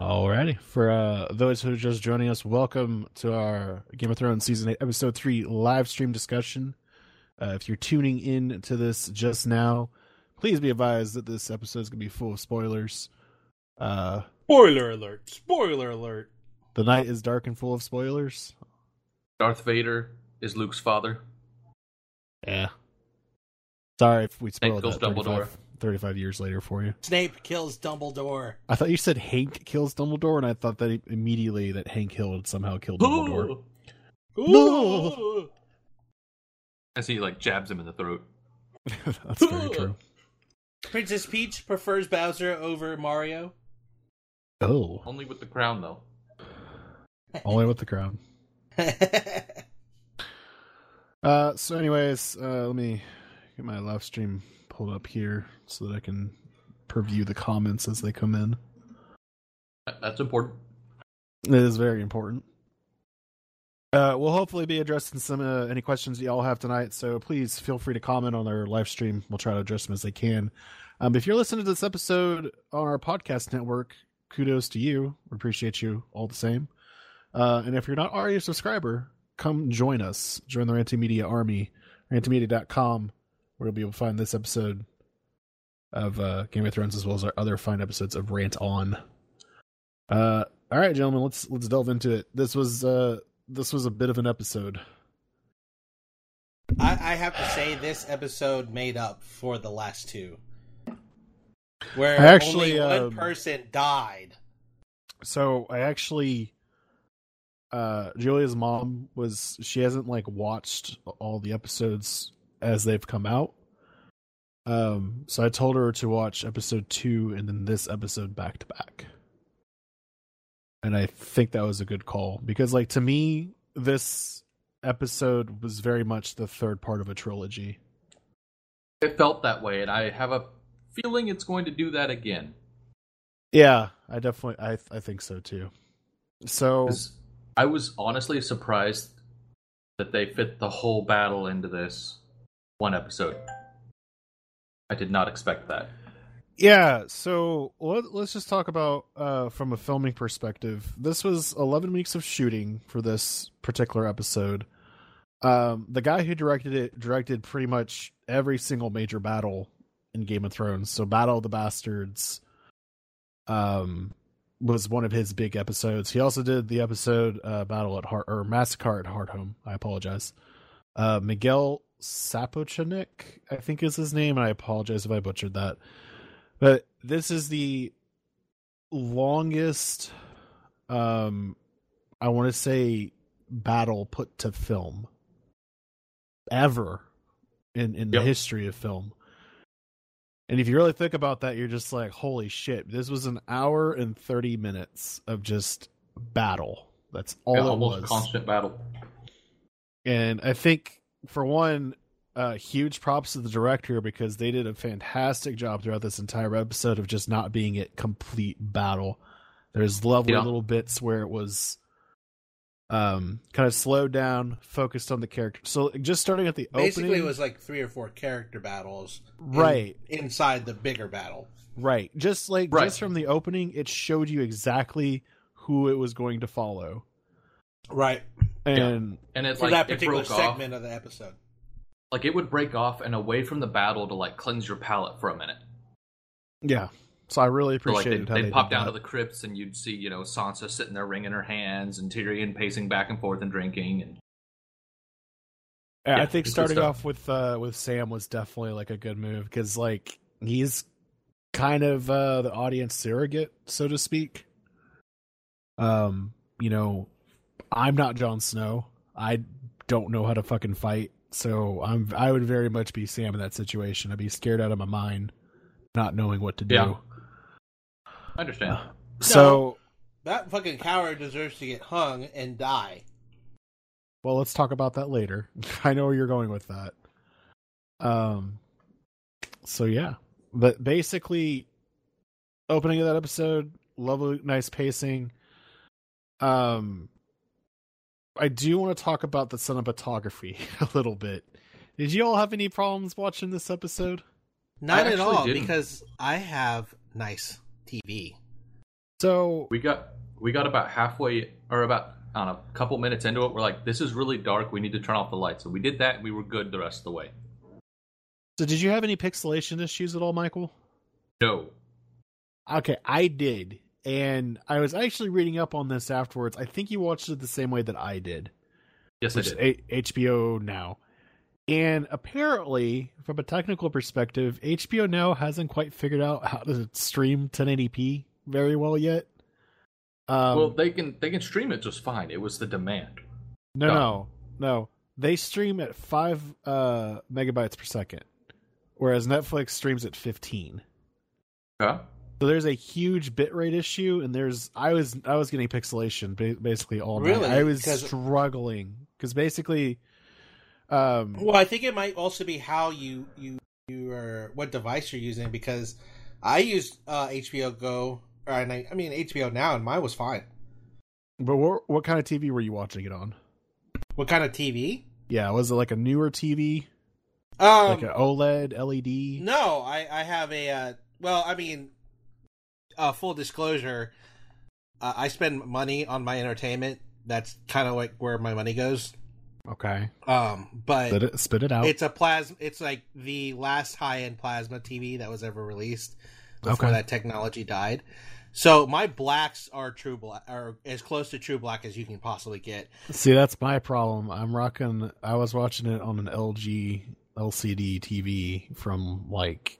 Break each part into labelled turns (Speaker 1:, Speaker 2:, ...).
Speaker 1: Alrighty. For uh, those who are just joining us, welcome to our Game of Thrones season eight, episode three live stream discussion. Uh, if you're tuning in to this just now, please be advised that this episode is going to be full of spoilers. Uh,
Speaker 2: Spoiler alert! Spoiler alert!
Speaker 1: the night is dark and full of spoilers.
Speaker 3: Darth Vader is Luke's father.
Speaker 1: Yeah. Sorry if we spoiled
Speaker 3: kills
Speaker 1: that 35,
Speaker 3: Dumbledore.
Speaker 1: 35 years later for you.
Speaker 2: Snape kills Dumbledore.
Speaker 1: I thought you said Hank kills Dumbledore, and I thought that he- immediately that Hank Hill had somehow killed Dumbledore.
Speaker 3: Ooh!
Speaker 1: No!
Speaker 2: Ooh!
Speaker 3: As he like jabs him in the throat.
Speaker 1: That's very true.
Speaker 2: Princess Peach prefers Bowser over Mario.
Speaker 1: Oh,
Speaker 3: Only with the crown though.
Speaker 1: only with the crown. Uh, so anyways, uh, let me get my live stream pulled up here so that I can preview the comments as they come in.
Speaker 3: That- That's important.
Speaker 1: It is very important. Uh, we'll hopefully be addressing some uh, any questions that y'all have tonight, so please feel free to comment on our live stream. We'll try to address them as they can. Um, if you're listening to this episode on our podcast network, kudos to you. We appreciate you all the same. Uh, and if you're not already a subscriber, come join us. Join the Ranty Media Army, rantymedia.com, where you'll be able to find this episode of uh, Game of Thrones as well as our other fine episodes of Rant On. Uh, all right, gentlemen, let's let's delve into it. This was uh this was a bit of an episode.
Speaker 2: I, I have to say, this episode made up for the last two, where
Speaker 1: I actually,
Speaker 2: only one
Speaker 1: um,
Speaker 2: person died.
Speaker 1: So I actually uh Julia's mom was she hasn't like watched all the episodes as they've come out. Um so I told her to watch episode 2 and then this episode back to back. And I think that was a good call because like to me this episode was very much the third part of a trilogy.
Speaker 3: It felt that way, and I have a feeling it's going to do that again.
Speaker 1: Yeah, I definitely I I think so too. So
Speaker 3: 'Cause I was honestly surprised that they fit the whole battle into this one episode. I did not expect that.
Speaker 1: yeah, so let, let's just talk about uh from a filming perspective. This was 11 weeks of shooting for this particular episode. Um the guy who directed it directed pretty much every single major battle in Game of Thrones. So Battle of the Bastards um was one of his big episodes. He also did the episode uh Battle at Heart or Massacre at Hardhome. I apologize. uh, Miguel Sapochnik, I think is his name, and I apologize if I butchered that. But this is the longest, um, I want to say, battle put to film ever in in the
Speaker 3: Yep.
Speaker 1: history of film. And if you really think about that, you're just like, holy shit! This was an hour and thirty minutes of just battle. That's all
Speaker 3: Yeah,
Speaker 1: it
Speaker 3: almost
Speaker 1: was
Speaker 3: constant battle.
Speaker 1: and I think for one, uh, huge props to the director because they did a fantastic job throughout this entire episode of just not being it complete battle. There's lovely
Speaker 3: Yeah.
Speaker 1: little bits where it was um kind of slowed down, focused on the character. So just starting at the
Speaker 2: Basically,
Speaker 1: opening,
Speaker 2: it was like three or four character battles in-
Speaker 1: right.
Speaker 2: inside the bigger battle.
Speaker 1: Right. Just like
Speaker 3: Right.
Speaker 1: just from the opening, it showed you exactly who it was going to follow.
Speaker 2: Right.
Speaker 1: And
Speaker 3: And it
Speaker 2: For
Speaker 3: like
Speaker 2: that
Speaker 3: it
Speaker 2: particular
Speaker 3: broke off.
Speaker 2: segment of the episode.
Speaker 3: Like it would break off and away from the battle to like cleanse your palate for a minute.
Speaker 1: yeah. So I really
Speaker 3: So, like they,
Speaker 1: appreciated how
Speaker 3: they
Speaker 1: did
Speaker 3: pop down
Speaker 1: that.
Speaker 3: to the crypts and you'd see you know Sansa sitting there wringing her hands and Tyrion pacing back and forth and drinking and
Speaker 1: Yeah, I
Speaker 3: Yeah,
Speaker 1: think
Speaker 3: it's good
Speaker 1: starting
Speaker 3: stuff.
Speaker 1: off with uh with Sam was definitely like a good move because like he's kind of uh the audience surrogate, so to speak. Um, you know, I'm not Jon Snow. I don't know how to fucking fight, so I'm I would very much be Sam in that situation. I'd be scared out of my mind, not knowing what to do.
Speaker 3: Yeah. I understand.
Speaker 1: So
Speaker 2: That fucking coward deserves to get hung and die.
Speaker 1: Well, let's talk about that later. I know where you're going with that. Um so yeah. But basically opening of that episode, lovely nice pacing. Um I do want to talk about the cinematography a little bit. Did you all have any problems watching this episode?
Speaker 2: Not at
Speaker 3: actually
Speaker 2: all,
Speaker 3: didn't.
Speaker 2: because I have nice TV.
Speaker 1: So
Speaker 3: We got we got about halfway or about I don't know, a couple minutes into it, we're like, this is really dark. We need to turn off the lights. So we did that. And we were good the rest of the way.
Speaker 1: So, did you have any pixelation issues at all, Michael?
Speaker 3: No.
Speaker 1: Okay, I did. And I was actually reading up on this afterwards. I think you watched it the same way that I did,
Speaker 3: Yes, I
Speaker 1: which is
Speaker 3: did.
Speaker 1: a- HBO Now. And apparently, from a technical perspective, HBO Now hasn't quite figured out how to stream 1080p very well yet. Um,
Speaker 3: well, they can they can stream it just fine. It was the demand.
Speaker 1: No,
Speaker 3: No.
Speaker 1: no, no. They stream at five uh, megabytes per second, whereas Netflix streams at fifteen.
Speaker 3: Okay.
Speaker 1: So there's a huge bitrate issue, and there's I was I was getting pixelation ba- basically all night.
Speaker 2: Really?
Speaker 1: I was
Speaker 2: 'Cause-
Speaker 1: struggling because basically, um,
Speaker 2: Well, I think it might also be how you you you are what device you're using because I used uh, HBO Go or and I, I mean HBO Now and mine was fine.
Speaker 1: but what what kind of TV were you watching it on?
Speaker 2: What kind of TV?
Speaker 1: Yeah, was it like a newer TV,
Speaker 2: Um,
Speaker 1: like an OLED, LED?
Speaker 2: No, I, I have a. Uh, well, I mean, uh, full disclosure, uh, I spend money on my entertainment. That's kind of like where my money goes.
Speaker 1: Okay,
Speaker 2: Um,
Speaker 1: spit
Speaker 2: but
Speaker 1: it, spit it out.
Speaker 2: it's a plasma. It's like the last high end plasma TV that was ever released before
Speaker 1: Okay.
Speaker 2: that technology died. So my blacks are true black, are as close to true black as you can possibly get.
Speaker 1: See, that's my problem. I'm rocking. I was watching it on an LG LCD TV from like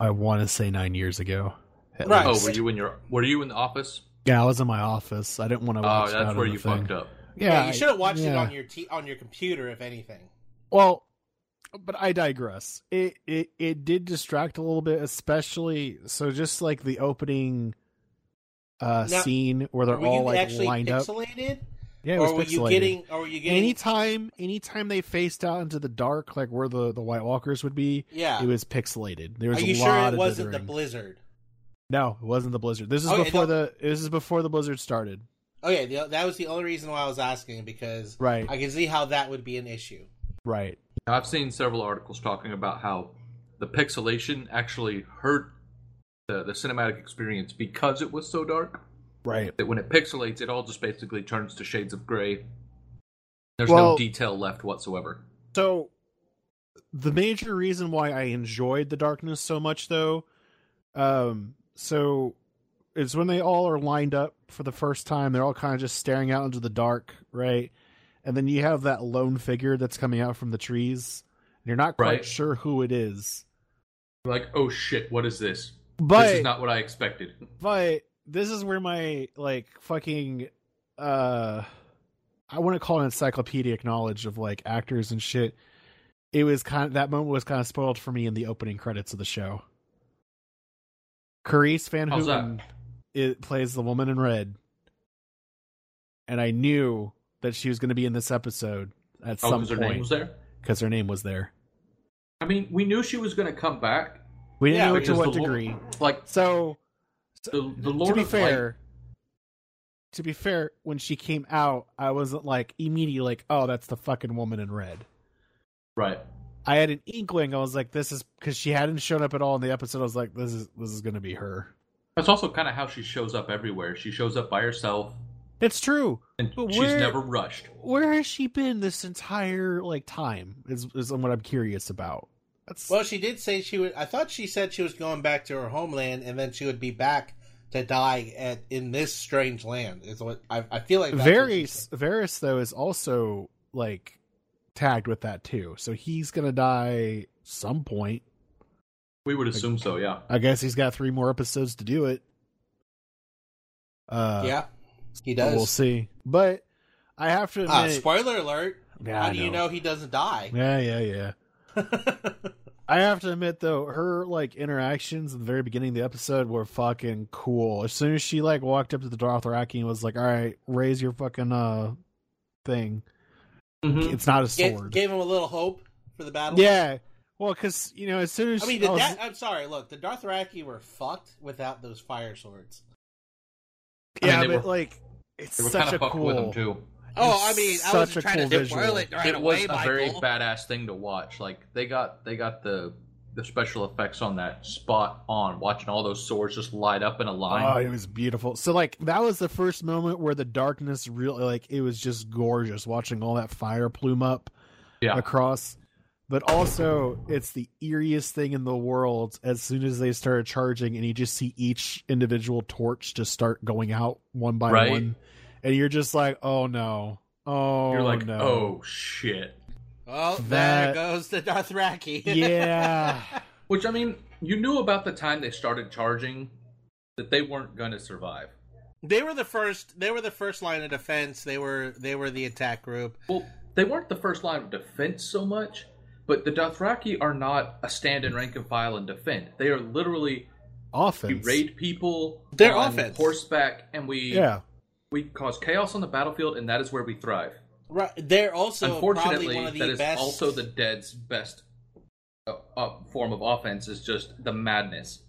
Speaker 1: I want to say nine years ago. at
Speaker 2: Right.
Speaker 1: least.
Speaker 3: Oh, were you in your were you in the office?
Speaker 1: Yeah, I was in my office. I didn't want to
Speaker 3: Oh,
Speaker 1: watch.
Speaker 3: that's
Speaker 1: out
Speaker 3: where
Speaker 1: of the
Speaker 3: you
Speaker 1: thing.
Speaker 3: fucked up.
Speaker 1: Yeah,
Speaker 2: you should have watched it
Speaker 1: yeah.
Speaker 2: on your t- on your computer, if anything.
Speaker 1: Well, but I digress. It it it did distract a little bit, especially so just like the opening uh
Speaker 2: Now,
Speaker 1: scene where they're
Speaker 2: were
Speaker 1: all
Speaker 2: you
Speaker 1: like
Speaker 2: actually
Speaker 1: lined up.
Speaker 2: pixelated,
Speaker 1: Yeah, it was
Speaker 2: or were you
Speaker 1: pixelated.
Speaker 2: getting? Or were you getting?
Speaker 1: anytime anytime they faced out into the dark like where the the white walkers would be
Speaker 2: yeah,
Speaker 1: it was pixelated there was
Speaker 2: Are
Speaker 1: a
Speaker 2: you
Speaker 1: lot
Speaker 2: sure it
Speaker 1: of
Speaker 2: wasn't the
Speaker 1: dithering.
Speaker 2: blizzard?
Speaker 1: no it wasn't the blizzard this is
Speaker 2: Okay,
Speaker 1: before
Speaker 2: no.
Speaker 1: the this is before the blizzard started
Speaker 2: Okay, Oh, the, that was the only reason why I was asking because
Speaker 1: right
Speaker 2: I can see how that would be an issue.
Speaker 1: right
Speaker 3: Now, I've seen several articles talking about how the pixelation actually hurt the, the cinematic experience because it was so dark.
Speaker 1: right
Speaker 3: That when it pixelates, it all just basically turns to shades of gray. There's
Speaker 1: Well-
Speaker 3: no detail left whatsoever.
Speaker 1: so the major reason why i enjoyed the darkness so much though um so it's when they all are lined up for the first time they're all kind of just staring out into the dark right and then you have that lone figure that's coming out from the trees and you're not quite
Speaker 3: Right.
Speaker 1: sure who it is
Speaker 3: Like, oh shit, what is this?
Speaker 1: but
Speaker 3: this is not what I expected.
Speaker 1: but this is where my like fucking uh i want to call it encyclopedic knowledge of like actors and shit it was kind of that moment was kind of spoiled for me in the opening credits of the show Carice van
Speaker 3: How's that?
Speaker 1: houten it plays the woman in red and i knew that she was going to be in this episode at
Speaker 3: Oh,
Speaker 1: some
Speaker 3: 'cause her name was
Speaker 1: point
Speaker 3: there.
Speaker 1: because her name was there
Speaker 3: I mean, we knew she was going to come back.
Speaker 1: we didn't
Speaker 2: Yeah,
Speaker 1: know to
Speaker 3: because
Speaker 1: what
Speaker 3: the wo-
Speaker 1: degree
Speaker 3: Like
Speaker 1: so
Speaker 3: the the Lord
Speaker 1: to be
Speaker 3: of Light-
Speaker 1: fair, to be fair, when she came out, I wasn't like immediately like, "Oh, that's the fucking woman in red."
Speaker 3: right?
Speaker 1: I had an inkling. I was like, "This is because she hadn't shown up at all in the episode." I was like, "This is this is going to be her."
Speaker 3: That's also kind of how she shows up everywhere. She shows up by herself,
Speaker 1: It's true.
Speaker 3: and
Speaker 1: But
Speaker 3: she's
Speaker 1: where-
Speaker 3: never rushed.
Speaker 1: Where has she been this entire like time? Is is what I'm curious about. That's
Speaker 2: Well, she did say she would. I thought she said she was going back to her homeland and then she would be back to die at in this strange land. Is what I, I feel like. that's what she
Speaker 1: Varys.
Speaker 2: said.
Speaker 1: Varys though is also like tagged with that too, so he's gonna die some point.
Speaker 3: We would assume so, yeah.
Speaker 1: I guess he's got three more episodes to do it. Uh,
Speaker 2: yeah, he
Speaker 1: but We'll
Speaker 2: does.
Speaker 1: see. But I have to admit,
Speaker 2: Uh, spoiler alert!
Speaker 1: yeah,
Speaker 2: how
Speaker 1: I
Speaker 2: do you know he doesn't die?
Speaker 1: Yeah, yeah, yeah. I have to admit though, her like interactions at the very beginning of the episode were fucking cool. As soon as she like walked up to the Dothraki and was like, "All right, raise your fucking uh thing.
Speaker 2: Mm-hmm.
Speaker 3: Mhm.
Speaker 1: It's not a
Speaker 2: Gave,
Speaker 1: sword."
Speaker 2: gave him a little hope for the battle.
Speaker 1: yeah. Well, because you know, as soon as
Speaker 2: I mean,
Speaker 1: she-
Speaker 2: did
Speaker 1: was-
Speaker 2: that, I'm sorry. Look, the Dothraki were fucked without those fire swords.
Speaker 3: I mean,
Speaker 1: yeah,
Speaker 3: they
Speaker 1: but
Speaker 3: were-
Speaker 1: like, it's
Speaker 3: They were
Speaker 1: such
Speaker 3: kinda
Speaker 1: a
Speaker 3: fucked
Speaker 1: cool.
Speaker 3: with them too.
Speaker 2: Oh, I
Speaker 1: It's
Speaker 2: mean, I
Speaker 1: such
Speaker 2: was
Speaker 1: a
Speaker 2: trying
Speaker 1: cool
Speaker 2: to
Speaker 1: visual.
Speaker 2: spoil it right
Speaker 3: it was
Speaker 2: away,
Speaker 3: a very
Speaker 2: Michael.
Speaker 3: badass thing to watch. Like they got they got the the special effects on that spot on. Watching all those swords just light up in a
Speaker 1: Oh,
Speaker 3: line.
Speaker 1: it was beautiful. So like that was the first moment where the darkness really like it was just gorgeous watching all that fire plume up
Speaker 3: yeah,
Speaker 1: across. But also it's the eeriest thing in the world as soon as they started charging and you just see each individual torch just start going out one by
Speaker 3: Right.
Speaker 1: one. And you're just like, oh no. Oh
Speaker 3: you're like,
Speaker 1: no.
Speaker 3: oh shit.
Speaker 2: Well,
Speaker 1: That-
Speaker 2: there goes the Dothraki.
Speaker 1: Yeah.
Speaker 3: Which I mean, you knew about the time they started charging that they weren't going to survive.
Speaker 2: they were the first. They were the first line of defense. They were they were the attack group.
Speaker 3: Well, they weren't the first line of defense so much, but the Dothraki are not a stand and rank and file and defend. They are literally we
Speaker 1: Offense.
Speaker 3: raid people.
Speaker 2: They're
Speaker 3: on
Speaker 2: offense.
Speaker 3: horseback, and we
Speaker 1: yeah.
Speaker 3: we cause chaos on the battlefield, and that is where we thrive.
Speaker 2: Right. They're also probably
Speaker 3: Unfortunately,
Speaker 2: one of the
Speaker 3: that is
Speaker 2: best.
Speaker 3: also the Dead's best uh, uh, form of offense is just the madness.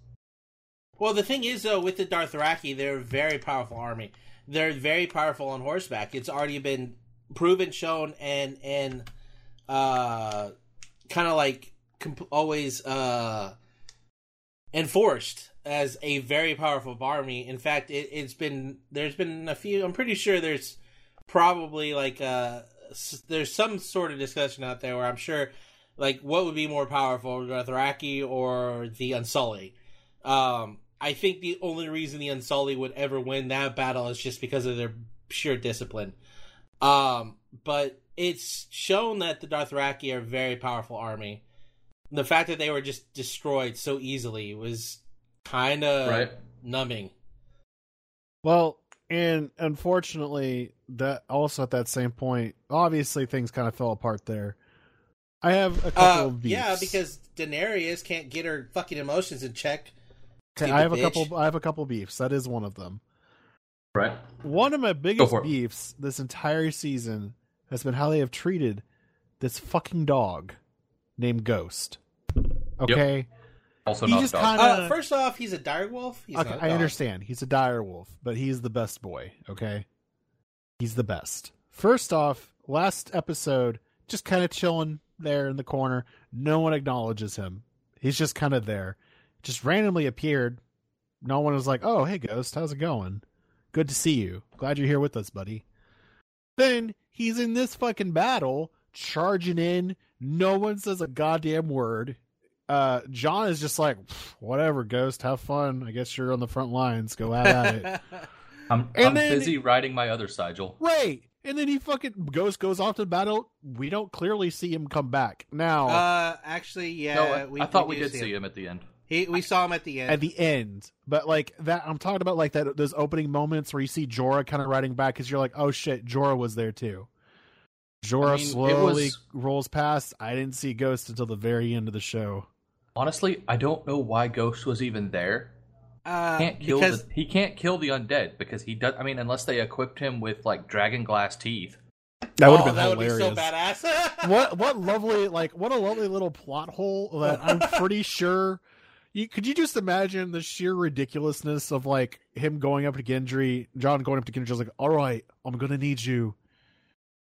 Speaker 2: Well, the thing is, though, with the Dothraki, they're a very powerful army. They're very powerful on horseback. It's already been proven, shown, and and uh, kind of like comp- always uh, enforced as a very powerful army. In fact, it, it's been there's been a few. I'm pretty sure there's probably like uh, s- there's some sort of discussion out there where I'm sure like what would be more powerful, Dothraki or the Unsullied. Um, I think the only reason the Unsullied would ever win that battle is just because of their sheer discipline. Um, but it's shown that the Dothraki are a very powerful army. The fact that they were just destroyed so easily was kind of
Speaker 3: right?
Speaker 2: numbing.
Speaker 1: Well, and unfortunately, that also at that same point, obviously things kind of fell apart there. I have a couple
Speaker 2: Uh,
Speaker 1: of beefs.
Speaker 2: yeah, because Daenerys can't get her fucking emotions in check.
Speaker 1: Okay,
Speaker 2: Stupid
Speaker 1: I have a
Speaker 2: bitch.
Speaker 1: couple. I have a couple beefs. That is one of them.
Speaker 3: Right.
Speaker 1: One of my biggest
Speaker 3: for it.
Speaker 1: beefs this entire season has been how they have treated this fucking dog named Ghost. Okay,
Speaker 3: Also,
Speaker 1: He
Speaker 3: not
Speaker 1: just
Speaker 3: dog.
Speaker 1: kinda-
Speaker 2: Uh, first off, he's a direwolf. He's
Speaker 1: okay,
Speaker 2: not a
Speaker 1: I
Speaker 2: dog.
Speaker 1: understand. He's a dire wolf, but he's the best boy, okay? He's the best. First off, last episode, just kind of chilling there in the corner. No one acknowledges him. He's just kind of there. Just randomly appeared. No one was like, oh, hey, Ghost, how's it going? Good to see you. Glad you're here with us, buddy. Then he's in this fucking battle, charging in. No one says a goddamn word. Uh, John is just like, "Pff, whatever, Ghost, have fun. I guess you're on the front lines. Go have at it.
Speaker 3: I'm,
Speaker 1: And
Speaker 3: I'm
Speaker 1: then-
Speaker 3: busy riding my other Sigil.
Speaker 1: Right. And then he fucking Ghost goes off to battle. We don't clearly see him come back. Now,
Speaker 2: uh, actually, yeah,
Speaker 3: no, I,
Speaker 2: we,
Speaker 3: I thought
Speaker 2: we
Speaker 3: we,
Speaker 2: do
Speaker 3: did see him at the end.
Speaker 2: He, we saw him at the end.
Speaker 1: at the end, but like that, I'm talking about like that those opening moments where you see Jorah kind of riding back because you're like, oh shit, Jorah was there too. Jorah
Speaker 3: I mean, it
Speaker 1: slowly
Speaker 3: was-
Speaker 1: rolls past. I didn't see Ghost until the very end of the show.
Speaker 3: Honestly, I don't know why Ghost was even there.
Speaker 2: uh,
Speaker 3: Can't kill
Speaker 2: because
Speaker 3: the, he can't kill the undead because he does. I mean, unless they equipped him with like dragon glass teeth.
Speaker 1: That would
Speaker 2: Oh,
Speaker 1: have been
Speaker 2: that
Speaker 1: hilarious.
Speaker 2: Would be so badass.
Speaker 1: what what lovely like what a lovely little plot hole that I'm pretty sure you could you just imagine the sheer ridiculousness of like him going up to Gendry, John going up to Gendry, was like, all right, I'm gonna need you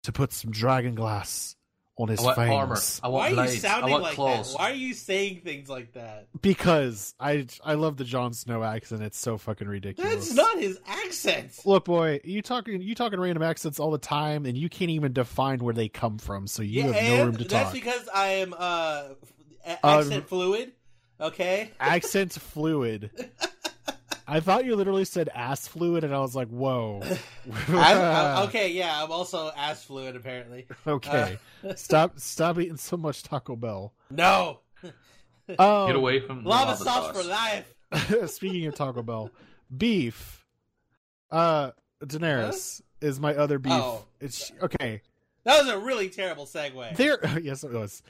Speaker 1: to put some dragon glass on his
Speaker 3: I want
Speaker 1: fangs.
Speaker 3: armor. I want
Speaker 2: Why are you
Speaker 3: blades. I
Speaker 2: sounding
Speaker 3: want
Speaker 2: like
Speaker 3: claws.
Speaker 2: that? Why are you saying things like that?
Speaker 1: Because I I love the Jon Snow accent. It's so fucking ridiculous.
Speaker 2: That's not his accent.
Speaker 1: Look, boy, you talking you talking random accents all the time, and you can't even define where they come from, so you have no
Speaker 2: and
Speaker 1: room to
Speaker 2: that's
Speaker 1: talk.
Speaker 2: because I am uh, a-
Speaker 1: Um,
Speaker 2: accent fluid. Okay.
Speaker 1: accent fluid. I thought you literally said ass fluid, and I was like, "Whoa,
Speaker 2: I'm, I'm- okay, yeah, I'm also ass fluid apparently.
Speaker 1: okay,
Speaker 2: Uh,
Speaker 1: stop, stop eating so much Taco Bell."
Speaker 2: No,
Speaker 1: Oh,
Speaker 3: Get away from the
Speaker 2: lava sauce for life.
Speaker 1: speaking of Taco Bell, beef. Uh, Daenerys is my other beef.
Speaker 2: Oh.
Speaker 1: It's okay.
Speaker 2: That was a really terrible segue.
Speaker 1: There, yes, it was.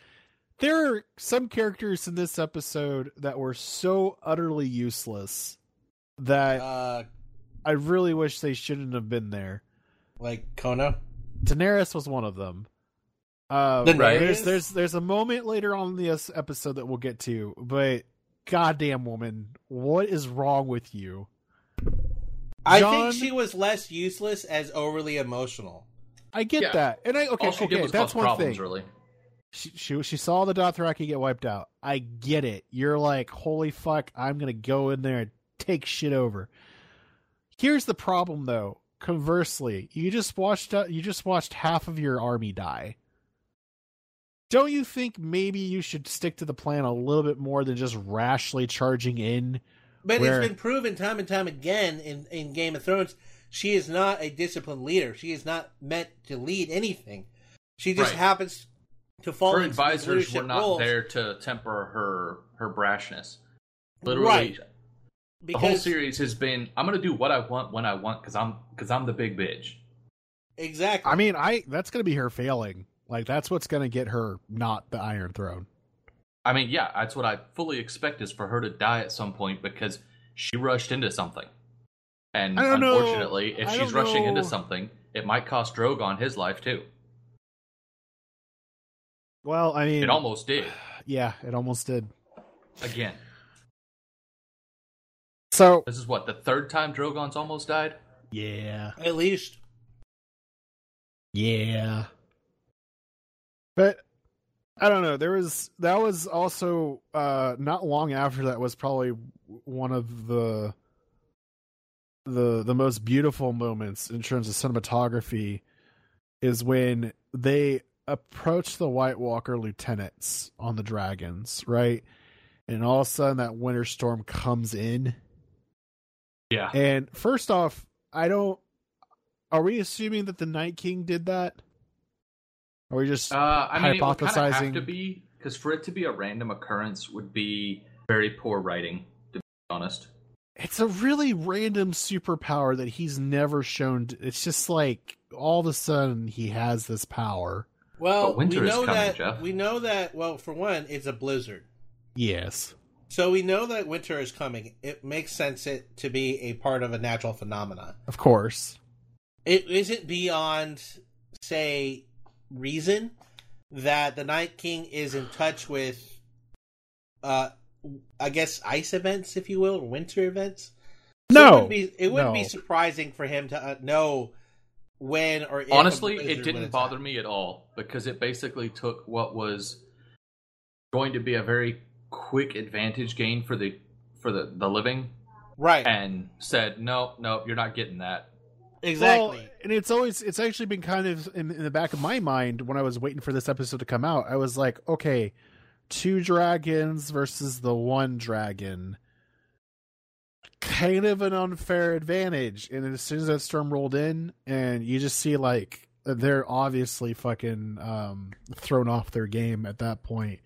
Speaker 1: There are some characters in this episode that were so utterly useless that
Speaker 2: uh,
Speaker 1: I really wish they shouldn't have been there.
Speaker 2: like Kona.
Speaker 1: Daenerys was one of them. Uh,
Speaker 2: Daenerys?
Speaker 1: there's there's there's a moment later on in this episode that we'll get to, but goddamn woman, what is wrong with you?
Speaker 2: I
Speaker 1: John-
Speaker 2: think she was less useless as overly emotional.
Speaker 1: I get
Speaker 3: Yeah.
Speaker 1: that, and I okay
Speaker 3: All she
Speaker 1: okay
Speaker 3: did was
Speaker 1: that's
Speaker 3: cause
Speaker 1: one
Speaker 3: problems,
Speaker 1: thing.
Speaker 3: really.
Speaker 1: she, she she saw the Dothraki get wiped out. I get it. You're like, holy fuck, I'm gonna go in there and take shit over. Here's the problem, though. Conversely, you just watched uh, you just watched half of your army die. Don't you think maybe you should stick to the plan a little bit more than just rashly charging in?
Speaker 2: But
Speaker 1: Where-
Speaker 2: it's been proven time and time again in, in Game of Thrones, she is not a disciplined leader. She is not meant to lead anything. She just
Speaker 3: Right.
Speaker 2: happens to fall
Speaker 3: her
Speaker 2: into these
Speaker 3: advisors were
Speaker 2: leadership
Speaker 3: not
Speaker 2: roles
Speaker 3: there to temper her her brashness. Literally,
Speaker 2: Right,
Speaker 3: the whole
Speaker 2: because
Speaker 3: series has been I'm gonna do what I want when I want because I'm because I'm the big bitch.
Speaker 2: exactly.
Speaker 1: I mean, I that's gonna be her failing. Like that's what's gonna get her not the Iron Throne.
Speaker 3: I mean, yeah, that's what I fully expect is for her to die at some point because she rushed into something. And
Speaker 1: I don't know.
Speaker 3: unfortunately, if
Speaker 1: I
Speaker 3: she's
Speaker 1: don't
Speaker 3: rushing into
Speaker 1: know.
Speaker 3: something, it might cost Drogon his life too.
Speaker 1: Well, I mean,
Speaker 3: It almost did.
Speaker 1: yeah, it almost did.
Speaker 3: Again,
Speaker 1: So
Speaker 3: this is what the third time Drogon's almost died.
Speaker 1: yeah,
Speaker 2: At least
Speaker 1: yeah. But I don't know. There was that was also uh not long after that was probably one of the the the most beautiful moments in terms of cinematography is when they approach the White Walker lieutenants on the dragons, right? And all of a sudden that winter storm comes in.
Speaker 3: Yeah,
Speaker 1: And first off, I don't. Are we assuming that the Night King did that? Are we just?
Speaker 3: uh, I mean, it would kinda
Speaker 1: hypothesizing-
Speaker 3: have to be because for it to be a random occurrence would be very poor writing, to be honest.
Speaker 1: it's a really random superpower that he's never shown. t- It's just like all of a sudden he has this power.
Speaker 2: well
Speaker 3: But winter
Speaker 2: we
Speaker 3: is
Speaker 2: know
Speaker 3: coming,
Speaker 2: that
Speaker 3: Jeff.
Speaker 2: we know that well for one, it's a blizzard.
Speaker 1: Yes.
Speaker 2: So we know that winter is coming. It makes sense it to be a part of a natural phenomenon.
Speaker 1: Of course.
Speaker 2: it isn't beyond say reason that the night king is in touch with uh i guess ice events if you will or winter events So it
Speaker 1: no.
Speaker 2: wouldn't, be, it wouldn't be
Speaker 1: No.
Speaker 2: surprising for him to uh, know when or if a
Speaker 3: Honestly,
Speaker 2: blizzard
Speaker 3: it
Speaker 2: would
Speaker 3: didn't
Speaker 2: attack.
Speaker 3: bother me at all because it basically took what was going to be a very quick advantage gain for the for the, the living
Speaker 2: right
Speaker 3: and said, "No, no, you're not getting that."
Speaker 2: exactly
Speaker 1: Well, and it's always it's actually been kind of in, in the back of my mind when I was waiting for this episode to come out. I was like, okay, two dragons versus the one dragon. Kind of an unfair advantage. And then as soon as that storm rolled in, and you just see like they're obviously fucking um, thrown off their game at that point.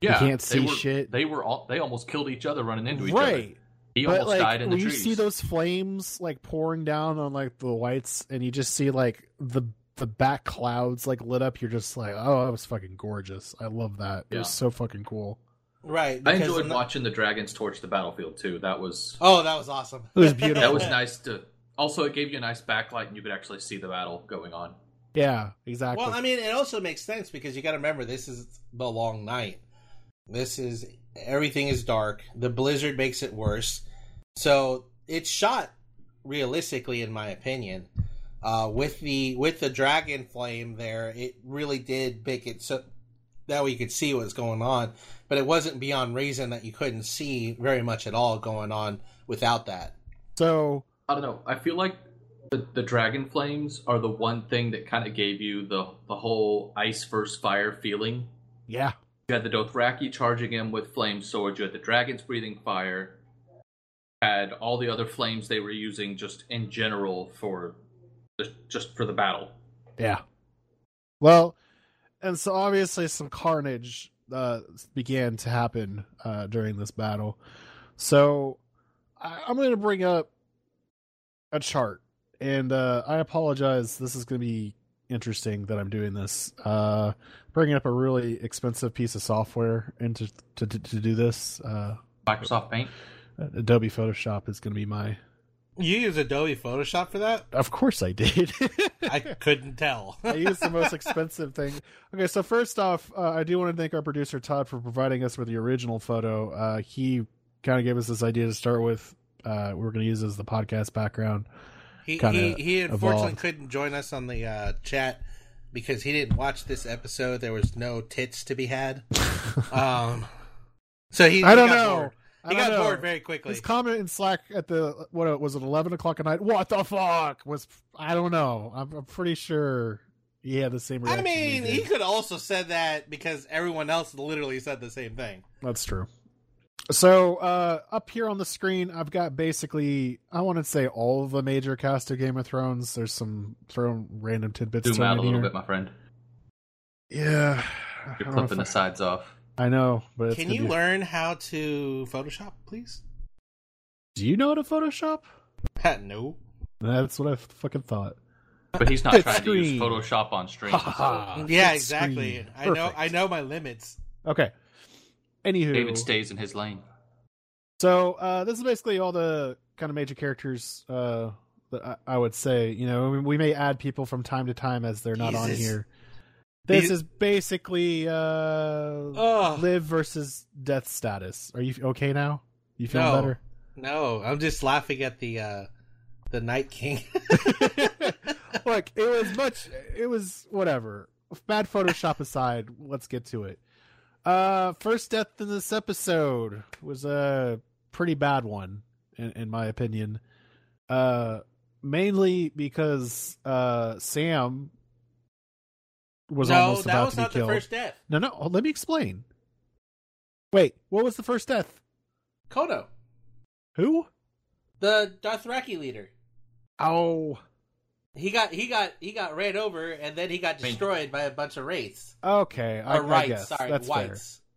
Speaker 1: You
Speaker 3: Yeah,
Speaker 1: can't see
Speaker 3: they were,
Speaker 1: shit.
Speaker 3: They were all they almost killed each other running into each other.
Speaker 1: right.
Speaker 3: He
Speaker 1: but
Speaker 3: almost
Speaker 1: like
Speaker 3: died in the
Speaker 1: when
Speaker 3: trees.
Speaker 1: you see those flames like pouring down on like the lights, and you just see like the the back clouds like lit up, you're just like, oh, that was fucking gorgeous. I love that. It
Speaker 3: Yeah.
Speaker 1: was so fucking cool.
Speaker 2: right
Speaker 3: I
Speaker 2: because
Speaker 3: enjoyed
Speaker 2: the-
Speaker 3: watching the dragons torch the battlefield too. That was
Speaker 2: oh that was awesome
Speaker 1: It was beautiful.
Speaker 3: that was nice to. Also, it gave you a nice backlight, and you could actually see the battle going on.
Speaker 1: Yeah, exactly.
Speaker 2: Well, I mean, it also makes sense because you got to remember this is the long night. This is everything is dark. The blizzard makes it worse. So it's shot realistically, in my opinion. Uh, with the with the dragon flame there, it really did make it so that way you could see what was going on. But it wasn't beyond reason that you couldn't see very much at all going on without that.
Speaker 1: so
Speaker 3: I don't know. I feel like the, the dragon flames are the one thing that kind of gave you the the whole ice versus fire feeling.
Speaker 1: yeah,
Speaker 3: You had the Dothraki charging him with flame swords. You had the dragons breathing fire. Had all the other flames they were using just in general for just- just for the battle.
Speaker 1: yeah. Well, and so obviously some carnage uh, began to happen uh, during this battle. So I, I'm going to bring up a chart, and uh, I apologize. This is going to be interesting that I'm doing this. Uh, bringing up a really expensive piece of software into to, to, to do this. Uh,
Speaker 3: Microsoft Paint.
Speaker 1: Adobe Photoshop is going to be my.
Speaker 2: You use Adobe Photoshop for that?
Speaker 1: Of course, I did.
Speaker 2: I couldn't tell.
Speaker 1: I used the most expensive thing. Okay, so first off, uh, I do want to thank our producer Todd for providing us with the original photo. Uh, he kind of gave us this idea to start with. Uh, we were going to use as the podcast background.
Speaker 2: He,
Speaker 1: kinda
Speaker 2: he, he unfortunately
Speaker 1: evolved.
Speaker 2: couldn't join us on the uh, chat because he didn't watch this episode. There was no tits to be had. Um, so he,
Speaker 1: I
Speaker 2: he
Speaker 1: don't
Speaker 2: got
Speaker 1: know.
Speaker 2: bored.
Speaker 1: I
Speaker 2: He
Speaker 1: don't
Speaker 2: got
Speaker 1: know.
Speaker 2: bored very quickly.
Speaker 1: His comment in Slack at the what uh, was it eleven o'clock at night? What the fuck was I don't know. I'm, I'm pretty sure he had the same
Speaker 2: I
Speaker 1: reaction. we
Speaker 2: mean,
Speaker 1: did.
Speaker 2: he could also said that because everyone else literally said the same thing.
Speaker 1: That's true. So uh, up here on the screen, I've got basically I want to say all of the major cast of Game of Thrones. There's some thrown random tidbits.
Speaker 3: Zoom
Speaker 1: thrown
Speaker 3: out a
Speaker 1: in
Speaker 3: little
Speaker 1: here.
Speaker 3: bit, my friend.
Speaker 1: Yeah, I,
Speaker 3: You're
Speaker 1: don't know if
Speaker 3: clipping the
Speaker 1: I-
Speaker 3: sides off.
Speaker 1: I know, but it's
Speaker 2: Can
Speaker 1: gonna
Speaker 2: you
Speaker 1: be-
Speaker 2: learn how to Photoshop, please?
Speaker 1: Do you know how to Photoshop?
Speaker 2: no.
Speaker 1: That's what I fucking thought.
Speaker 3: But he's not
Speaker 1: It's
Speaker 3: trying to use
Speaker 1: screen.
Speaker 3: Photoshop on stream.
Speaker 1: Ha ha ha.
Speaker 2: yeah,
Speaker 1: Good
Speaker 2: exactly.
Speaker 1: screen.
Speaker 2: I know.
Speaker 1: Uh, Perfect.
Speaker 2: I know my limits.
Speaker 1: Okay. Anywho,
Speaker 3: David stays in his lane.
Speaker 1: So uh, this is basically all the kind of major characters uh, that I, I would say. You know, we- we may add people from time to time as they're not on
Speaker 2: Jesus.
Speaker 1: here. This
Speaker 2: These-
Speaker 1: is basically uh,
Speaker 2: Oh
Speaker 1: live versus death status. Are you okay now? You feel
Speaker 2: No.
Speaker 1: better?
Speaker 2: no! I'm just laughing at the uh the Night King.
Speaker 1: Look, it was much. It was whatever. Bad Photoshop aside, let's get to it. Uh, first death in this episode was a pretty bad one, in, in my opinion. Uh, mainly because uh Sam was
Speaker 2: no,
Speaker 1: almost
Speaker 2: that
Speaker 1: about
Speaker 2: was
Speaker 1: to be
Speaker 2: not
Speaker 1: killed.
Speaker 2: the first death.
Speaker 1: No, no. Let me explain. Wait, what was the first death?
Speaker 2: Kono,
Speaker 1: Who?
Speaker 2: the Dothraki leader.
Speaker 1: Oh,
Speaker 2: He got he got he got ran over and then he got
Speaker 3: Wait.
Speaker 2: destroyed by a bunch of wraiths.
Speaker 1: okay. I,
Speaker 2: Or
Speaker 1: I
Speaker 2: rights,
Speaker 1: guess
Speaker 2: sorry,
Speaker 1: that's
Speaker 2: whites.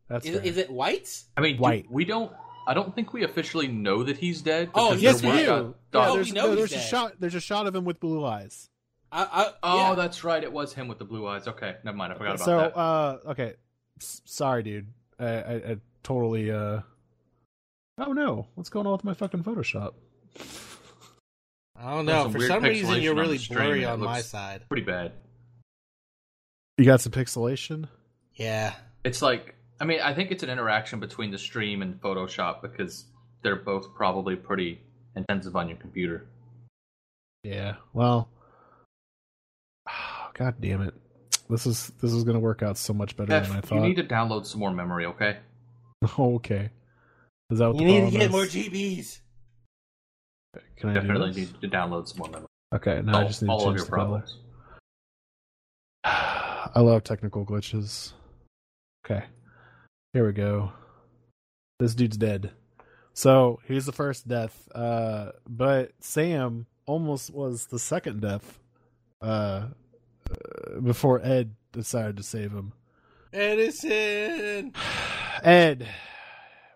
Speaker 1: fair. That's
Speaker 2: Is,
Speaker 1: fair.
Speaker 2: is it whites?
Speaker 3: I mean, do-
Speaker 1: White.
Speaker 3: we don't. I don't think we officially know that he's dead.
Speaker 2: Oh,
Speaker 3: because
Speaker 1: Yes, we
Speaker 3: there
Speaker 1: do.
Speaker 2: Why
Speaker 3: were uh,
Speaker 2: not?
Speaker 1: Yeah,
Speaker 3: dot- dot-
Speaker 2: Oh, we
Speaker 1: there's,
Speaker 2: know
Speaker 1: no,
Speaker 2: he's
Speaker 1: there's a
Speaker 2: dead.
Speaker 1: shot. There's a shot of him with blue eyes.
Speaker 2: I, I,
Speaker 3: Oh,
Speaker 2: yeah.
Speaker 3: that's right. It was him with the blue eyes. Okay, never mind. I forgot about
Speaker 1: So,
Speaker 3: that.
Speaker 1: uh, okay, S- sorry, dude. I, I, I totally. uh Oh no, what's going on with my fucking Photoshop?
Speaker 2: I don't
Speaker 3: There's
Speaker 2: know.
Speaker 3: some
Speaker 2: For
Speaker 3: weird
Speaker 2: some reason,
Speaker 3: pixelation
Speaker 2: you're
Speaker 3: on
Speaker 2: really
Speaker 3: the stream,
Speaker 2: blurry
Speaker 3: it
Speaker 2: on my
Speaker 3: looks-
Speaker 2: side.
Speaker 3: Pretty bad.
Speaker 1: You got some pixelation.
Speaker 2: Yeah.
Speaker 3: It's like I mean, I think it's an interaction between the stream and Photoshop because they're both probably pretty intensive on your computer.
Speaker 1: Yeah. Well. God damn it! This is this is gonna work out so much better
Speaker 3: Jeff,
Speaker 1: than I
Speaker 3: you
Speaker 1: thought.
Speaker 3: need to download some more memory, okay?
Speaker 1: okay. Is that what
Speaker 2: You
Speaker 1: the
Speaker 2: need to
Speaker 1: problem
Speaker 2: get
Speaker 1: is?
Speaker 2: more GBs.
Speaker 1: Can I do
Speaker 3: Definitely
Speaker 1: this?
Speaker 3: need to download some more memory.
Speaker 1: Okay, now I
Speaker 3: All-
Speaker 1: just need to
Speaker 3: all
Speaker 1: change
Speaker 3: of your
Speaker 1: the color.
Speaker 3: problems.
Speaker 1: I love technical glitches. Okay. Here we go. This dude's dead. So he's the first death. Uh but Sam almost was the second death uh uh, before Ed decided to save him.
Speaker 2: Edison.
Speaker 1: Ed,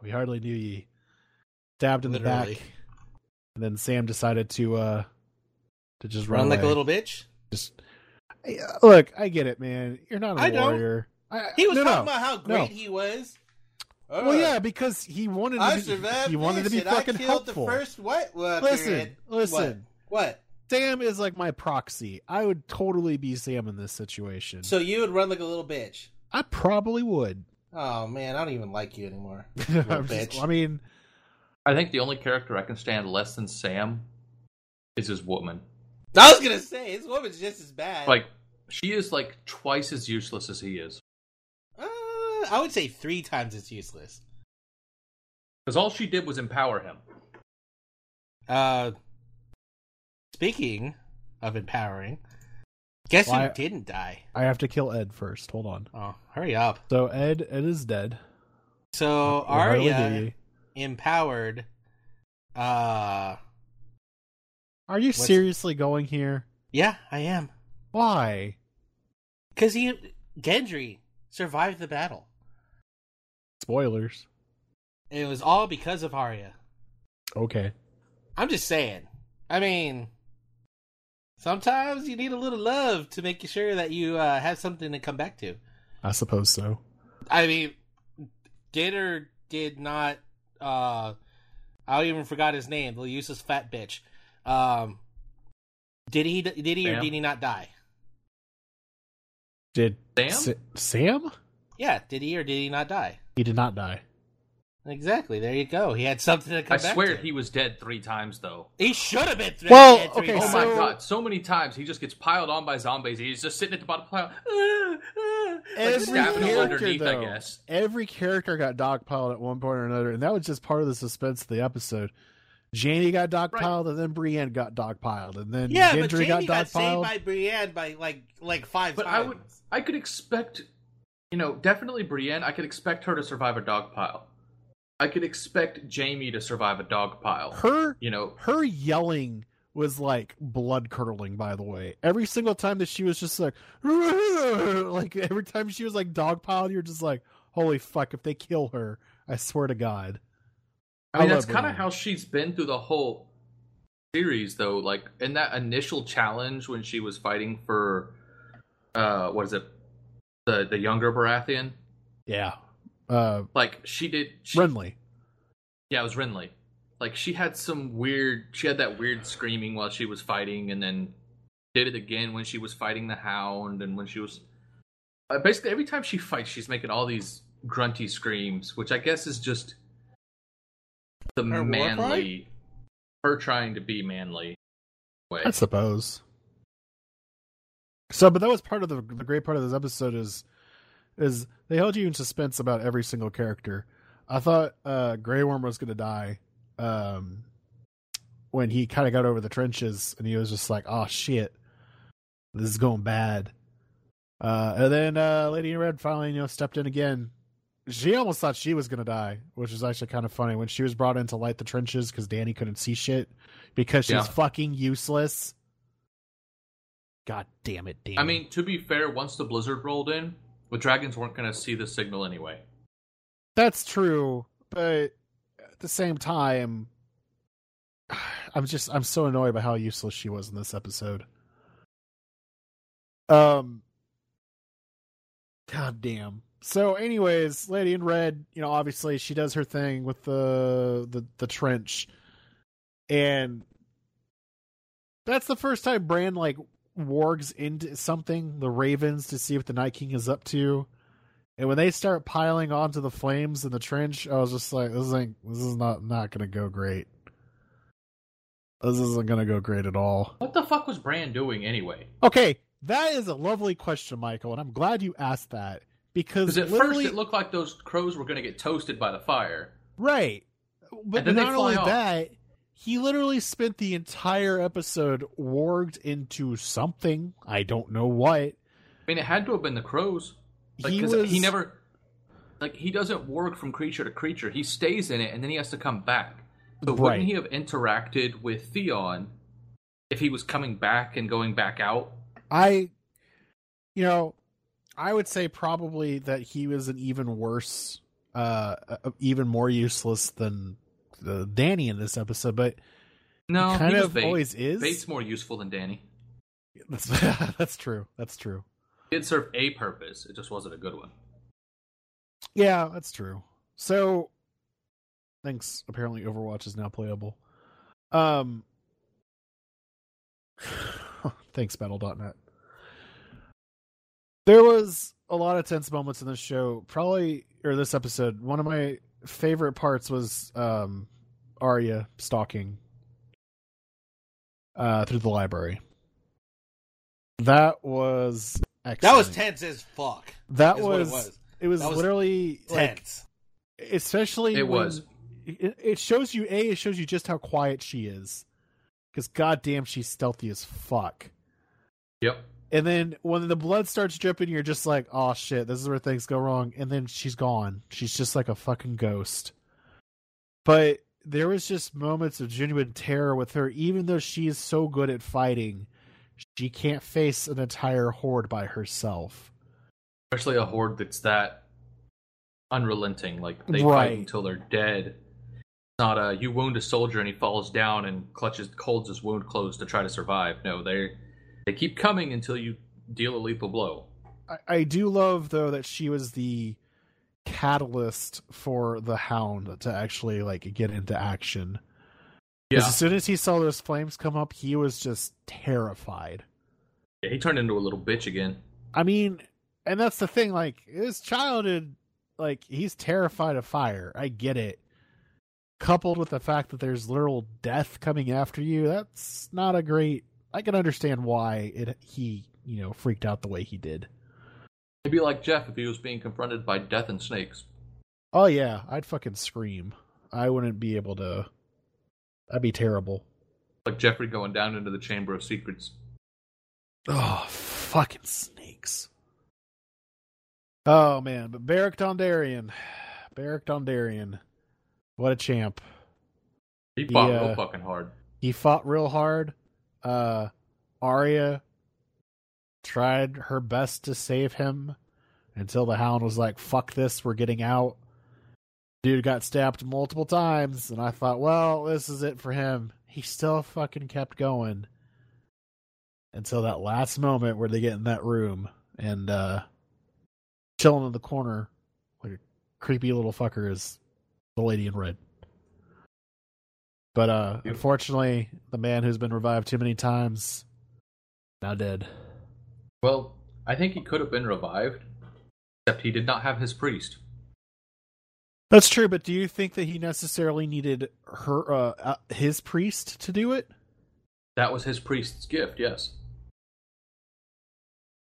Speaker 1: we hardly knew ye. Stabbed in the
Speaker 2: Literally.
Speaker 1: back. And then Sam decided to uh to just run,
Speaker 2: Run like a
Speaker 1: away.
Speaker 2: little bitch.
Speaker 1: just I- look i get it man you're not a
Speaker 2: I don't.
Speaker 1: warrior I,
Speaker 2: He was
Speaker 1: no,
Speaker 2: talking
Speaker 1: no.
Speaker 2: about how
Speaker 1: no.
Speaker 2: great he was.
Speaker 1: well yeah because he wanted
Speaker 2: I
Speaker 1: to be,
Speaker 2: survived.
Speaker 1: he wanted to
Speaker 2: this
Speaker 1: be
Speaker 2: and I
Speaker 1: fucking
Speaker 2: killed
Speaker 1: helpful
Speaker 2: The first what? Well,
Speaker 1: listen
Speaker 2: period.
Speaker 1: listen
Speaker 2: What?
Speaker 1: sam is like my proxy i would totally be sam in this situation
Speaker 2: So you would run like a little bitch.
Speaker 1: i probably would
Speaker 2: Oh man, I don't even like you anymore.
Speaker 1: I'm just-
Speaker 2: bitch.
Speaker 1: i mean
Speaker 3: I think the only character I can stand less than Sam is his woman.
Speaker 2: I was gonna say this woman's just as bad.
Speaker 3: Like she is like twice as useless as he is.
Speaker 2: uh, I would say three times as useless.
Speaker 3: Because all she did was empower him.
Speaker 2: Uh, speaking of empowering, guess
Speaker 1: Why-
Speaker 2: who didn't die?
Speaker 1: i have to kill ed first hold on
Speaker 2: Oh, hurry up!
Speaker 1: so ed ed is dead
Speaker 2: So
Speaker 1: We hardly
Speaker 2: Arya
Speaker 1: knew ye.
Speaker 2: empowered. Uh,
Speaker 1: are you
Speaker 2: What's-
Speaker 1: seriously going here
Speaker 2: yeah, I am.
Speaker 1: why
Speaker 2: Because he Gendry survived the battle.
Speaker 1: spoilers
Speaker 2: It was all because of Arya.
Speaker 1: okay
Speaker 2: I'm just saying. I mean, sometimes you need a little love to make you sure that you uh, have something to come back to.
Speaker 1: i suppose so
Speaker 2: I mean, did or did not. Uh, I even forgot his name. The useless fat bitch. Um, did he? Did he or
Speaker 3: Sam?
Speaker 2: did he not die?
Speaker 1: did
Speaker 3: Sam?
Speaker 1: Sa- sam
Speaker 2: Yeah, did he or did he not die?
Speaker 1: he did not die
Speaker 2: Exactly. There you go. He had something to come
Speaker 3: I
Speaker 2: back
Speaker 3: swear
Speaker 2: to.
Speaker 3: he was dead three times though.
Speaker 2: He should have been. Th-
Speaker 1: Well,
Speaker 2: dead three
Speaker 1: okay,
Speaker 2: times.
Speaker 3: Oh my
Speaker 1: So-
Speaker 3: god! So many times he just gets piled on by zombies. He's just sitting at the bottom of the pile, "Ah, ah," like
Speaker 1: Every
Speaker 3: stabbing them
Speaker 1: character,
Speaker 3: underneath. I
Speaker 1: though.
Speaker 3: guess.
Speaker 1: Every character got dogpiled at one point or another, and that was just part of the suspense of the episode. Janie got dogpiled, and then Brienne got dogpiled, and then
Speaker 2: Yeah, but
Speaker 1: Gendry
Speaker 2: Jamie got,
Speaker 1: got
Speaker 2: saved
Speaker 1: dogpiled.
Speaker 2: by Brienne by like like five
Speaker 3: But I
Speaker 2: times.
Speaker 3: would, I could expect, you know, definitely Brienne. I could expect her to survive a dog pile. I could expect Jamie to survive a dog pile.
Speaker 1: Her
Speaker 3: you know,
Speaker 1: her yelling was like blood curdling. By the way, every single time that she was just like, like every time she was like dogpiled, you're just like, holy fuck! If they kill her, I swear to God.
Speaker 3: I mean,
Speaker 1: I
Speaker 3: that's
Speaker 1: love
Speaker 3: kind of
Speaker 1: Brienne.
Speaker 3: how she's been through the whole series, though. Like in that initial challenge when she was fighting for, uh, what is it, the the younger Baratheon?
Speaker 1: Yeah, uh,
Speaker 3: Like she did. She,
Speaker 1: Renly.
Speaker 3: Yeah, it was Renly. Like she had some weird. She had that weird screaming while she was fighting, and then did it again when she was fighting the Hound, and when she was uh, basically every time she fights, she's making all these grunty screams, which I guess is just the
Speaker 2: Her war
Speaker 3: manly, her trying to be manly. Way.
Speaker 1: I suppose. So, but that was part of the the great part of this episode is is they held you in suspense about every single character. I thought uh, Grey Worm was going to die um, when he kind of got over the trenches, and he was just like, "Oh shit, this is going bad." Uh, and then uh, Lady in Red finally, you know, stepped in again. She almost thought she was going to die, which is actually kind of funny when she was brought in to light the trenches because Danny couldn't see shit because she's
Speaker 3: Yeah.
Speaker 1: fucking useless. God damn it, Danny!
Speaker 3: I mean, to be fair, once the blizzard rolled in, the dragons weren't going to see the signal anyway.
Speaker 1: That's true, but at the same time, I'm just I'm so annoyed by how useless she was in this episode. Um, god damn. So, anyways, Lady in Red, you know, obviously she does her thing with the the the trench, and that's the first time Bran like wargs into something the Ravens to see what the Night King is up to. And when they start piling onto the flames in the trench, I was just like, "This ain't. This is not not gonna go great. This isn't gonna go great at all."
Speaker 3: What the fuck was Bran doing anyway?
Speaker 1: Okay, that is a lovely question, Michael, and I'm glad you asked that because
Speaker 3: Because at
Speaker 1: literally,
Speaker 3: first it looked like those crows were going to get toasted by the fire.
Speaker 1: right. But
Speaker 3: And then they
Speaker 1: not
Speaker 3: fly
Speaker 1: only
Speaker 3: off.
Speaker 1: that, he literally spent the entire episode warged into something. I don't know what.
Speaker 3: I mean, it had to have been the crows. Like,
Speaker 1: he
Speaker 3: 'cause
Speaker 1: was
Speaker 3: he never, like, he doesn't work from creature to creature. He stays in it, and then he has to come back. So
Speaker 1: Right.
Speaker 3: wouldn't he have interacted with Theon if he was coming back and going back out?
Speaker 1: I, you know, I would say probably that he was an even worse, uh, uh, even more useless than uh, Danny in this episode, but
Speaker 3: No,
Speaker 1: he
Speaker 3: he
Speaker 1: kind
Speaker 3: was
Speaker 1: of
Speaker 3: Bait.
Speaker 1: always is.
Speaker 3: Bait's more useful than Danny.
Speaker 1: That's, that's true. That's true.
Speaker 3: He did serve a purpose. It just wasn't a good one.
Speaker 1: Yeah, that's true. So, thanks. Apparently, Overwatch is now playable. Um, thanks, Battle.net. There was a lot of tense moments in this show, probably or this episode. One of my favorite parts was um, Arya stalking uh, through the library. That was excellent.
Speaker 2: that was tense as fuck.
Speaker 1: That
Speaker 2: is what
Speaker 1: was
Speaker 2: it was
Speaker 1: it was,
Speaker 2: That was
Speaker 1: literally like
Speaker 2: tense.
Speaker 1: especially
Speaker 3: It
Speaker 1: when-
Speaker 3: was.
Speaker 1: it, it shows you a it shows you just how quiet she is because goddamn she's stealthy as fuck
Speaker 3: Yep.
Speaker 1: and then when the blood starts dripping you're just like oh shit this is where things go wrong and then she's gone she's just like a fucking ghost but there was just moments of genuine terror with her even though she is so good at fighting she can't face an entire horde by herself
Speaker 3: Especially a horde that's that unrelenting. Like they
Speaker 1: Right.
Speaker 3: fight until they're dead. Not a you wound a soldier and he falls down and clutches holds his wound closed to try to survive. No, they they keep coming until you deal a lethal blow.
Speaker 1: I, I do love though that she was the catalyst for the hound to actually like get into action. 'Cause
Speaker 3: Yeah,
Speaker 1: As soon as he saw those flames come up, he was just terrified.
Speaker 3: yeah, he turned into a little bitch again.
Speaker 1: I mean, and that's the thing, like his childhood like he's terrified of fire. I get it. Coupled with the fact that there's literal death coming after you, that's not a great. I can understand why it he you know freaked out the way he did.
Speaker 3: It'd be like Jeff if he was being confronted by death and snakes.
Speaker 1: Oh yeah, I'd fucking scream. I wouldn't be able to. That'd be terrible.
Speaker 3: Like Jeffrey going down into the Chamber of Secrets.
Speaker 1: Oh, fucking snakes. Oh man, but Barrick Dondarian, Barrick Dondarian, what a champ!
Speaker 3: He fought
Speaker 1: Yeah.
Speaker 3: real fucking hard.
Speaker 1: He fought real hard. Uh, Arya tried her best to save him until the Hound was like, "Fuck this, we're getting out." Dude got stabbed multiple times, and I thought, "Well, this is it for him." He still fucking kept going until that last moment where they get in that room and uh chilling in the corner like a creepy little fucker is the lady in red. But uh
Speaker 3: Yep.
Speaker 1: unfortunately, the man who's been revived too many times now dead.
Speaker 3: Well, I think he could have been revived, except he did not have his priest.
Speaker 1: That's true, but do you think that he necessarily needed her uh, uh his priest to do it?
Speaker 3: That was his priest's gift, yes.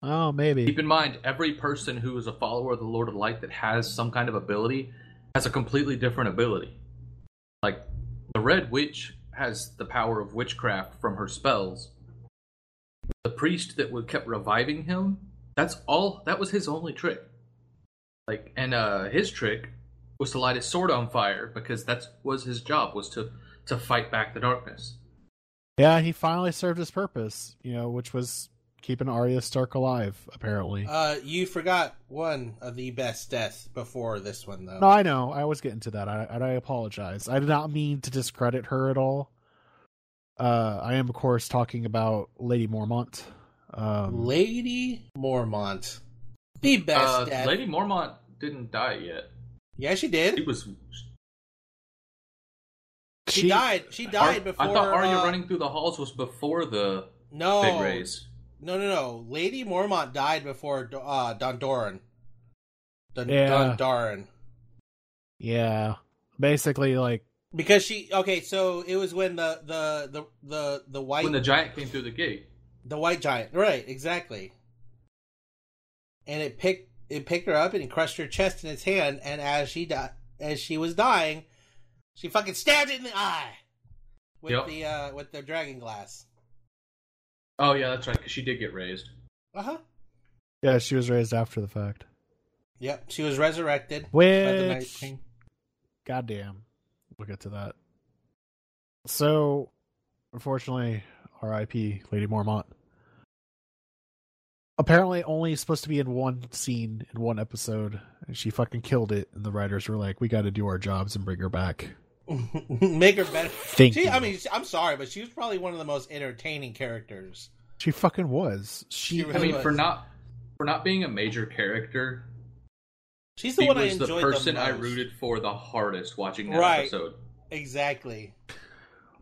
Speaker 1: Oh, maybe.
Speaker 3: Keep in mind, every person who is a follower of the Lord of Light that has some kind of ability has a completely different ability. Like, the Red Witch has the power of witchcraft from her spells. The priest that would kept reviving him, that's all, that was his only trick. Like, and uh, his trick was to light his sword on fire because that was his job, was to, to fight back the darkness.
Speaker 1: Yeah, he finally served his purpose, you know, which was keeping Arya Stark alive, apparently.
Speaker 2: Uh, you forgot one of the best deaths before this one, though.
Speaker 1: No, I know. I was getting to that. I, and I apologize. I did not mean to discredit her at all. Uh, I am, of course, talking about Lady Mormont. Um,
Speaker 2: Lady Mormont, the best
Speaker 3: Uh,
Speaker 2: death.
Speaker 3: Lady Mormont didn't die yet.
Speaker 2: yeah, she
Speaker 3: She
Speaker 2: did.
Speaker 3: was
Speaker 2: She,
Speaker 1: she-
Speaker 2: died. She died
Speaker 3: Ar-
Speaker 2: before.
Speaker 3: I thought Arya
Speaker 2: uh, Oh,
Speaker 3: running through the halls was before the
Speaker 2: No,
Speaker 3: big raise.
Speaker 2: no, no, no. Lady Mormont died before uh, Dondoran. Don-
Speaker 1: Yeah.
Speaker 2: Dondoran.
Speaker 1: Yeah. Basically, like,
Speaker 2: Because she okay, so it was when the the the the, the white
Speaker 3: When the
Speaker 2: the,
Speaker 3: giant came through the gate,
Speaker 2: white giant right exactly, and it picked it picked her up and crushed her chest in its hand, and as she died as she was dying, she fucking stabbed it in the eye with
Speaker 3: Yep.
Speaker 2: the uh with the dragon glass.
Speaker 3: oh yeah, that's right, because she did get raised.
Speaker 2: Uh huh.
Speaker 1: yeah, she was raised after the fact.
Speaker 2: Yep, she was resurrected by the Night
Speaker 1: Which,
Speaker 2: King.
Speaker 1: goddamn, we'll get to that. So, unfortunately, R.I.P. Lady Mormont. Apparently, only supposed to be in one scene in one episode, and she fucking killed it. And the writers were like, "We got to do our jobs and bring her back."
Speaker 2: Make her better.
Speaker 1: Thank
Speaker 2: She,
Speaker 1: you.
Speaker 2: I mean, I'm sorry, but she was probably one of the most entertaining characters.
Speaker 1: She fucking was. She,
Speaker 2: She
Speaker 3: I
Speaker 2: really-
Speaker 3: mean, for
Speaker 2: was.
Speaker 3: not for not being a major character,
Speaker 2: She's the
Speaker 3: she
Speaker 2: one I
Speaker 3: was the
Speaker 2: enjoyed
Speaker 3: person I
Speaker 2: most.
Speaker 3: rooted for the hardest watching that
Speaker 2: Right.
Speaker 3: episode.
Speaker 2: Exactly.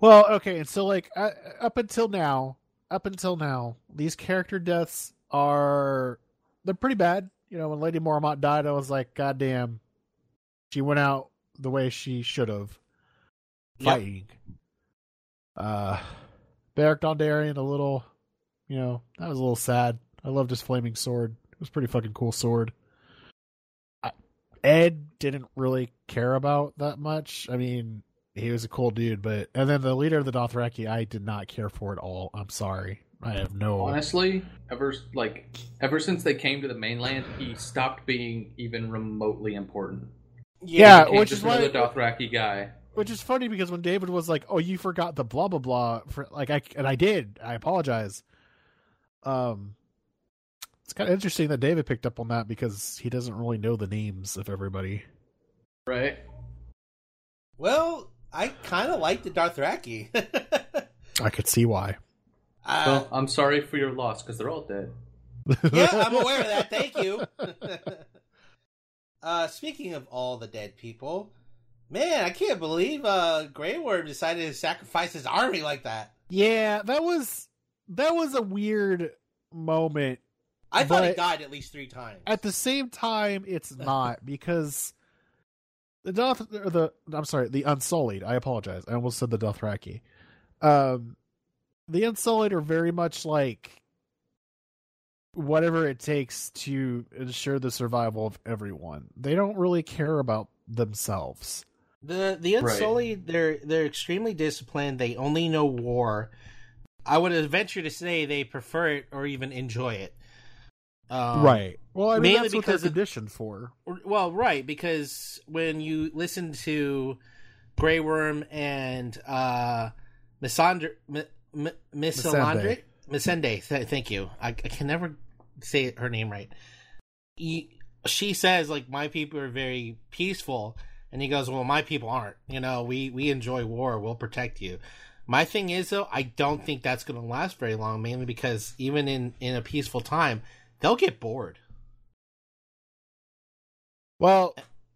Speaker 1: well, okay, and so like uh, up until now, up until now, these character deaths are they're pretty bad. You know, when Lady Mormont died, I was like, "God damn, she went out the way she should have."
Speaker 3: Yep.
Speaker 1: fighting. Uh Beric Dondarrion a little you know, that was a little sad. I loved his flaming sword. It was a pretty fucking cool sword. I, Ed didn't really care about that much. I mean, he was a cool dude, but and then the leader of the Dothraki, I did not care for at all. I'm sorry. I have no
Speaker 3: Honestly, ever like ever since they came to the mainland, he stopped being even remotely important.
Speaker 1: Yeah,
Speaker 3: He became
Speaker 1: which
Speaker 3: just
Speaker 1: is why-
Speaker 3: another Dothraki guy.
Speaker 1: Which is funny because when David was like, "Oh, you forgot the blah blah blah," for, like I and I did. I apologize. Um, it's kind of interesting that David picked up on that because he doesn't really know the names of everybody.
Speaker 3: Right?
Speaker 2: Well, I kind of like the Dothraki.
Speaker 1: I could see why.
Speaker 2: uh,
Speaker 3: Well, I'm sorry for your loss because they're all dead.
Speaker 2: yeah, I'm aware of that. Thank you. uh, speaking of all the dead people, man, I can't believe uh, Grey Worm decided to sacrifice his army like that.
Speaker 1: yeah, that was that was a weird moment
Speaker 2: I thought it
Speaker 1: But-
Speaker 2: died at least three times.
Speaker 1: At the same time, it's not because the Doth or the I'm sorry, the Unsullied. I apologize. I almost said the Dothraki. Um, the Unsullied are very much like whatever it takes to ensure the survival of everyone. They don't really care about themselves.
Speaker 2: The the
Speaker 3: Right.
Speaker 2: Unsullied, they're they're extremely disciplined. They only know war. I would venture to say they prefer it or even enjoy it. Um,
Speaker 1: Well, I mean
Speaker 2: Mainly
Speaker 1: that's what they're
Speaker 2: because of-
Speaker 1: conditioned for.
Speaker 2: Well, right, because when you listen to Grey Worm and uh, Missandre, M- M- Missandre, Missende, th- thank you. I, I can never say her name right. You, she says, like, my people are very peaceful. And he goes, well, my people aren't. You know, we, we enjoy war. We'll protect you. My thing is, though, I don't think that's going to last very long, mainly because even in, in a peaceful time, they'll get bored. Eh.
Speaker 1: Well,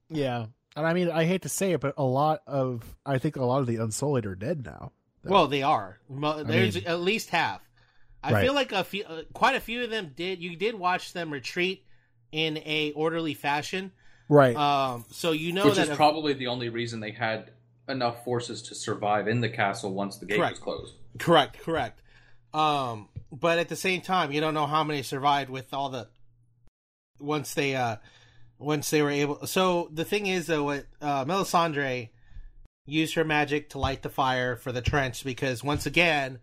Speaker 1: yeah, and I mean I hate to say it, but a lot of I think a lot of the Unsullied are dead now.
Speaker 2: Well, they are. Mo- There's
Speaker 1: mean-
Speaker 2: at least half. I
Speaker 1: Right.
Speaker 2: feel like a few, uh, quite a few of them did. You did watch them retreat in a orderly fashion.
Speaker 1: Right.
Speaker 2: Um, so you know
Speaker 3: which
Speaker 2: that
Speaker 3: is probably the only reason they had enough forces to survive in the castle once the gate
Speaker 2: Correct.
Speaker 3: was closed.
Speaker 2: correct, correct. Um, but at the same time, you don't know how many survived with all the once they uh once they were able. So the thing is though, what uh, Melisandre used her magic to light the fire for the trench because once again,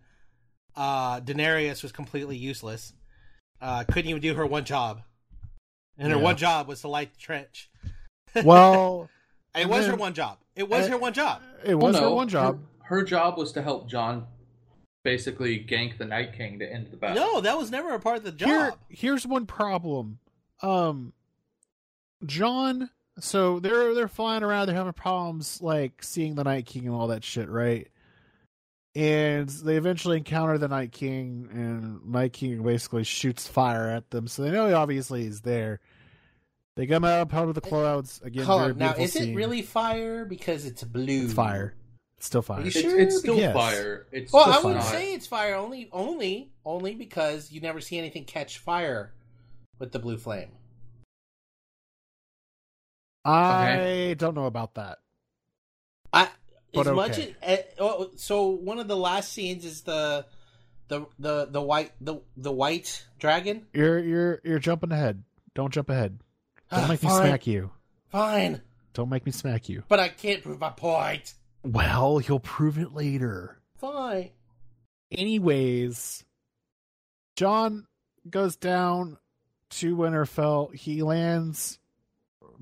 Speaker 2: uh, Daenerys was completely useless. Uh, couldn't even do her one job, and her
Speaker 1: Yeah.
Speaker 2: one job was to light the trench.
Speaker 1: well,
Speaker 2: It
Speaker 1: And
Speaker 2: was
Speaker 1: then-
Speaker 2: her one job. It was
Speaker 1: I-
Speaker 2: her one job.
Speaker 1: it was
Speaker 3: Well, no,
Speaker 1: her one job.
Speaker 3: Her, her job was to help John basically gank the Night King to end the battle.
Speaker 2: No, that was never a part of the job.
Speaker 1: Here, here's one problem. Um, John. So they're they're flying around. They're having problems like seeing the Night King and all that shit, right? And they eventually encounter the Night King, and Night King basically shoots fire at them. So they know he obviously is there. They come out out of the clouds again.
Speaker 2: Hold
Speaker 1: very
Speaker 2: on. Now,
Speaker 1: beautiful
Speaker 2: is
Speaker 1: scene.
Speaker 2: it really fire? Because it's blue.
Speaker 1: It's fire. It's still fire.
Speaker 2: Are you
Speaker 3: it's,
Speaker 2: sure?
Speaker 3: it's still
Speaker 1: Yes.
Speaker 3: fire. It's
Speaker 2: Well,
Speaker 3: still
Speaker 2: I
Speaker 1: It's
Speaker 2: wouldn't
Speaker 3: not-
Speaker 2: say it's fire only, only, only because you never see anything catch fire with the blue flame.
Speaker 1: I don't know about that.
Speaker 2: I
Speaker 1: But
Speaker 2: as much as
Speaker 1: okay.
Speaker 2: eh, oh, so one of the last scenes is the the the the white the the white dragon.
Speaker 1: You're you're you're jumping ahead. Don't jump ahead. Don't make me
Speaker 2: Ah, fine,
Speaker 1: smack you.
Speaker 2: fine,
Speaker 1: Don't make me smack you.
Speaker 2: but I can't prove my point.
Speaker 1: Well, he'll prove it later.
Speaker 2: Fine.
Speaker 1: Anyways, John goes down to Winterfell. He lands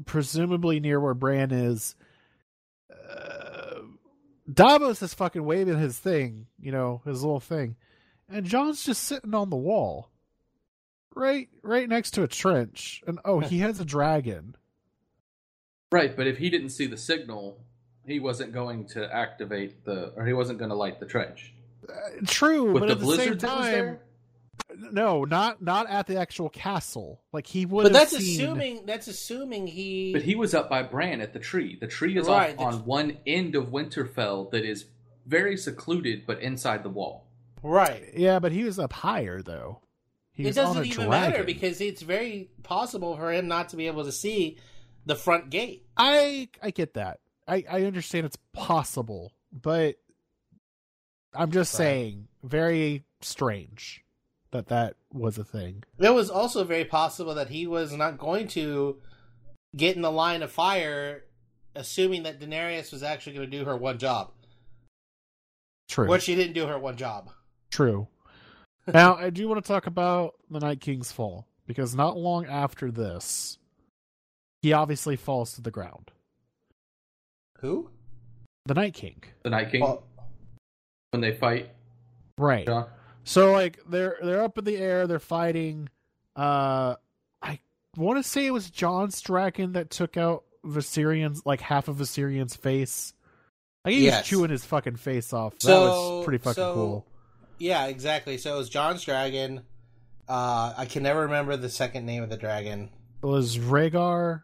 Speaker 1: presumably near where Bran is. Uh, Davos is fucking waving his thing, you know, his little thing. And John's just sitting on the wall. Right right next to a trench. And oh, he has a dragon.
Speaker 3: Right, but if he didn't see the signal, he wasn't going to activate the, or he wasn't going to light the trench.
Speaker 1: Uh, True,
Speaker 3: With
Speaker 1: but
Speaker 3: the
Speaker 1: at the same
Speaker 3: blizzard that was
Speaker 1: time,
Speaker 3: there,
Speaker 1: no, not not at the actual castle. Like he would.
Speaker 2: But
Speaker 1: have
Speaker 2: that's
Speaker 1: seen-
Speaker 2: assuming that's assuming he.
Speaker 3: but he was up by Bran at the tree. The tree is
Speaker 2: Right,
Speaker 3: off
Speaker 2: the-
Speaker 3: on one end of Winterfell that is very secluded, but inside the wall.
Speaker 2: right.
Speaker 1: Yeah, but he was up higher though. He
Speaker 2: It
Speaker 1: was on
Speaker 2: doesn't
Speaker 1: a
Speaker 2: even
Speaker 1: dragon.
Speaker 2: matter because it's very possible for him not to be able to see the front gate.
Speaker 1: I I get that. I I understand it's possible, but I'm just
Speaker 2: Right.
Speaker 1: saying, very strange that that was a thing.
Speaker 2: It was also very possible that he was not going to get in the line of fire, assuming that Daenerys was actually going to do her one job,
Speaker 1: True.
Speaker 2: which she didn't do her one job.
Speaker 1: True. now, I do want to talk about the Night King's fall because not long after this, he obviously falls to the ground.
Speaker 2: Who?
Speaker 1: The Night King,
Speaker 3: The Night King,
Speaker 2: Well,
Speaker 3: when they fight uh,
Speaker 1: right?
Speaker 3: John,
Speaker 1: So like they're they're up in the air, they're fighting. Uh, I want to say it was John Strachan that took out Viserion's like half of Viserion's face. Like he
Speaker 2: Yes.
Speaker 1: was chewing his fucking face off. that
Speaker 2: So-
Speaker 1: was pretty fucking
Speaker 2: so-
Speaker 1: cool.
Speaker 2: yeah, exactly. So it was John's dragon. Uh, I can never remember the second name of the dragon.
Speaker 1: It was Rhaegar.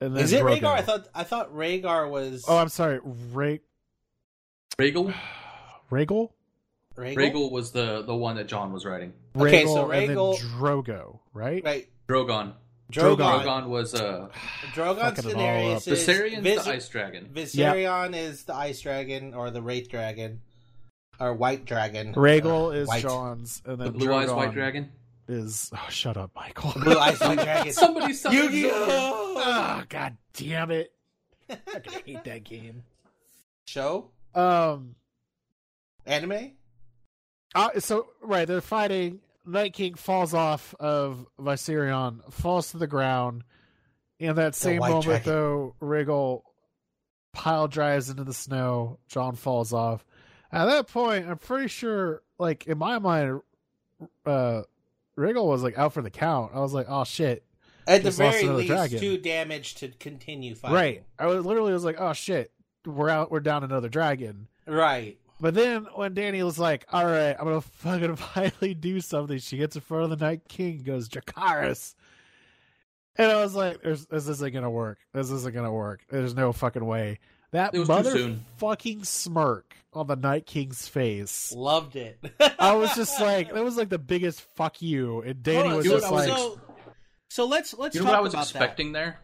Speaker 1: And then
Speaker 2: Is it
Speaker 1: Drogo.
Speaker 2: Rhaegar? I thought I thought Rhaegar was.
Speaker 1: Oh, I'm sorry, Ra-
Speaker 3: Regal.
Speaker 1: Rhaegal.
Speaker 2: Rhaegal?
Speaker 3: Rhaegal was the the one that John was writing.
Speaker 2: Okay, so
Speaker 1: Rhaegal and then
Speaker 2: Rhaegal-
Speaker 1: Drogo, right?
Speaker 2: Right.
Speaker 3: Drogon.
Speaker 1: Drogon.
Speaker 2: Drogon.
Speaker 3: Drogon was uh
Speaker 2: Drogon
Speaker 1: Fucking it all up.
Speaker 2: Daenerys is
Speaker 3: Viserion's
Speaker 2: Vis-
Speaker 3: the ice dragon.
Speaker 2: Viserion is the ice dragon or the wraith dragon or white dragon.
Speaker 1: Rhaegal
Speaker 2: Uh,
Speaker 1: is
Speaker 2: white.
Speaker 1: John's, and
Speaker 3: The
Speaker 1: then
Speaker 3: blue eyes white
Speaker 1: Drogon
Speaker 3: dragon.
Speaker 1: is. Oh, shut up, Michael.
Speaker 2: Blue eyes white dragon.
Speaker 3: Somebody summon Zorro.
Speaker 2: Yu-Gi-Oh!
Speaker 1: oh, god damn it! I fucking hate that game.
Speaker 2: Show
Speaker 1: Um.
Speaker 2: anime.
Speaker 1: Uh, so right, they're fighting. Night King falls off of Viserion, falls to the ground. In that same
Speaker 2: white
Speaker 1: moment,
Speaker 2: dragon.
Speaker 1: though, Wriggle pile drives into the snow. John falls off. At that point, I'm pretty sure, like in my mind, uh, Wriggle was like out for the count. I was like, oh shit,
Speaker 2: At the
Speaker 1: Just lost
Speaker 2: very
Speaker 1: another
Speaker 2: least,
Speaker 1: dragon.
Speaker 2: two damage to continue fighting.
Speaker 1: right. I was literally was like, oh shit, we're out, we're down another dragon.
Speaker 2: Right.
Speaker 1: But then when Danny was like, "All right, I'm gonna fucking finally do something," she gets in front of the Night King, and goes Dracarys, and I was like, There's, "This isn't gonna work. This isn't gonna work. There's no fucking way." That
Speaker 3: It was too
Speaker 1: mother
Speaker 3: soon.
Speaker 1: fucking smirk on the Night King's face.
Speaker 2: Loved it.
Speaker 1: I was just like, that was like the biggest fuck you. And Danny was
Speaker 2: Hold on,
Speaker 3: dude,
Speaker 1: just
Speaker 3: I was
Speaker 1: like,
Speaker 2: so, so let's let's
Speaker 3: You know
Speaker 2: talk
Speaker 3: what I was
Speaker 2: about
Speaker 3: expecting there?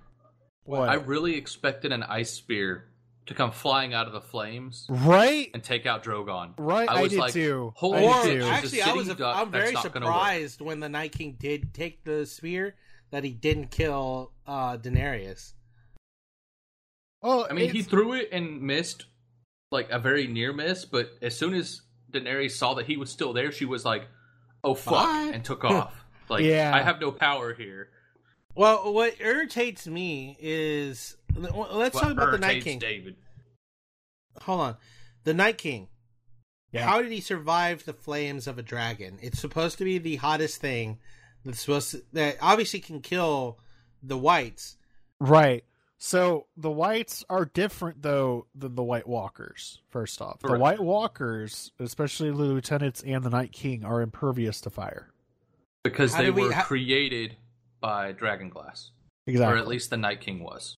Speaker 1: what?
Speaker 3: I really expected an ice spear to come flying out of the flames
Speaker 1: right,
Speaker 3: and take out Drogon.
Speaker 1: right.
Speaker 3: I
Speaker 1: I,
Speaker 3: was
Speaker 1: did
Speaker 3: like,
Speaker 1: too.
Speaker 3: hold
Speaker 1: I
Speaker 2: that.
Speaker 1: did
Speaker 3: on,
Speaker 2: Or
Speaker 1: too.
Speaker 3: It's a
Speaker 2: actually, I was
Speaker 3: sitting duck.
Speaker 2: I'm
Speaker 3: That's
Speaker 2: very
Speaker 3: not gonna work.
Speaker 2: surprised when the Night King did take the spear that he didn't kill uh, Daenerys.
Speaker 1: oh,
Speaker 3: I mean, he
Speaker 1: it's-
Speaker 3: threw it and missed, like a very near miss. But as soon as Daenerys saw that he was still there, she was like, "Oh fuck!"
Speaker 2: Bye.
Speaker 3: and took off. Like,
Speaker 1: Yeah.
Speaker 3: I have no power here.
Speaker 2: Well, what irritates me is let's
Speaker 3: What
Speaker 2: talk about the Night
Speaker 3: irritates
Speaker 2: King.
Speaker 3: David.
Speaker 2: Hold on, the Night King.
Speaker 1: Yeah.
Speaker 2: How did he survive the flames of a dragon? It's supposed to be the hottest thing that's supposed to, that obviously can kill the whites.
Speaker 1: Right. So the whites are different though than the White Walkers. First off, the
Speaker 3: Correct.
Speaker 1: White Walkers, especially the lieutenants and the Night King, are impervious to fire.
Speaker 3: because
Speaker 2: How
Speaker 3: they
Speaker 2: did we-
Speaker 3: were
Speaker 2: how-
Speaker 3: created by Dragonglass,
Speaker 1: Exactly.
Speaker 3: or at least the Night King was.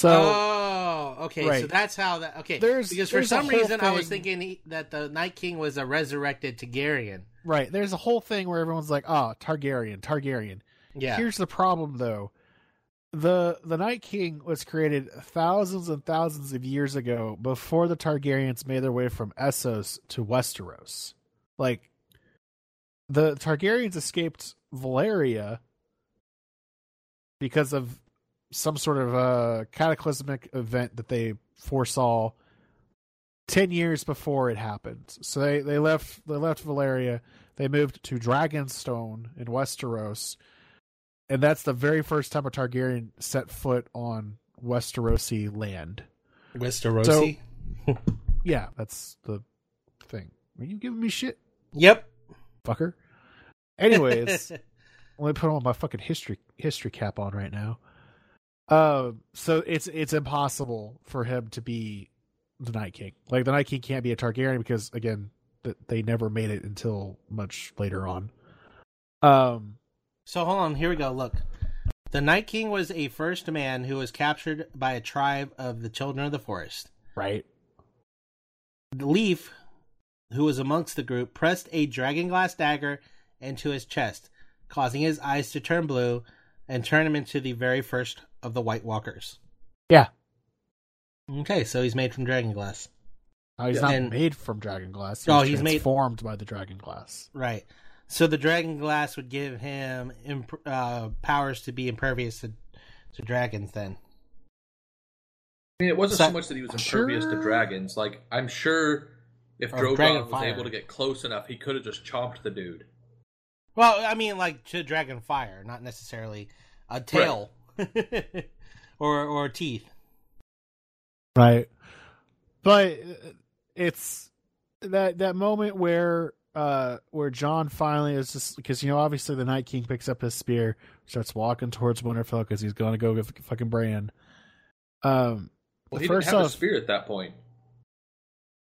Speaker 1: so
Speaker 2: oh, okay. So
Speaker 1: right.
Speaker 2: that's how that. Okay,
Speaker 1: There's-
Speaker 2: because for
Speaker 1: there's a
Speaker 2: some
Speaker 1: whole
Speaker 2: reason I was
Speaker 1: thing-
Speaker 2: thinking he- that the Night King was a resurrected Targaryen.
Speaker 1: right, there's a whole thing where everyone's like, "Ah, Targaryen, Targaryen."
Speaker 2: Yeah,
Speaker 1: Here's the problem though. The the Night King was created thousands and thousands of years ago before the Targaryens made their way from Essos to Westeros. Like the Targaryens escaped Valeria because of some sort of uh cataclysmic event that they foresaw 10 years before it happened. So they they left they left Valeria, they moved to Dragonstone in Westeros and that's the very first time a Targaryen set foot on Westerosi land.
Speaker 2: Westerosi.
Speaker 1: So- Yeah, that's the thing. Are you giving me shit,
Speaker 2: yep.
Speaker 1: fucker? Anyways, let me put on my fucking history history cap on right now. Um, so it's it's impossible for him to be the Night King. Like the Night King can't be a Targaryen because again, th- they never made it until much later on. Um,
Speaker 2: So hold on, here we go. Look. The Night King was a first man who was captured by a tribe of the children of the forest.
Speaker 1: right.
Speaker 2: The Leaf, who was amongst the group, pressed a dragon glass dagger into his chest, causing his eyes to turn blue and turn him into the very first of the White Walkers.
Speaker 1: Yeah.
Speaker 2: Okay, so he's made from dragon glass.
Speaker 1: Oh, he's
Speaker 2: Yeah.
Speaker 1: not
Speaker 2: And-
Speaker 1: made from dragon glass.
Speaker 2: No,
Speaker 1: he's
Speaker 2: he's made-
Speaker 1: transformed by the dragon glass.
Speaker 2: Right. So the dragon glass would give him imp- uh, powers to be impervious to, to dragons then.
Speaker 3: I mean, it wasn't
Speaker 2: So-
Speaker 3: so, much that he was impervious
Speaker 1: Sure.
Speaker 3: to dragons. Like, I'm sure if
Speaker 2: Or dragon
Speaker 3: Drogon was
Speaker 2: fire.
Speaker 3: able to get close enough, he could have just chomped the dude.
Speaker 2: Well, I mean, like to dragon fire, not necessarily a tail or or teeth.
Speaker 1: right but uh, it's that that moment where uh where john finally is just because you know obviously the night king picks up his spear starts walking towards winterfell because he's gonna go get fucking bran um
Speaker 3: Well,
Speaker 1: The
Speaker 3: he didn't
Speaker 1: first
Speaker 3: have a
Speaker 1: off-
Speaker 3: spear at that point.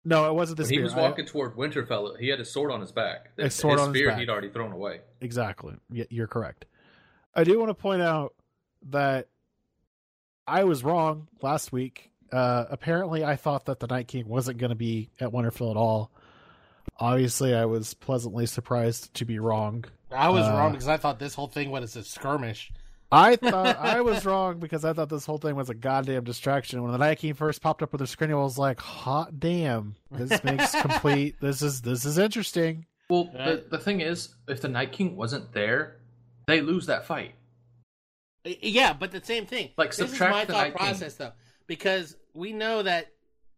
Speaker 1: no it wasn't the
Speaker 3: When he
Speaker 1: spear
Speaker 3: was
Speaker 1: I-
Speaker 3: walking toward Winterfell, he had a sword on his back.
Speaker 1: A sword
Speaker 3: his
Speaker 1: on his
Speaker 3: spear
Speaker 1: back.
Speaker 3: he'd already thrown away.
Speaker 1: exactly Y- you're correct i do want to point out that i was wrong last week uh apparently i thought that the night king wasn't gonna be at winterfell at all Obviously, I was pleasantly surprised to be wrong.
Speaker 2: I was
Speaker 1: Uh,
Speaker 2: wrong because I thought this whole thing was a skirmish.
Speaker 1: I thought I was wrong because I thought this whole thing was a goddamn distraction. When the Night King first popped up with the screen, I was like, "Hot damn! This makes complete. This is this is interesting."
Speaker 3: Well,
Speaker 2: Right.
Speaker 3: the, the thing is, if the Night King wasn't there, they lose that fight.
Speaker 2: Y- Yeah, but the same thing.
Speaker 3: Like,
Speaker 2: this is
Speaker 3: subtract
Speaker 2: my
Speaker 3: the
Speaker 2: thought
Speaker 3: Night King.
Speaker 2: process though, because we know that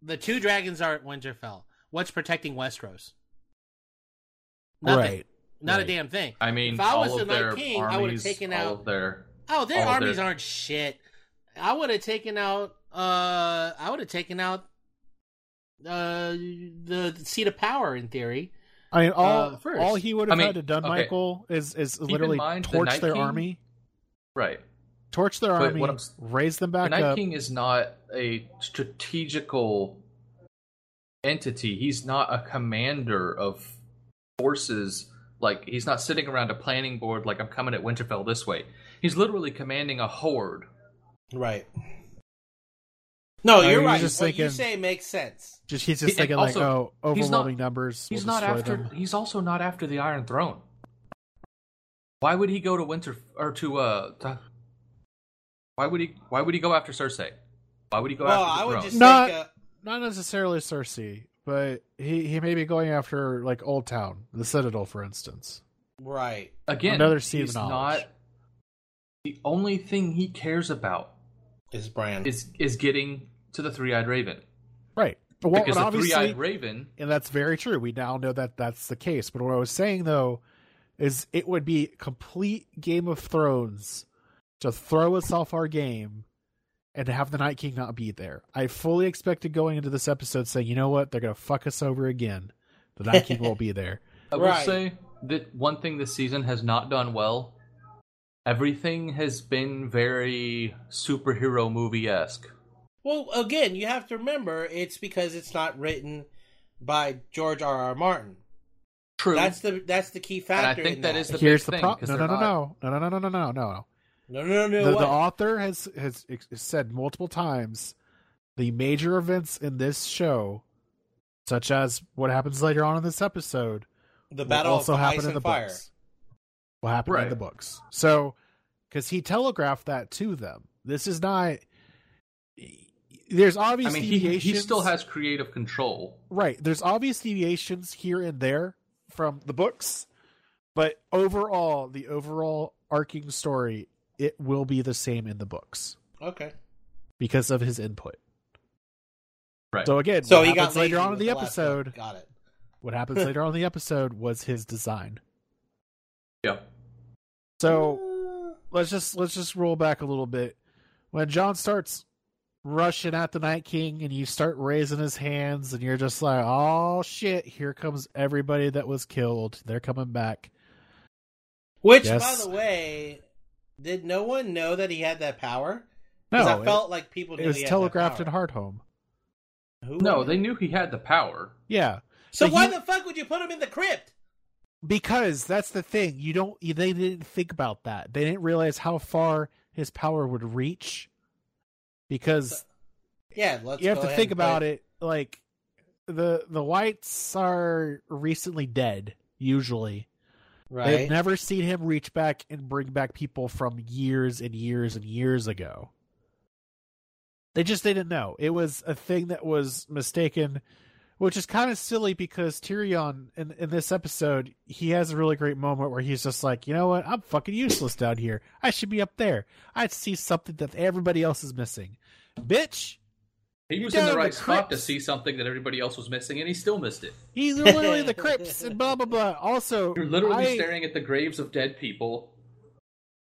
Speaker 2: the two dragons are at Winterfell. What's protecting Westeros? Nothing.
Speaker 1: Right.
Speaker 2: Not
Speaker 1: right.
Speaker 2: a damn thing.
Speaker 3: I mean,
Speaker 2: If I was
Speaker 3: all
Speaker 2: the
Speaker 3: of
Speaker 2: Night
Speaker 3: their
Speaker 2: King, I would've
Speaker 3: armies,
Speaker 2: taken
Speaker 3: all
Speaker 2: out-
Speaker 3: of their
Speaker 2: Oh, their
Speaker 3: All
Speaker 2: armies
Speaker 3: their-
Speaker 2: aren't shit. I would have taken out. Uh, I would have taken out. Uh, the seat of power in theory.
Speaker 1: I mean, all
Speaker 2: Uh, first.
Speaker 1: all he would have
Speaker 3: I mean,
Speaker 1: had to done,
Speaker 3: okay.
Speaker 1: Michael, is is
Speaker 3: in
Speaker 1: literally
Speaker 3: mind, the
Speaker 1: torch
Speaker 3: Night
Speaker 1: their
Speaker 3: King-
Speaker 1: army,
Speaker 3: right.
Speaker 1: torch their
Speaker 3: But
Speaker 1: army,
Speaker 3: what I'm s-
Speaker 1: raise them
Speaker 3: The
Speaker 1: back
Speaker 3: Night
Speaker 1: up.
Speaker 3: King is not a strategical entity. He's not a commander of forces. Like he's not sitting around a planning board like I'm coming at Winterfell this way. He's literally commanding a horde.
Speaker 2: Right. No,
Speaker 1: I
Speaker 2: you're
Speaker 1: was
Speaker 2: right.
Speaker 1: just
Speaker 2: what
Speaker 1: thinking-
Speaker 2: you say makes sense.
Speaker 1: Just he's just
Speaker 3: He-
Speaker 1: thinking
Speaker 3: also,
Speaker 1: like, "Oh,
Speaker 3: he's not-
Speaker 1: overwhelming numbers."
Speaker 3: He's
Speaker 1: will
Speaker 3: not
Speaker 1: destroy
Speaker 3: after.
Speaker 1: them.
Speaker 3: He's also not after the Iron Throne. Why would he go to Winter or to uh? To, why would he? Why would he go after Cersei? Why would he go
Speaker 2: well,
Speaker 3: after the
Speaker 2: I would
Speaker 3: throne?
Speaker 2: just
Speaker 1: Not-
Speaker 2: think. Uh,
Speaker 1: not necessarily Cersei, but he he may be going after like Old Town, the Citadel, for instance.
Speaker 2: right.
Speaker 3: Again,
Speaker 1: another seed of
Speaker 3: he's
Speaker 1: knowledge.
Speaker 3: not. The only thing he cares about
Speaker 2: Is brand.
Speaker 3: is is getting to the Three Eyed Raven
Speaker 1: Right. But what
Speaker 3: because
Speaker 1: would
Speaker 3: the Three
Speaker 1: obviously,
Speaker 3: Eyed Raven.
Speaker 1: and that's very true. We now know that that's the case. But what I was saying though is it would be complete Game of Thrones to throw us off our game and to have the Night King not be there. I fully expected going into this episode saying, you know what, they're gonna fuck us over again. The Night King won't be there.
Speaker 3: I will
Speaker 2: Right.
Speaker 3: say that one thing this season has not done well. Everything has been very superhero movie esque.
Speaker 2: Well, again, you have to remember it's because it's not written by George R. R. Martin.
Speaker 3: True.
Speaker 2: That's the that's the key
Speaker 3: I
Speaker 2: factor.
Speaker 3: think
Speaker 2: in
Speaker 3: that is the
Speaker 1: Here's
Speaker 3: big
Speaker 1: the
Speaker 3: thing,
Speaker 1: problem.
Speaker 3: 'cause
Speaker 1: No, no,
Speaker 3: they're
Speaker 1: no, no, no, no, no, no, no, no, no.
Speaker 2: no, no, no.
Speaker 1: the, the
Speaker 2: what?
Speaker 1: author has has ex- said multiple times the major events in this show such as what happens later on in this episode
Speaker 2: the
Speaker 1: will
Speaker 2: battle
Speaker 1: also
Speaker 2: of
Speaker 1: happen
Speaker 2: ice
Speaker 1: in
Speaker 2: and
Speaker 1: the
Speaker 2: fire.
Speaker 1: books will happen in
Speaker 3: Right.
Speaker 1: the books so because he telegraphed that to them this is not there's
Speaker 3: I
Speaker 1: obvious
Speaker 3: mean, he,
Speaker 1: deviations
Speaker 3: he still has creative control.
Speaker 1: right there's obvious deviations here and there from the books but overall the overall arcing story it will be the same in the books
Speaker 2: Okay.
Speaker 1: because of his input.
Speaker 3: Right.
Speaker 1: So again,
Speaker 2: So
Speaker 1: what
Speaker 2: he
Speaker 1: happens
Speaker 2: got
Speaker 1: later on
Speaker 2: lazy
Speaker 1: in
Speaker 2: with
Speaker 1: the
Speaker 2: last
Speaker 1: episode.
Speaker 2: one. Got it.
Speaker 1: What happens later on in the episode was his design.
Speaker 3: Yeah.
Speaker 2: Hmm.
Speaker 1: So let's just let's just roll back a little bit. When John starts rushing at the Night King and you start raising his hands and you're just like, "Oh shit, here comes everybody that was killed. They're coming back."
Speaker 2: Which,
Speaker 1: Yes.
Speaker 2: by the way, did no one know that he had that power?
Speaker 1: No,
Speaker 2: 'Cause I
Speaker 1: it-
Speaker 2: felt like people
Speaker 1: it,
Speaker 2: knew
Speaker 1: was
Speaker 2: he had
Speaker 1: telegraphed
Speaker 2: that
Speaker 1: in
Speaker 2: power.
Speaker 1: Hardhome.
Speaker 2: Who
Speaker 3: No,
Speaker 2: would-
Speaker 3: they knew he had the power.
Speaker 1: Yeah,
Speaker 2: So
Speaker 1: But
Speaker 2: why
Speaker 1: he-
Speaker 2: the fuck would you put him in the crypt?
Speaker 1: because that's the thing. You don't. They didn't think about that. They didn't realize how far his power would reach. Because
Speaker 2: Yeah, let's.
Speaker 1: you have
Speaker 2: go
Speaker 1: to
Speaker 2: ahead
Speaker 1: think
Speaker 2: and play-
Speaker 1: about it like the the whites are recently dead usually they've
Speaker 2: Right.
Speaker 1: never seen him reach back and bring back people from years and years and years ago they just didn't know it was a thing that was mistaken which is kind of silly because Tyrion in, in this episode he has a really great moment where he's just like you know what I'm fucking useless down here I should be up there I see something that everybody else is missing bitch
Speaker 3: He
Speaker 1: You're
Speaker 3: was in
Speaker 1: down
Speaker 3: the
Speaker 1: in
Speaker 3: right
Speaker 1: the
Speaker 3: spot to
Speaker 1: crypts.
Speaker 3: see something that everybody else was missing, and he still missed it.
Speaker 1: He's literally the Crips and blah blah blah. Also,
Speaker 3: You're literally
Speaker 1: I-
Speaker 3: staring at the graves of dead people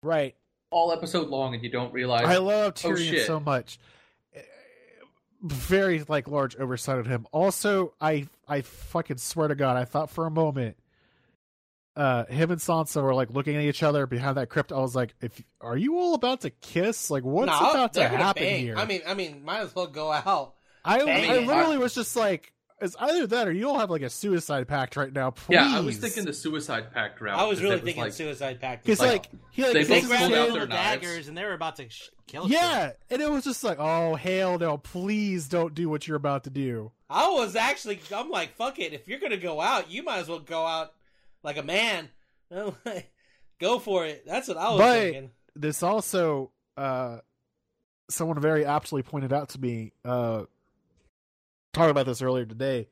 Speaker 1: Right.
Speaker 3: all episode long, and you don't realize.
Speaker 1: I love
Speaker 3: Oh,
Speaker 1: Tyrion
Speaker 3: shit.
Speaker 1: so much. Eh, Very like large oversight on him. Also, I I fucking swear to God, I thought for a moment, uh, him and Sansa were like looking at each other behind that crypt. I was like, if are you all about to kiss? Like, what's
Speaker 2: Nah,
Speaker 1: about to
Speaker 2: they're gonna
Speaker 1: happen
Speaker 2: bang.
Speaker 1: here?
Speaker 2: I mean, I mean, might as well go out.
Speaker 1: I,
Speaker 2: bang
Speaker 1: I
Speaker 2: it.
Speaker 1: literally was just like, it's either that or you all have like a suicide pact right now. Please.
Speaker 3: yeah, I was thinking the Suicide Pact route.
Speaker 2: I was
Speaker 3: 'cause
Speaker 2: really
Speaker 3: it
Speaker 2: thinking
Speaker 3: like,
Speaker 2: suicide pact.
Speaker 1: because
Speaker 2: as well.
Speaker 1: like, he like
Speaker 3: They
Speaker 2: they
Speaker 1: kisses
Speaker 3: both pulled
Speaker 1: him.
Speaker 2: grabbed
Speaker 3: out
Speaker 2: their
Speaker 3: their
Speaker 2: little
Speaker 3: knives.
Speaker 2: daggers and they were about to sh- kill.
Speaker 1: Yeah, and it was just like, oh hell no, please don't do what you're about to do.
Speaker 2: I was actually, I'm like, fuck it. If you're gonna go out, you might as well go out like a man. I'm like, go for it. That's what I was
Speaker 1: But-
Speaker 2: thinking.
Speaker 1: This also, uh, someone very aptly pointed out to me, uh, talking about this earlier today.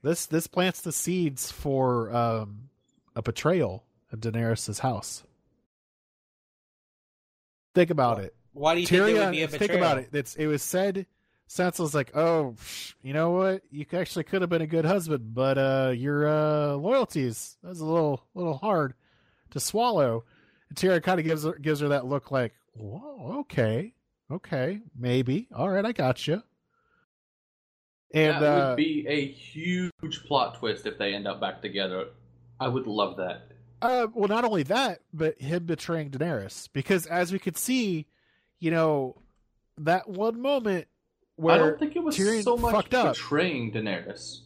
Speaker 1: This this plants the seeds for um, a betrayal of Daenerys' house. Think about it.
Speaker 2: Why do you think there would
Speaker 1: Tyrion,
Speaker 2: be a
Speaker 1: if- think
Speaker 2: betrayal?
Speaker 1: about it. It's, it was said. Sansa's like, oh, psh, you know what? You c- actually could have been a good husband, but uh, your uh, loyalties that's a little little hard to swallow. And Tyrion kind of gives her gives her that look, like, whoa, okay, okay, maybe, all right, I got you. And
Speaker 3: that
Speaker 1: uh,
Speaker 3: would be a huge plot twist if they end up back together. I would love that.
Speaker 1: Uh, well, not only that, but him betraying Daenerys, because as we could see, you know, that one moment where
Speaker 3: I don't think it was
Speaker 1: Tyrion
Speaker 3: so much
Speaker 1: fucked up.
Speaker 3: betraying Daenerys.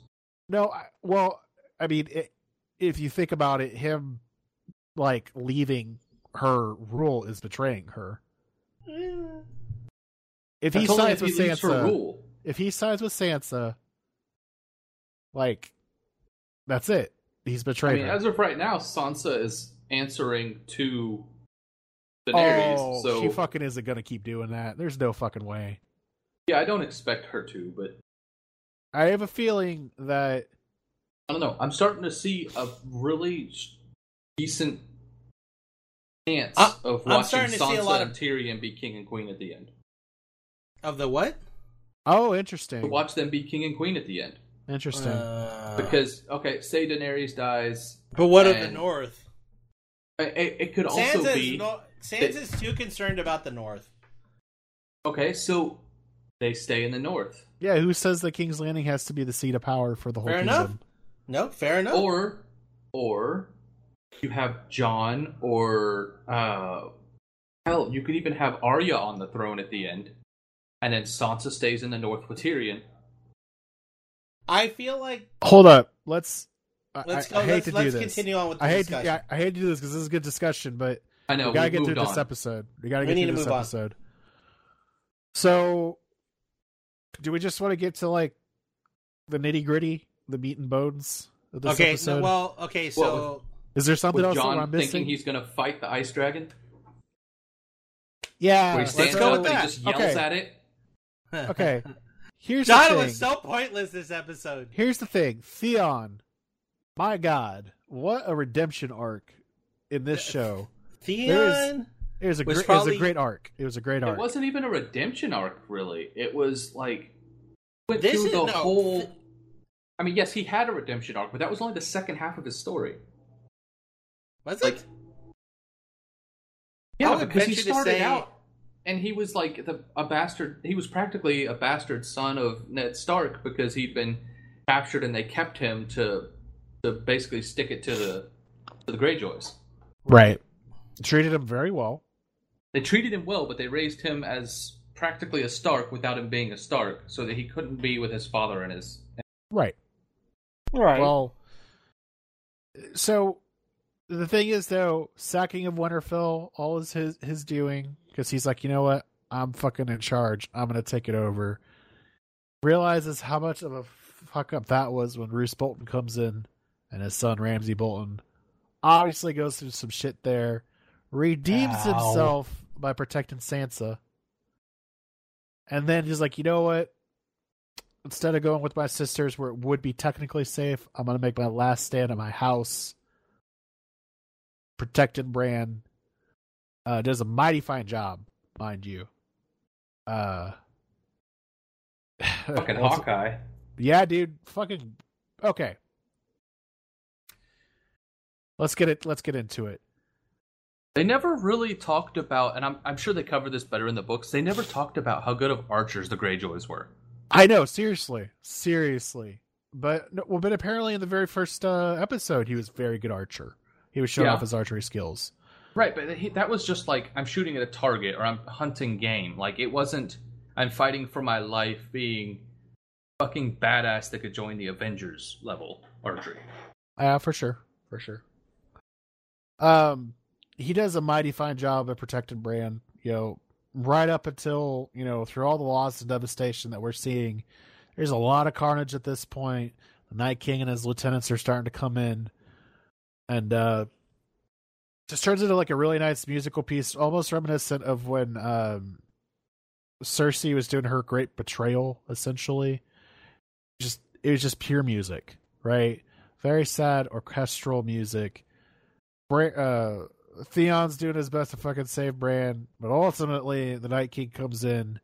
Speaker 1: no, I, well, I mean, it, if you think about it, him like leaving her rule is betraying her. If he
Speaker 3: That's only
Speaker 1: sides
Speaker 3: if
Speaker 1: with
Speaker 3: he leaves her
Speaker 1: Sansa,
Speaker 3: rule.
Speaker 1: if he sides with Sansa, like that's it. He's
Speaker 3: I
Speaker 1: betrayed
Speaker 3: mean,
Speaker 1: her.
Speaker 3: as of right now, Sansa is answering to Daenerys.
Speaker 1: oh,
Speaker 3: so
Speaker 1: she fucking isn't gonna keep doing that. There's no fucking way.
Speaker 3: yeah, I don't expect her to, but
Speaker 1: I have a feeling that
Speaker 3: I don't know. I'm starting to see a really decent chance
Speaker 2: I-
Speaker 3: of
Speaker 2: I'm
Speaker 3: watching
Speaker 2: starting to see a
Speaker 3: Sansa
Speaker 2: lot
Speaker 3: and
Speaker 2: of-
Speaker 3: Tyrion be king and queen at the end.
Speaker 2: Of the what?
Speaker 1: Oh,
Speaker 3: To
Speaker 1: interesting.
Speaker 3: watch them be king and queen at the end,
Speaker 1: Interesting.
Speaker 2: Uh,
Speaker 3: because okay, say Daenerys dies,
Speaker 2: but what of the
Speaker 3: and-
Speaker 2: North?
Speaker 3: it, it- it could also
Speaker 2: Sansa's,
Speaker 3: be
Speaker 2: no, Sansa's too concerned about the North.
Speaker 3: okay. So they stay in the north,
Speaker 1: yeah, who says that King's Landing has to be the seat of power for the whole
Speaker 2: Fair
Speaker 1: kingdom?
Speaker 2: enough. No, fair enough.
Speaker 1: Oh.
Speaker 3: or or you have John or uh, hell, you could even have Arya on the throne at the end, and then Sansa stays in the north with Tyrion.
Speaker 2: I feel like
Speaker 1: Hold up. Let's. I,
Speaker 2: let's
Speaker 1: I-
Speaker 2: go.
Speaker 1: I hate
Speaker 2: let's
Speaker 1: to do
Speaker 2: let's
Speaker 1: this.
Speaker 2: continue on with the
Speaker 1: I hate. To,
Speaker 2: discussion.
Speaker 1: yeah, I hate to do this because this is a good discussion, but
Speaker 3: I know
Speaker 1: we gotta
Speaker 3: we've
Speaker 1: get through
Speaker 3: moved
Speaker 1: this
Speaker 3: on.
Speaker 1: episode. We gotta get
Speaker 2: We need
Speaker 1: through
Speaker 2: to
Speaker 1: this
Speaker 2: move on.
Speaker 1: episode. So, do we just want to get to like the nitty gritty, the meat and bones of this
Speaker 2: okay. no,
Speaker 1: episode?
Speaker 2: well, okay. So
Speaker 3: Well,
Speaker 1: is there something else
Speaker 3: With
Speaker 1: that I'm
Speaker 3: John
Speaker 1: missing?
Speaker 3: thinking he's gonna fight the ice dragon,
Speaker 1: yeah,
Speaker 3: where he stands
Speaker 1: go
Speaker 3: up
Speaker 1: with
Speaker 3: and
Speaker 1: that.
Speaker 3: he just yells
Speaker 1: okay.
Speaker 3: at it.
Speaker 1: Okay. Here's the
Speaker 2: John
Speaker 1: thing.
Speaker 2: was so pointless this episode.
Speaker 1: Here's the thing, Theon. My God, what a redemption arc in this show.
Speaker 2: Theon.
Speaker 1: It was a
Speaker 2: Was
Speaker 1: great, it was
Speaker 2: probably-
Speaker 1: a great arc. It was a great
Speaker 3: It
Speaker 1: arc.
Speaker 3: wasn't even a redemption arc, really. It was like went
Speaker 2: This
Speaker 3: through
Speaker 2: is-
Speaker 3: the
Speaker 2: no,
Speaker 3: whole.
Speaker 2: th-
Speaker 3: I mean, yes, he had a redemption arc, but that was only the second half of his story.
Speaker 2: Was
Speaker 3: Like,
Speaker 2: it?
Speaker 3: yeah,
Speaker 2: would
Speaker 3: because he
Speaker 2: venture to
Speaker 3: started
Speaker 2: say-
Speaker 3: out and he was like the, a bastard. He was practically a bastard son of Ned Stark because he'd been captured and they kept him to to basically stick it to the to the Greyjoys.
Speaker 1: right. Treated him very well.
Speaker 3: They treated him well, but they raised him as practically a Stark without him being a Stark, so that he couldn't be with his father and his.
Speaker 1: Right.
Speaker 2: Right.
Speaker 1: Well, so the thing is though, sacking of Winterfell, all is his his doing because he's like, you know what, I'm fucking in charge. I'm gonna take it over. Realizes how much of a fuck up that was when Roose Bolton comes in and his son Ramsey Bolton obviously goes through some shit there, redeems
Speaker 2: Ow.
Speaker 1: himself by protecting Sansa, and then he's like, you know what, instead of going with my sisters where it would be technically safe, I'm gonna make my last stand at my house, protecting Bran. Uh, does a mighty fine job, mind you. Uh,
Speaker 3: Fucking
Speaker 1: also-
Speaker 3: Hawkeye.
Speaker 1: yeah, dude. Fucking okay. Let's get it. Let's get into it.
Speaker 3: They never really talked about, and I'm, I'm sure they cover this better in the books. They never talked about how good of archers the Greyjoys were.
Speaker 1: I know, seriously, seriously. But no, well, but apparently in the very first uh, episode, he was a very good archer. He was showing
Speaker 3: Yeah.
Speaker 1: off his archery skills.
Speaker 3: Right, but he, that was just like I'm shooting at a target or I'm hunting game. Like it wasn't I'm fighting for my life, being fucking badass that could join the Avengers level archery.
Speaker 1: Yeah, Uh, for sure, for sure. Um, he does a mighty fine job at protecting Bran. You know, right up until you know through all the loss and devastation that we're seeing, There's a lot of carnage at this point. The Night King and his lieutenants are starting to come in, and uh, just turns into like a really nice musical piece, almost reminiscent of when um, Cersei was doing her great betrayal. Essentially, just it was just pure music, right? Very sad orchestral music. Bra- uh, Theon's doing his best to fucking save Bran, but ultimately the Night King comes in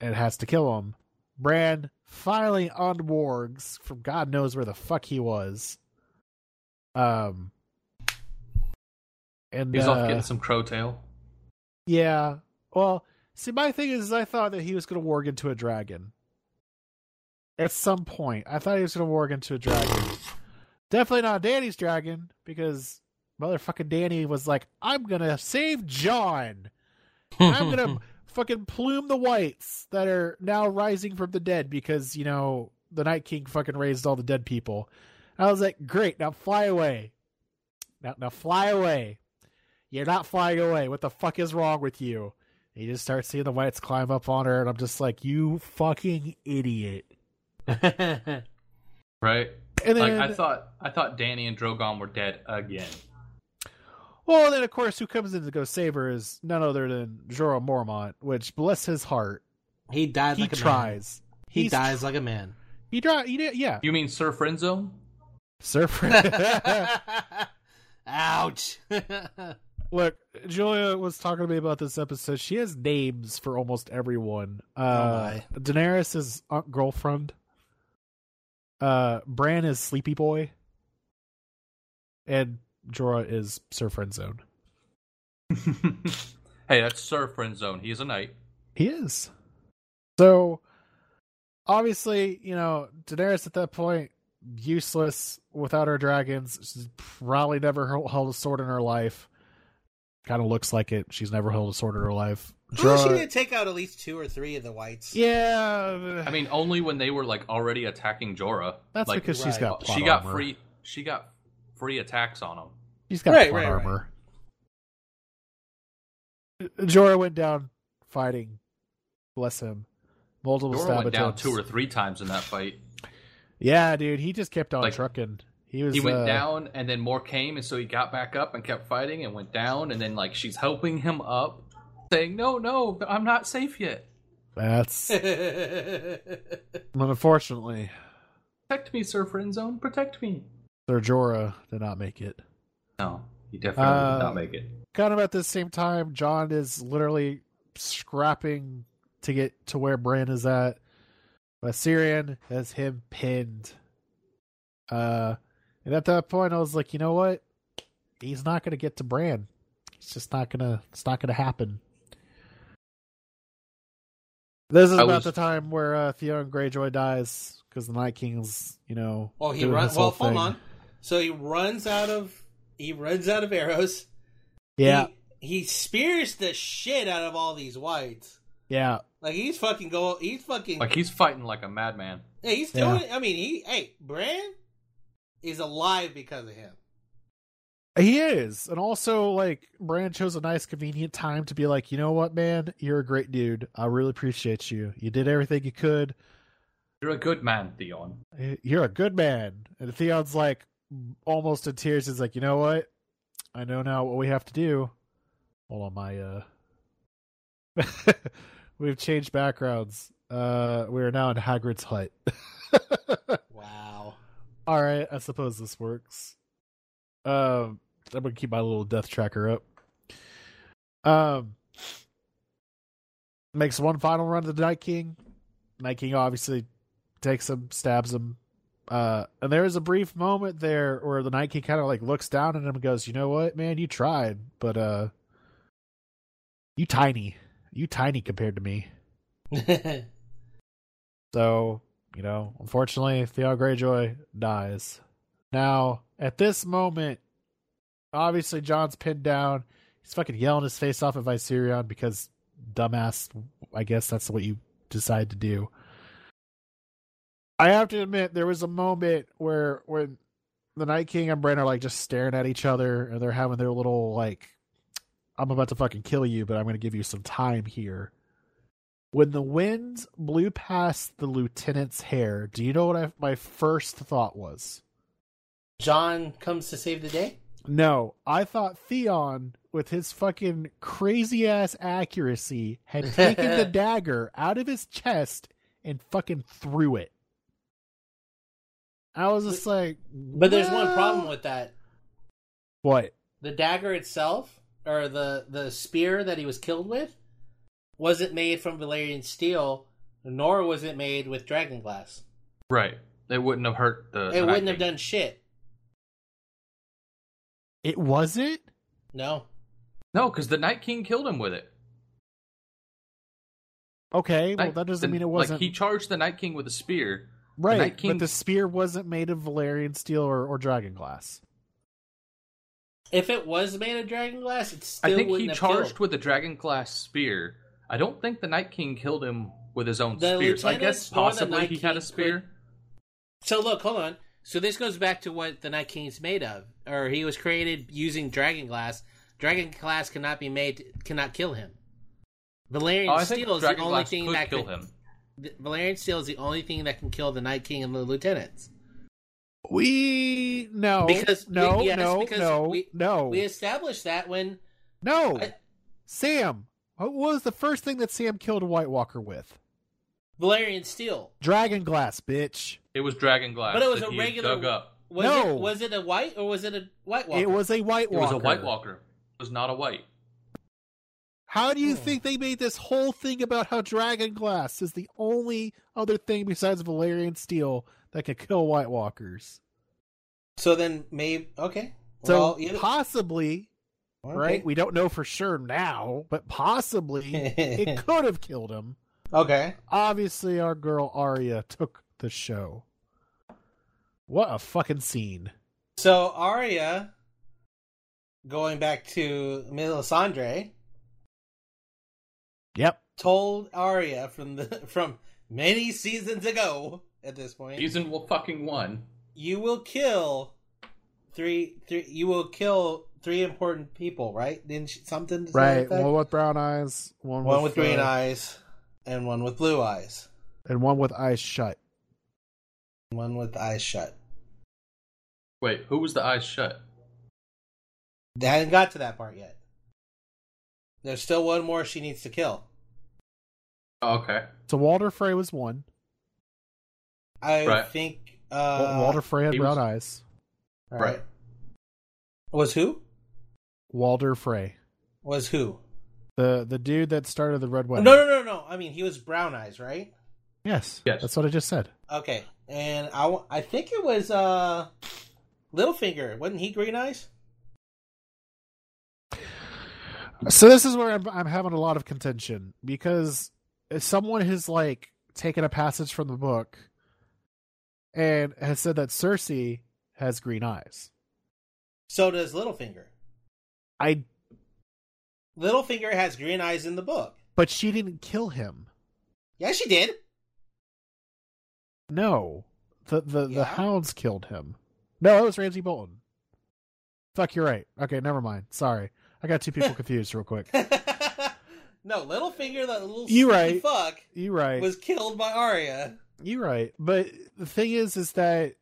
Speaker 1: and has to kill him. Bran finally unwargs from God knows where the fuck he was. Um, and
Speaker 3: He's off
Speaker 1: uh,
Speaker 3: getting some crow tail.
Speaker 1: yeah. Well, see, my thing is, is I thought that he was going to warg into a dragon. At some point, I thought he was going to warg into a dragon. Definitely not Danny's dragon because motherfucking Danny was like, "I'm going to save John. I'm going to fucking plume the whites that are now rising from the dead because you know the Night King fucking raised all the dead people." I was like, "Great, now fly away. Now, now fly away." You're not flying away. What the fuck is wrong with you? And you just start seeing the whites climb up on her, and I'm just like, you fucking idiot.
Speaker 3: Right?
Speaker 1: And
Speaker 3: Like
Speaker 1: then,
Speaker 3: I thought I thought Danny and Drogon were dead again.
Speaker 1: well, then of course, who comes in to go save her is none other than Jorah Mormont, which bless his heart,
Speaker 2: he died
Speaker 1: he
Speaker 2: like a man.
Speaker 1: tries.
Speaker 2: He
Speaker 1: He's-
Speaker 2: dies like a man.
Speaker 1: He tries. He did, yeah.
Speaker 3: You mean Sir Frenzo?
Speaker 1: Surfer.
Speaker 2: Ouch.
Speaker 1: Look, Julia was talking to me about this episode. She has names for almost everyone. Uh, Daenerys is aunt girlfriend. Uh, Bran is Sleepy Boy. And Jorah is Sir Friendzone.
Speaker 3: hey, that's Sir Friendzone. He is a knight.
Speaker 1: He is. So, obviously, you know, Daenerys at that point, useless without her dragons. She's probably never hel- held a sword in her life. Kind of looks like it. She's never held a sword in her life.
Speaker 2: Well, she
Speaker 1: Jorah-
Speaker 2: did take out at least two or three of the whites.
Speaker 1: Yeah,
Speaker 3: I mean, only when they were like already attacking Jorah.
Speaker 1: that's
Speaker 3: like,
Speaker 1: because she's
Speaker 2: right.
Speaker 1: got plot
Speaker 3: she got
Speaker 1: armor.
Speaker 3: free. She got free attacks on him.
Speaker 1: She's got
Speaker 2: Right,
Speaker 1: plot
Speaker 2: right, right.
Speaker 1: armor. Jorah went down fighting. Bless him. Multiple
Speaker 3: Jorah
Speaker 1: stab
Speaker 3: went down
Speaker 1: attempts.
Speaker 3: two or three times in that fight.
Speaker 1: yeah, dude, he just kept on
Speaker 3: Like,
Speaker 1: trucking. He was
Speaker 3: He went
Speaker 1: uh,
Speaker 3: down, and then more came, and so he got back up and kept fighting, and went down, and then like she's helping him up, saying, "No, no, I'm not safe yet.
Speaker 1: That's unfortunately
Speaker 3: Protect me, Sir Friendzone. Protect me."
Speaker 1: Sir Jorah did not make it.
Speaker 3: No, he definitely
Speaker 1: Uh,
Speaker 3: did not make it.
Speaker 1: Kind of at the same time, John is literally scrapping to get to where Bran is at. But Syrian has him pinned. Uh, and at that point, I was like, you know what? He's not going to get to Bran. It's just not gonna. It's not gonna happen. This is
Speaker 3: I
Speaker 1: about
Speaker 3: was-
Speaker 1: the time where uh, Theon Greyjoy dies because the Night King's, you know.
Speaker 2: Well, he
Speaker 1: doing
Speaker 2: runs.
Speaker 1: this whole
Speaker 2: Well, hold
Speaker 1: thing.
Speaker 2: on. So he runs out of he runs out of arrows.
Speaker 1: Yeah,
Speaker 2: He, he spears the shit out of all these whites.
Speaker 1: yeah.
Speaker 2: Like he's fucking go. He's fucking.
Speaker 3: Like he's fighting like a madman.
Speaker 2: hey, he's doing. it. I mean, he. Hey, Bran is alive because of him.
Speaker 1: He is. And also, like, Bran chose a nice, convenient time to be like, you know what, man? You're a great dude. I really appreciate you. You did everything you could. Eh,
Speaker 3: You're a good man, Theon.
Speaker 1: You're a good man. And Theon's like, almost in tears. He's like, you know what? I know now what we have to do. Hold on, my, uh. We've changed backgrounds. Uh, we are now in Hagrid's hut.
Speaker 2: Wow.
Speaker 1: All right, I suppose this works. Um, I'm gonna keep my little death tracker up. Um, makes one final run to the Night King. Night King obviously takes him, stabs him. Uh, and there is a brief moment there where the Night King kind of like looks down at him and goes, "You know what, man? You tried, but uh, you tiny, you tiny compared to me." So, you know, unfortunately, Theo Greyjoy dies. Now, at this moment, obviously John's pinned down. He's fucking yelling his face off at Viserion because dumbass, I guess that's what you decide to do. I have to admit, there was a moment where when the Night King and Bran are like just staring at each other and they're having their little like, I'm about to fucking kill you, but I'm going to give you some time here When the wind blew past the lieutenant's hair, do you know what I, my first thought was?
Speaker 2: John comes to save the day.
Speaker 1: No, I thought Theon, with his fucking crazy ass accuracy, had taken the dagger out of his chest and fucking threw it. I was just like,
Speaker 2: But there's one
Speaker 1: "Well,
Speaker 2: problem with that.
Speaker 1: what?
Speaker 2: The dagger itself, or the the spear that he was killed with, wasn't made from Valerian steel, nor was it made with dragon glass.
Speaker 3: Right. It wouldn't have hurt the.
Speaker 2: it wouldn't have
Speaker 3: tracking.
Speaker 2: done shit.
Speaker 1: It wasn't.
Speaker 2: No.
Speaker 3: No, because the Night King killed him with it.
Speaker 1: Okay, well
Speaker 3: Like,
Speaker 1: that doesn't
Speaker 3: the-
Speaker 1: mean it wasn't
Speaker 3: Like he charged the Night King with a spear.
Speaker 1: right.
Speaker 3: Night King-
Speaker 1: But the spear wasn't made of Valerian steel or, or dragon glass.
Speaker 2: If it was made of dragon glass, it still
Speaker 3: I think
Speaker 2: wouldn't
Speaker 3: he
Speaker 2: have
Speaker 3: charged
Speaker 2: killed.
Speaker 3: with a dragon glass spear. I don't think the Night King killed him with his own
Speaker 2: The
Speaker 3: spear. So I
Speaker 2: lieutenant
Speaker 3: guess
Speaker 2: nor the
Speaker 3: possibly
Speaker 2: Night
Speaker 3: he had
Speaker 2: King
Speaker 3: a spear.
Speaker 2: So look, hold on. So this goes back to what the Night King's made of, or he was created using dragon glass. Dragon glass cannot be made, cannot kill him. Valerian
Speaker 3: Oh, I think
Speaker 2: steel is the
Speaker 3: dragon
Speaker 2: only
Speaker 3: glass
Speaker 2: thing
Speaker 3: could
Speaker 2: that
Speaker 3: kill
Speaker 2: could,
Speaker 3: him.
Speaker 2: th- Valerian steel is the only thing that can kill the Night King and the lieutenants.
Speaker 1: We no
Speaker 2: Because we-
Speaker 1: no
Speaker 2: yes,
Speaker 1: no
Speaker 2: because
Speaker 1: no
Speaker 2: we-
Speaker 1: no
Speaker 2: We established that when
Speaker 1: no
Speaker 2: I-
Speaker 1: Sam. What was the first thing that Sam killed a White Walker with?
Speaker 2: Valerian steel
Speaker 1: Dragon glass, bitch.
Speaker 3: It was dragon glass.
Speaker 2: But it was
Speaker 3: that
Speaker 2: a
Speaker 3: he
Speaker 2: regular-
Speaker 3: Dug up.
Speaker 2: was
Speaker 1: No.
Speaker 2: it was it a white or was it a white walker?
Speaker 1: It was a White
Speaker 3: It
Speaker 1: Walker.
Speaker 3: was a White Walker. It was not a white.
Speaker 1: How do you
Speaker 2: Hmm.
Speaker 1: think they made this whole thing about how dragon glass is the only other thing besides Valerian steel that could kill White Walkers?
Speaker 2: So then maybe okay.
Speaker 1: So
Speaker 2: Well, either-
Speaker 1: possibly,
Speaker 2: okay.
Speaker 1: right? We don't know for sure now, but possibly it could have killed him.
Speaker 2: okay.
Speaker 1: Obviously, our girl Arya took the show. What a fucking scene!
Speaker 2: So Arya, going back to Melisandre,
Speaker 1: Yep,
Speaker 2: told Arya from the from many seasons ago. At this point,
Speaker 3: Season well, fucking one.
Speaker 2: you will kill three three. You will kill three important people, right? Didn't she, something to that
Speaker 1: right.
Speaker 2: effect?
Speaker 1: One with brown eyes, one,
Speaker 2: One with green
Speaker 1: uh,
Speaker 2: eyes, and one with blue eyes,
Speaker 1: and one with eyes shut.
Speaker 2: and one with eyes shut.
Speaker 3: Wait, who was the eyes shut?
Speaker 2: They hadn't got to that part yet. There's still one more she needs to kill.
Speaker 3: Oh, okay.
Speaker 1: So Walter Frey was one.
Speaker 2: I
Speaker 3: Right.
Speaker 2: think uh,
Speaker 1: Wa- Walter Frey had
Speaker 3: he
Speaker 1: brown
Speaker 3: was-
Speaker 1: eyes.
Speaker 2: all right.
Speaker 3: Right.
Speaker 2: Was who?
Speaker 1: Walter Frey,
Speaker 2: Was who?
Speaker 1: the the dude that started the Red Wedding.
Speaker 2: Oh, No, no, no, no. I mean, he was brown eyes, right?
Speaker 1: Yes,
Speaker 3: Yes.
Speaker 1: that's what I just said.
Speaker 2: Okay, and I, wa- I think it was uh, Littlefinger. Wasn't he green eyes?
Speaker 1: So this is where I'm, I'm having a lot of contention because if someone has like taken a passage from the book and has said that Cersei has green eyes.
Speaker 2: So does Littlefinger.
Speaker 1: I
Speaker 2: Littlefinger has green eyes in the book.
Speaker 1: but she didn't kill him.
Speaker 2: Yeah, she did.
Speaker 1: No, the the the
Speaker 2: Yeah.
Speaker 1: hounds killed him. No, that was Ramsey Bolton. Fuck, you're right. Okay, never mind. Sorry, I got two people confused real quick.
Speaker 2: no, Littlefinger, that little
Speaker 1: You
Speaker 2: sneaky
Speaker 1: right.
Speaker 2: fuck,
Speaker 1: You right.
Speaker 2: was killed by Arya.
Speaker 1: You're right. But the thing is, is that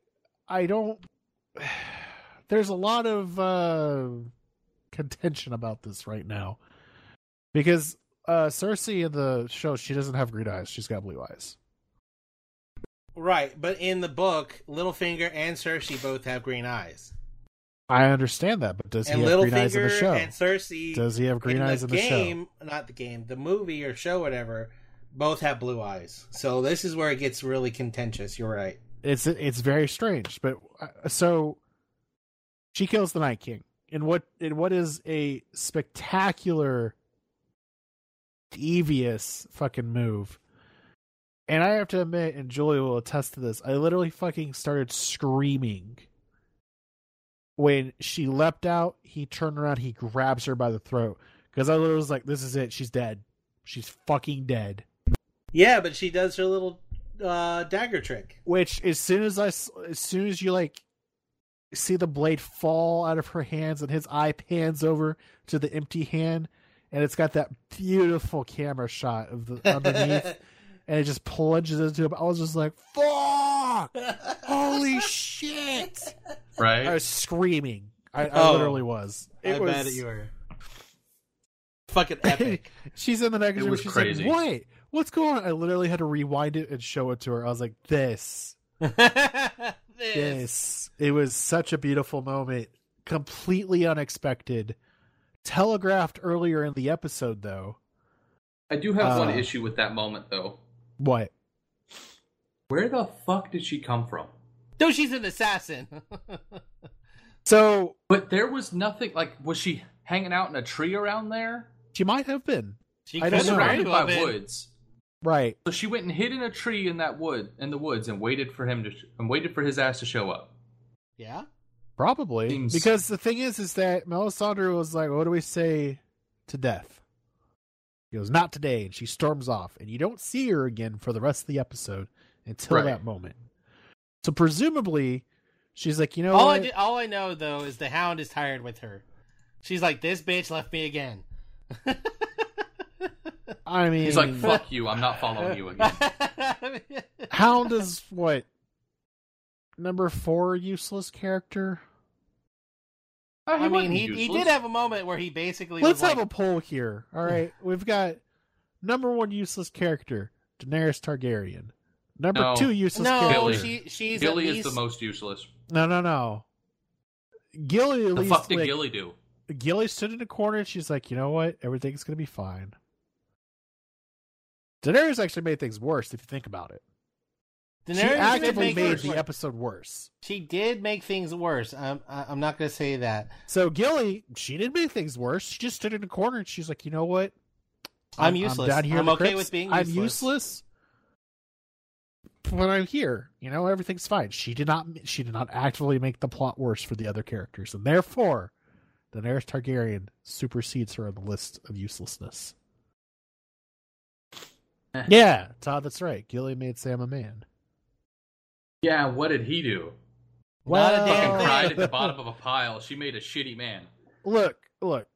Speaker 1: I don't. There's a lot of uh, contention about this right now because uh, Cersei in the show she doesn't have green eyes; she's got blue eyes.
Speaker 2: Right, but in the book, Littlefinger and Cersei both have green eyes.
Speaker 1: I understand that, but does
Speaker 2: and
Speaker 1: he have green eyes in the
Speaker 2: Littlefinger
Speaker 1: show?
Speaker 2: and Cersei
Speaker 1: Does he have green
Speaker 2: in
Speaker 1: eyes
Speaker 2: the
Speaker 1: in the show?
Speaker 2: game, not the game, the movie or show, whatever, both have blue eyes. So this is where it gets really contentious. You're right.
Speaker 1: It's it's very strange, but uh, so she kills the Night King in what in what is a spectacular devious fucking move. And I have to admit, and Julia will attest to this, I literally fucking started screaming when she leapt out, he turned around, he grabs her by the throat. Because I literally was like, This is it, she's dead. She's fucking dead.
Speaker 2: Yeah, but she does her little uh, dagger trick.
Speaker 1: Which as soon as I s- as soon as you like see the blade fall out of her hands and his eye pans over to the empty hand and it's got that beautiful camera shot of the underneath, and it just plunges into him. I was just like, "Fuck! Holy shit!"
Speaker 3: right?
Speaker 1: I was screaming. I, I
Speaker 2: Oh.
Speaker 1: literally was. It
Speaker 2: I
Speaker 1: was
Speaker 2: bet you were fucking epic.
Speaker 1: She's in the next
Speaker 3: It
Speaker 1: room.
Speaker 3: was
Speaker 1: She's
Speaker 3: crazy.
Speaker 1: like, "What? What's going on?" I literally had to rewind it and show it to her. I was like, "This."
Speaker 2: this.
Speaker 1: Yes. It was such a beautiful moment. Completely unexpected. Telegraphed earlier in the episode, though.
Speaker 3: I do have one
Speaker 1: Uh.
Speaker 3: issue with that moment though.
Speaker 1: What?
Speaker 3: Where the fuck did she come from?
Speaker 2: No, she's an assassin.
Speaker 1: So
Speaker 3: But there was nothing like was she hanging out in a tree around there?
Speaker 1: she might have been.
Speaker 2: she
Speaker 1: I
Speaker 2: could
Speaker 1: don't
Speaker 2: have
Speaker 1: know.
Speaker 3: surrounded
Speaker 2: very well
Speaker 3: by
Speaker 2: been.
Speaker 3: woods.
Speaker 1: Right.
Speaker 3: So she went and hid in a tree in that wood in the woods and waited for him to sh- and waited for his ass to show up.
Speaker 2: Yeah.
Speaker 1: Probably.
Speaker 3: Seems-
Speaker 1: Because the thing is, is that Melisandre was like, what do we say to death? He goes, not today. And she storms off. And you don't see her again for the rest of the episode until
Speaker 3: Right.
Speaker 1: that moment. So presumably, she's like, you know
Speaker 2: All I
Speaker 1: what?
Speaker 2: do, all I know though is the hound is tired with her. She's like, this bitch left me again.
Speaker 3: Oh,
Speaker 1: I mean,
Speaker 3: He's like, "Fuck you! I'm not following you again."
Speaker 1: Hound is what number four useless character.
Speaker 3: Oh,
Speaker 2: I mean,
Speaker 3: wasn't
Speaker 2: he, he
Speaker 3: useless.
Speaker 2: did have a moment where he basically
Speaker 1: Let's
Speaker 2: was
Speaker 1: have
Speaker 2: like,
Speaker 1: a poll here. All right, we've got number one useless character Daenerys Targaryen. Number
Speaker 3: No.
Speaker 1: two useless
Speaker 2: no,
Speaker 1: character.
Speaker 3: Gilly.
Speaker 2: she she's
Speaker 3: Gilly
Speaker 2: at
Speaker 3: is
Speaker 2: least,
Speaker 3: the most useless.
Speaker 1: No, no, no. Gilly at
Speaker 3: The
Speaker 1: least
Speaker 3: fuck did
Speaker 1: like,
Speaker 3: Gilly do?
Speaker 1: Gilly stood in a corner and she's like, you know what? Everything's gonna be fine. Daenerys actually made things worse if you think about it.
Speaker 2: Daenerys
Speaker 1: she
Speaker 2: did
Speaker 1: actively
Speaker 2: make
Speaker 1: made
Speaker 2: things
Speaker 1: the
Speaker 2: worse.
Speaker 1: episode worse.
Speaker 2: She did make things worse. I'm I- I'm not gonna say that.
Speaker 1: So Gilly, she didn't make things worse. She just stood in a corner and she's like, you know what?
Speaker 2: I'm useless.
Speaker 1: down here in
Speaker 2: I'm
Speaker 1: the
Speaker 2: okay
Speaker 1: crypts.
Speaker 2: with being
Speaker 1: I'm
Speaker 2: useless."
Speaker 1: useless. But I'm here. You know, everything's fine. She did not. She did not actively make the plot worse for the other characters, and therefore, Daenerys Targaryen supersedes her on the list of uselessness.
Speaker 3: Eh.
Speaker 1: yeah, Todd, that's right. Gilly made Sam a man.
Speaker 3: Yeah, what did he do?
Speaker 2: Not a damn
Speaker 3: Fucking
Speaker 2: Oh.
Speaker 3: cried at the bottom of a pile. She made a shitty man.
Speaker 1: look, look.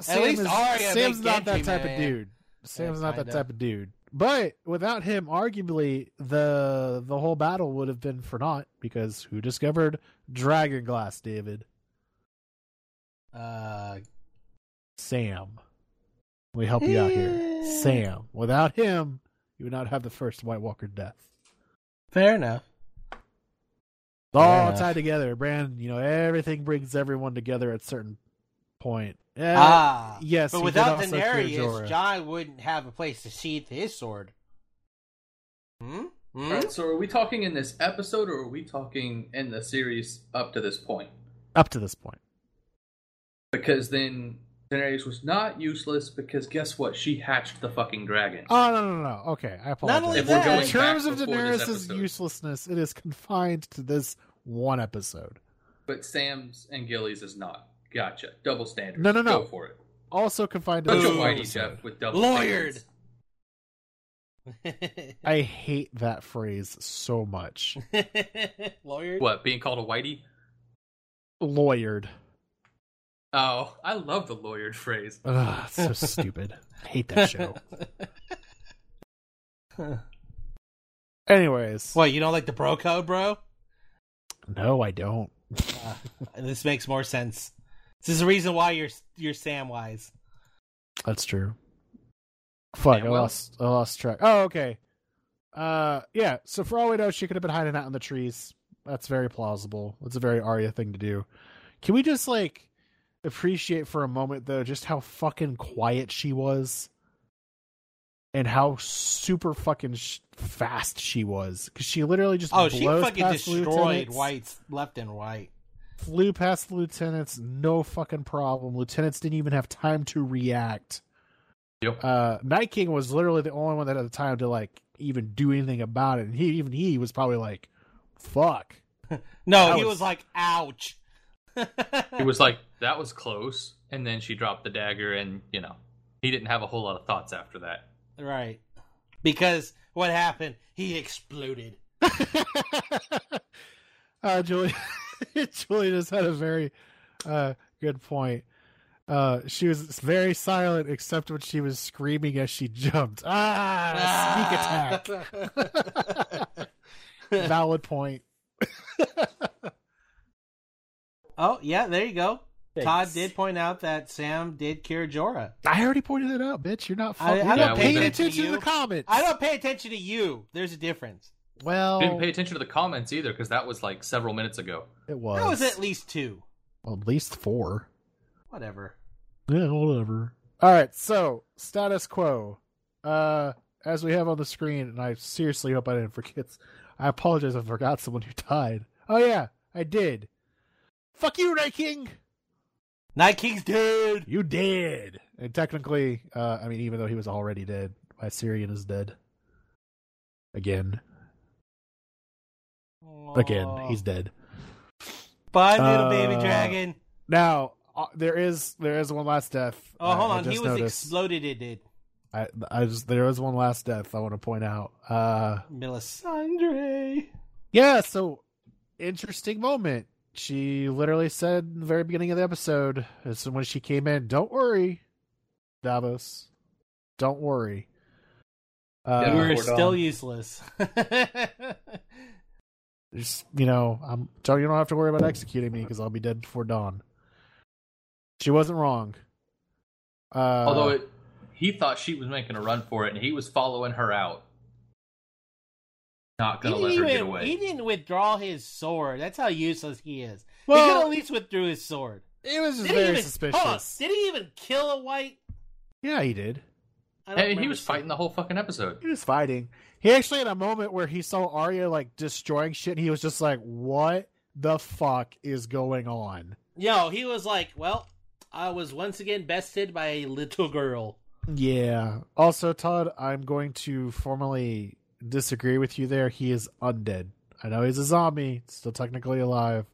Speaker 1: Sam
Speaker 2: least
Speaker 1: is,
Speaker 2: Arya
Speaker 1: Sam's
Speaker 2: made
Speaker 1: not that
Speaker 2: Gendry,
Speaker 1: type of
Speaker 2: man.
Speaker 1: dude. Sam's not that
Speaker 2: kinda.
Speaker 1: type of dude. But without him, arguably the the whole battle would have been for naught because who discovered dragon glass? David
Speaker 2: Uh,
Speaker 1: Sam. Let me help you out here, Sam. Without him, you would not have the first White Walker death.
Speaker 2: fair enough.
Speaker 1: It's all
Speaker 2: enough.
Speaker 1: tied together, Brand. You know everything brings everyone together at a certain point. Eh,
Speaker 2: ah,
Speaker 1: yes,
Speaker 2: but
Speaker 1: he did
Speaker 2: without
Speaker 1: also clear
Speaker 2: Daenerys,
Speaker 1: Jorah.
Speaker 2: John wouldn't have a place to sheath his sword. Hmm. Hmm?
Speaker 3: Alright, so are we talking in this episode or are we talking in the series up to this point?
Speaker 1: up to this point.
Speaker 3: Because then Daenerys was not useless because guess what? She hatched the fucking dragon.
Speaker 1: Oh no no no! Okay, I apologize.
Speaker 2: Not only
Speaker 3: If we're
Speaker 2: that-
Speaker 3: going
Speaker 1: in terms
Speaker 3: back
Speaker 1: of
Speaker 3: before this
Speaker 1: Daenerys'
Speaker 3: episode.
Speaker 1: uselessness, it is confined to this one episode.
Speaker 3: But Sam's and Gilly's is not. Gotcha. Double standard.
Speaker 1: No, no, no.
Speaker 3: Go for it.
Speaker 1: Also confined to
Speaker 3: Such
Speaker 1: this
Speaker 3: a
Speaker 2: Ooh.
Speaker 1: one
Speaker 3: whitey
Speaker 1: episode.
Speaker 3: Jeff with double
Speaker 2: Lawyered.
Speaker 3: standards.
Speaker 1: I hate that phrase so much.
Speaker 2: Lawyer.
Speaker 3: What, being called a whitey?
Speaker 1: Lawyered.
Speaker 3: Oh, I love the lawyered phrase.
Speaker 1: Ugh, it's so stupid. I hate that show. Anyways,
Speaker 2: what? You don't like the bro code, bro?
Speaker 1: no, I don't.
Speaker 2: Uh, this makes more sense. This is the reason why you're you're Samwise.
Speaker 1: That's true. Fuck,
Speaker 3: Yeah,
Speaker 1: I
Speaker 3: well-
Speaker 1: lost. I lost track. Oh, okay. Uh, yeah. So for all we know, she could have been hiding out in the trees. That's very plausible. It's a very Arya thing to do. Can we just like appreciate for a moment though just how fucking quiet she was, and how super fucking sh- fast she was? Because she literally just
Speaker 2: Oh,
Speaker 1: blows
Speaker 2: she fucking
Speaker 1: past
Speaker 2: destroyed
Speaker 1: lieutenants,
Speaker 2: whites left and right.
Speaker 1: Flew past the lieutenants, no fucking problem. Lieutenants didn't even have time to react
Speaker 3: Yep.
Speaker 1: uh Night King was literally the only one that had the time to like even do anything about it. And he even he was probably like, fuck.
Speaker 2: No,
Speaker 1: That
Speaker 2: he
Speaker 1: was-
Speaker 2: was, like, ouch.
Speaker 3: He was like, that was close. And then she dropped the dagger, and, you know, he didn't have a whole lot of thoughts after that.
Speaker 2: right because what happened? He exploded.
Speaker 1: uh Julie Julie just had a very uh good point. Uh, she was very silent except when she was screaming as she jumped. Ah, sneak attack. Valid point.
Speaker 2: oh yeah, there you go.
Speaker 4: Thanks.
Speaker 2: Todd did point out that Sam did cure Jorah.
Speaker 1: I already pointed it out, bitch. You're not
Speaker 2: I-
Speaker 1: fucking
Speaker 2: I
Speaker 3: don't pay
Speaker 1: paying
Speaker 3: attention
Speaker 2: to
Speaker 1: attention to,
Speaker 2: you.
Speaker 1: the comments.
Speaker 2: I don't pay attention to you. There's a difference.
Speaker 1: Well,
Speaker 3: Didn't pay attention to the comments either because that was like several minutes ago.
Speaker 1: it was.
Speaker 2: That was at least two.
Speaker 1: Well, at least four.
Speaker 2: Whatever.
Speaker 1: Yeah, whatever. All right, so status quo. Uh, as we have on the screen, and I seriously hope I didn't forget. I apologize if I forgot someone who died. Oh yeah, I did. Fuck you, Night King.
Speaker 2: Night King's dead.
Speaker 1: You dead. And technically, uh, I mean, even though he was already dead, Viserion is dead. Again, again, he's dead.
Speaker 2: Bye, little baby
Speaker 1: Uh,
Speaker 2: dragon.
Speaker 1: Now uh, there is there is one last death.
Speaker 2: Oh, hold
Speaker 1: I- I
Speaker 2: on. He
Speaker 1: just
Speaker 2: was
Speaker 1: noticed.
Speaker 2: exploded. It did.
Speaker 1: I, I just there is one last death I want to point out. Uh,
Speaker 2: Melisandre.
Speaker 1: Yeah, so interesting moment. She literally said in the very beginning of the episode, as when she came in, don't worry, Davos. Don't worry.
Speaker 3: Yeah,
Speaker 2: You
Speaker 1: Uh,
Speaker 2: were
Speaker 3: Hold on.
Speaker 2: still useless.
Speaker 1: just, you know, I'm telling you don't have to worry about executing me because I'll be dead before dawn. She wasn't wrong. Uh,
Speaker 3: Although it, he thought she was making a run for it and he was following her out. Not
Speaker 2: he,
Speaker 3: gonna
Speaker 2: didn't
Speaker 3: let her get
Speaker 2: even-
Speaker 3: away.
Speaker 2: he didn't withdraw his sword. That's how useless he is. he could
Speaker 1: well,
Speaker 2: at least withdrew his sword.
Speaker 1: it was just
Speaker 2: Did he
Speaker 1: very
Speaker 2: even,
Speaker 1: suspicious.
Speaker 2: Hold on, did he even kill a white?
Speaker 1: Yeah, he did.
Speaker 2: I
Speaker 3: Hey, he
Speaker 2: remember
Speaker 3: was
Speaker 2: seeing-
Speaker 3: fighting the whole fucking episode.
Speaker 1: He was fighting. He actually had a moment where he saw Arya like destroying shit, and he was just like, "What the fuck is going on?"
Speaker 2: Yo, he was like, well, I was once again bested by a little girl.
Speaker 1: Yeah. Also, Todd, I'm going to formally disagree with you there. He is undead. I know he's a zombie, still technically alive,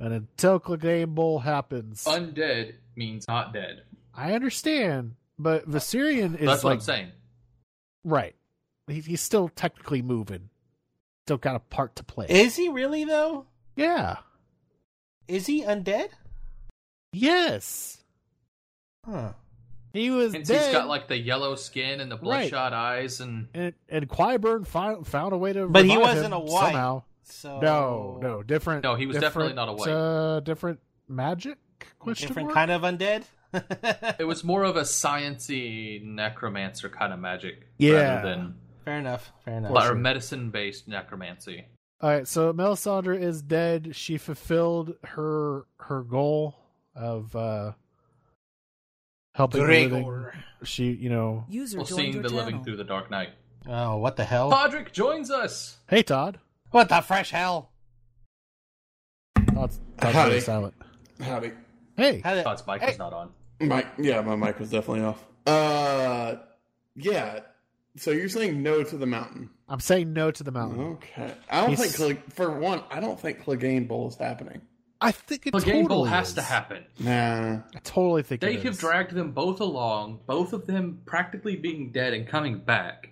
Speaker 1: and until Clegane Bowl happens,
Speaker 3: Undead means not dead.
Speaker 1: I understand. But Viserion is
Speaker 3: That's what
Speaker 1: like
Speaker 3: I'm saying.
Speaker 1: right. He, he's still technically moving. Still got a part to play.
Speaker 2: Is he really though?
Speaker 1: yeah.
Speaker 2: Is he undead?
Speaker 1: Yes.
Speaker 2: Huh.
Speaker 1: He was
Speaker 3: Since
Speaker 1: dead.
Speaker 3: he's got like the yellow skin and the
Speaker 1: Right.
Speaker 3: bloodshot eyes and
Speaker 1: and and Quiburn found found a way to.
Speaker 2: But he
Speaker 1: revive
Speaker 2: wasn't
Speaker 1: him
Speaker 2: a wife.
Speaker 1: somehow.
Speaker 2: So
Speaker 1: No, no, different.
Speaker 3: Oh. No, he was definitely
Speaker 1: different,
Speaker 3: not a wife.
Speaker 1: Uh, different magic question
Speaker 2: different
Speaker 1: mark?
Speaker 2: kind of undead.
Speaker 3: it was more of a sciency necromancer kind of magic.
Speaker 1: Yeah.
Speaker 3: Rather than
Speaker 2: fair enough. Fair enough.
Speaker 3: or medicine based necromancy.
Speaker 1: All right, so Melisandre is dead. She fulfilled her her goal of uh helping the living.
Speaker 2: Gregor.
Speaker 1: She, you know,
Speaker 4: User
Speaker 3: Well seeing the living through the dark night.
Speaker 2: Oh, what the hell?
Speaker 3: Podrick joins us.
Speaker 1: hey Todd,
Speaker 2: What the fresh hell?
Speaker 1: Todd's, Todd's
Speaker 5: Hi.
Speaker 1: really silent.
Speaker 5: Howdy.
Speaker 1: Hey,
Speaker 2: How the-
Speaker 3: Todd's mic
Speaker 2: Hey.
Speaker 3: is not on.
Speaker 5: Mike, yeah, my mic was definitely off. Uh, yeah. So you're saying no to the mountain?
Speaker 1: I'm saying no to the mountain.
Speaker 2: Mm-hmm.
Speaker 5: Okay. I don't
Speaker 1: He's-
Speaker 5: think Cle- for one, I don't think Clegane Bowl is happening.
Speaker 1: I think it
Speaker 3: The game bowl
Speaker 1: totally
Speaker 3: has to
Speaker 1: is.
Speaker 3: happen.
Speaker 5: Nah.
Speaker 1: I totally think
Speaker 3: They
Speaker 1: it
Speaker 3: have
Speaker 1: is.
Speaker 3: dragged them both along, both of them practically being dead and coming back.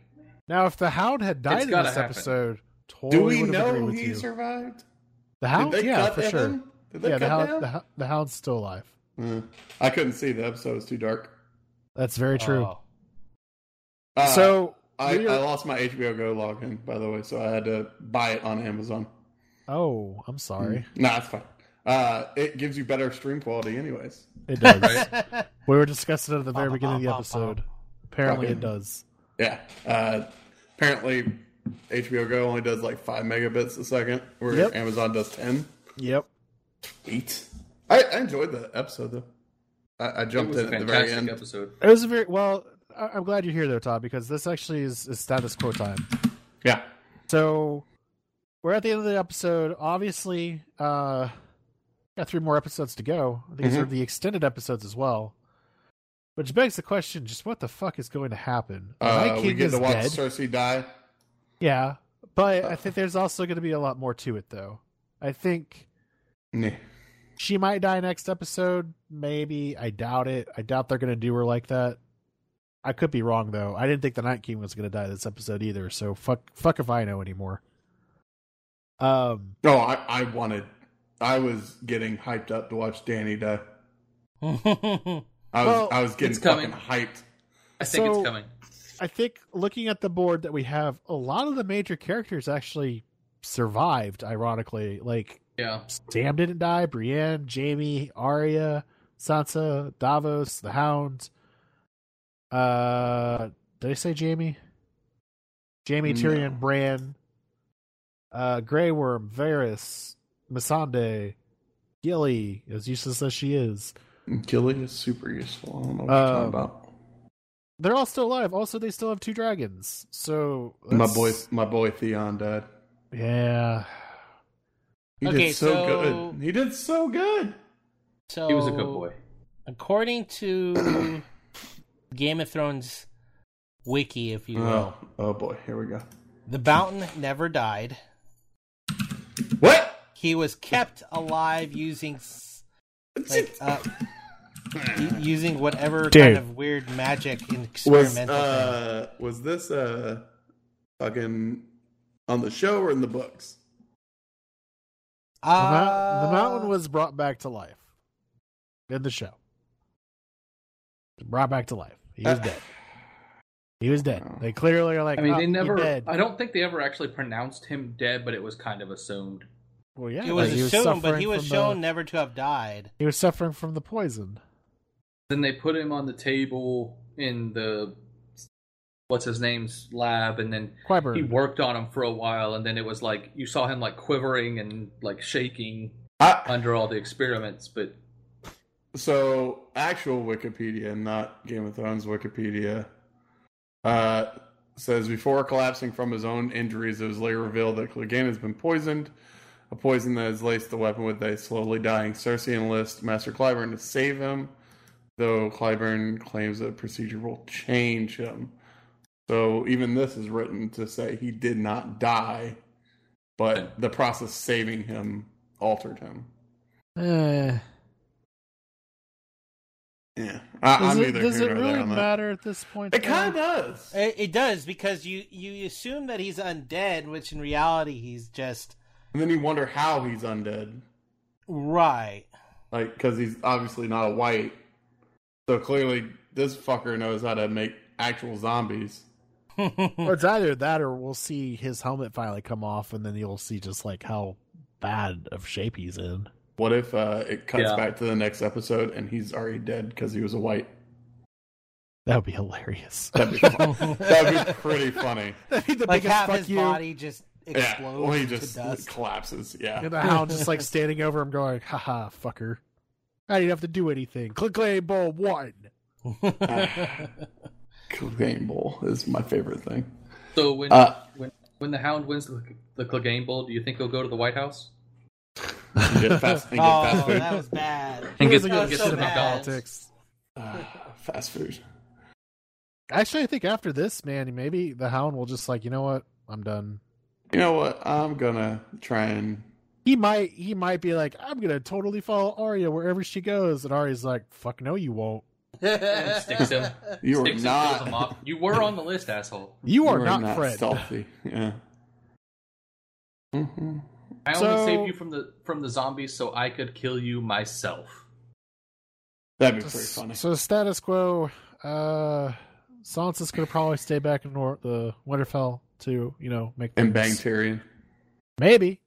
Speaker 1: now, if the Hound had died
Speaker 3: It's
Speaker 1: in
Speaker 3: gotta
Speaker 1: this
Speaker 3: happen.
Speaker 1: episode, totally
Speaker 5: Do we
Speaker 1: would have agreed
Speaker 5: know
Speaker 1: with
Speaker 5: he
Speaker 1: you.
Speaker 5: survived?
Speaker 1: The Hound,
Speaker 5: Did they
Speaker 1: yeah,
Speaker 5: cut
Speaker 1: for
Speaker 5: him?
Speaker 1: sure.
Speaker 5: Did they cut
Speaker 1: Yeah, the
Speaker 5: him?
Speaker 1: Hound, the, Hou- the Hound's still alive.
Speaker 5: Uh, I couldn't see the episode; it was too dark.
Speaker 1: That's very true.
Speaker 2: Oh.
Speaker 5: Uh,
Speaker 1: so
Speaker 5: I,
Speaker 1: we are-
Speaker 5: I lost my HBO Go login, by the way, so I had to buy it on Amazon.
Speaker 1: oh, I'm sorry.
Speaker 5: Nah, it's fine. Uh, it gives you better stream quality, anyways.
Speaker 1: It does.
Speaker 3: Right.
Speaker 1: We were discussing it at the very
Speaker 2: Bum,
Speaker 1: beginning of the
Speaker 2: bum, bum,
Speaker 1: episode.
Speaker 2: bum.
Speaker 1: Apparently, it
Speaker 5: Fucking-
Speaker 1: does.
Speaker 5: Yeah. Uh, apparently, HBO Go only does like five megabits a second, where
Speaker 1: Yep.
Speaker 5: Amazon does ten.
Speaker 1: Yep.
Speaker 5: Eight. I, I enjoyed the episode though. I, I
Speaker 3: It
Speaker 5: jumped
Speaker 3: was a
Speaker 5: in at the very
Speaker 3: fantastic
Speaker 5: end.
Speaker 3: episode.
Speaker 1: It was a very well. I- I'm glad you're here, though, Todd, because this actually is, is status quo time.
Speaker 5: Yeah.
Speaker 1: So we're at the end of the episode. Obviously, uh, got three more episodes to go. I think these
Speaker 5: Mhm.
Speaker 1: are the extended episodes as well. Which begs the question: Just what the fuck is going to happen? The Night
Speaker 5: Uh, we
Speaker 1: King
Speaker 5: get
Speaker 1: is
Speaker 5: to watch Uh.
Speaker 1: dead.
Speaker 5: Cersei die.
Speaker 1: Yeah, but I think there's also going to be a lot more to it, though. I think
Speaker 5: Yeah.
Speaker 1: she might die next episode. Maybe I doubt it. I doubt they're going to do her like that. I could be wrong though. I didn't think the Night King was going to die this episode either. So fuck, fuck if I know anymore. Um,
Speaker 5: No, I, I wanted. I was getting hyped up to watch Danny die. I was
Speaker 1: Well,
Speaker 5: I was getting
Speaker 3: it's coming.
Speaker 5: fucking hyped.
Speaker 3: I think
Speaker 1: So-
Speaker 3: it's coming.
Speaker 1: I think looking at the board that we have, a lot of the major characters actually survived. Ironically, like
Speaker 3: Yeah.
Speaker 1: Sam didn't die. Brienne, Jamie, Arya, Sansa, Davos, the Hound. Uh, did I say Jamie? Jamie, Tyrion,
Speaker 5: No.
Speaker 1: Bran, uh, Grey Worm, Varys, Missandei, Gilly, as useless as she is.
Speaker 5: Gilly is super useful. I don't know what
Speaker 1: Uh,
Speaker 5: you're talking about.
Speaker 1: They're all still alive. Also, they still have two dragons. So
Speaker 5: My
Speaker 1: that's-
Speaker 5: boy, my boy Theon died.
Speaker 1: yeah.
Speaker 5: He
Speaker 2: Okay,
Speaker 5: did so,
Speaker 2: so-
Speaker 5: good. He did so good.
Speaker 2: So
Speaker 3: He was a good boy.
Speaker 2: According to Game of Thrones wiki, if you will,
Speaker 5: Oh, oh boy, here we go.
Speaker 2: the Bountain never died.
Speaker 5: What?
Speaker 2: He was kept alive using s- like uh, u- using whatever kind
Speaker 1: Dude.
Speaker 2: of weird magic and
Speaker 5: was
Speaker 2: experimental thing.
Speaker 5: uh was this uh fucking on the show or in the books? uh,
Speaker 1: The, mou- the mountain
Speaker 2: Uh,
Speaker 1: was brought back to life in the show. Brought back to life. He was
Speaker 5: Uh,
Speaker 1: dead. He was dead.
Speaker 2: uh,
Speaker 1: They clearly are like,
Speaker 3: I mean,
Speaker 1: "Oh,
Speaker 3: they
Speaker 1: he
Speaker 3: never.
Speaker 1: dead.
Speaker 3: I don't think they ever actually pronounced him dead, but it was kind of assumed.
Speaker 1: Well, yeah,
Speaker 2: It was
Speaker 1: like,
Speaker 2: assumed, but he
Speaker 1: suffering
Speaker 2: was
Speaker 1: from
Speaker 2: shown
Speaker 1: The,
Speaker 2: never to have died.
Speaker 1: he was suffering from the poison.
Speaker 3: Then they put him on the table in the what's his name's lab, and then
Speaker 1: Quiburn.
Speaker 3: he worked on him for a while, and then it was like you saw him like quivering and like shaking
Speaker 5: I,
Speaker 3: under all the experiments. But
Speaker 5: so actual Wikipedia, not Game of Thrones Wikipedia, uh, says before collapsing from his own injuries, it was later revealed that Clegane has been poisoned, a poison that has laced the weapon with a slowly dying Cersei enlists Master Clyburn to save him, though Clyburn claims the procedure will change him. So even this is written to say he did not die, but the process saving him altered him.
Speaker 1: Eh.
Speaker 5: Yeah, I,
Speaker 1: does
Speaker 5: I'm
Speaker 1: it,
Speaker 5: either
Speaker 1: does
Speaker 5: here
Speaker 1: it
Speaker 5: nor
Speaker 1: really
Speaker 5: there on that.
Speaker 1: matter at this point?
Speaker 5: It kind of
Speaker 1: though?
Speaker 5: does.
Speaker 2: It, it does because you you assume that he's undead, which in reality he's just
Speaker 5: And then you wonder how he's undead,
Speaker 2: right.
Speaker 5: like because he's obviously not a white. So clearly, this fucker knows how to make actual zombies.
Speaker 1: Well, it's either that or we'll see his helmet finally come off, and then you'll see just like how bad of shape he's in.
Speaker 5: What if uh, it cuts
Speaker 3: Yeah.
Speaker 5: back to the next episode and he's already dead because he was a white?
Speaker 1: That would be hilarious.
Speaker 5: That'd be, fun. That'd be pretty funny.
Speaker 1: That'd be the
Speaker 2: like
Speaker 1: biggest
Speaker 2: half
Speaker 1: fuck
Speaker 2: his
Speaker 1: you.
Speaker 2: body just explodes
Speaker 5: Yeah, well, he
Speaker 2: into
Speaker 5: just
Speaker 2: dust.
Speaker 5: collapses. Yeah,
Speaker 1: And the hound just like standing over him, going, haha, fucker. I didn't have to do anything. Click clay ball one.
Speaker 5: cocaine bowl is my favorite thing.
Speaker 3: so when
Speaker 5: Uh,
Speaker 3: when when the Hound wins the, the Clegane Bowl, do you think he'll go to the White House?
Speaker 5: You get fast, you get fast
Speaker 2: oh,
Speaker 5: food.
Speaker 2: that was bad.
Speaker 3: And
Speaker 1: He
Speaker 3: get-
Speaker 1: doesn't
Speaker 2: that
Speaker 1: give a
Speaker 2: was uh,
Speaker 3: get
Speaker 2: so
Speaker 3: to the
Speaker 2: bad.
Speaker 3: McDonald's.
Speaker 5: Ah, fast food.
Speaker 1: Actually, I think after this, man, maybe the hound will just like, you know what? I'm done.
Speaker 5: You know what? I'm gonna try and
Speaker 1: He might he might be like, I'm gonna totally follow Arya wherever she goes. And Arya's like, fuck no, you won't.
Speaker 3: Sticks him.
Speaker 5: You are
Speaker 3: Sticks him, kills him off.
Speaker 5: not.
Speaker 3: You were on the list, asshole.
Speaker 1: You are not, Fred.
Speaker 5: stealthy. Yeah. hmm
Speaker 3: I
Speaker 1: So-
Speaker 3: only saved you from the from the zombies so I could kill you myself.
Speaker 5: That'd be pretty
Speaker 1: Just-
Speaker 5: funny.
Speaker 1: So status quo, uh Sansa's gonna probably stay back in Nor- the Winterfell to, you know, make
Speaker 5: and bang
Speaker 1: things-
Speaker 5: Tyrion.
Speaker 1: Maybe.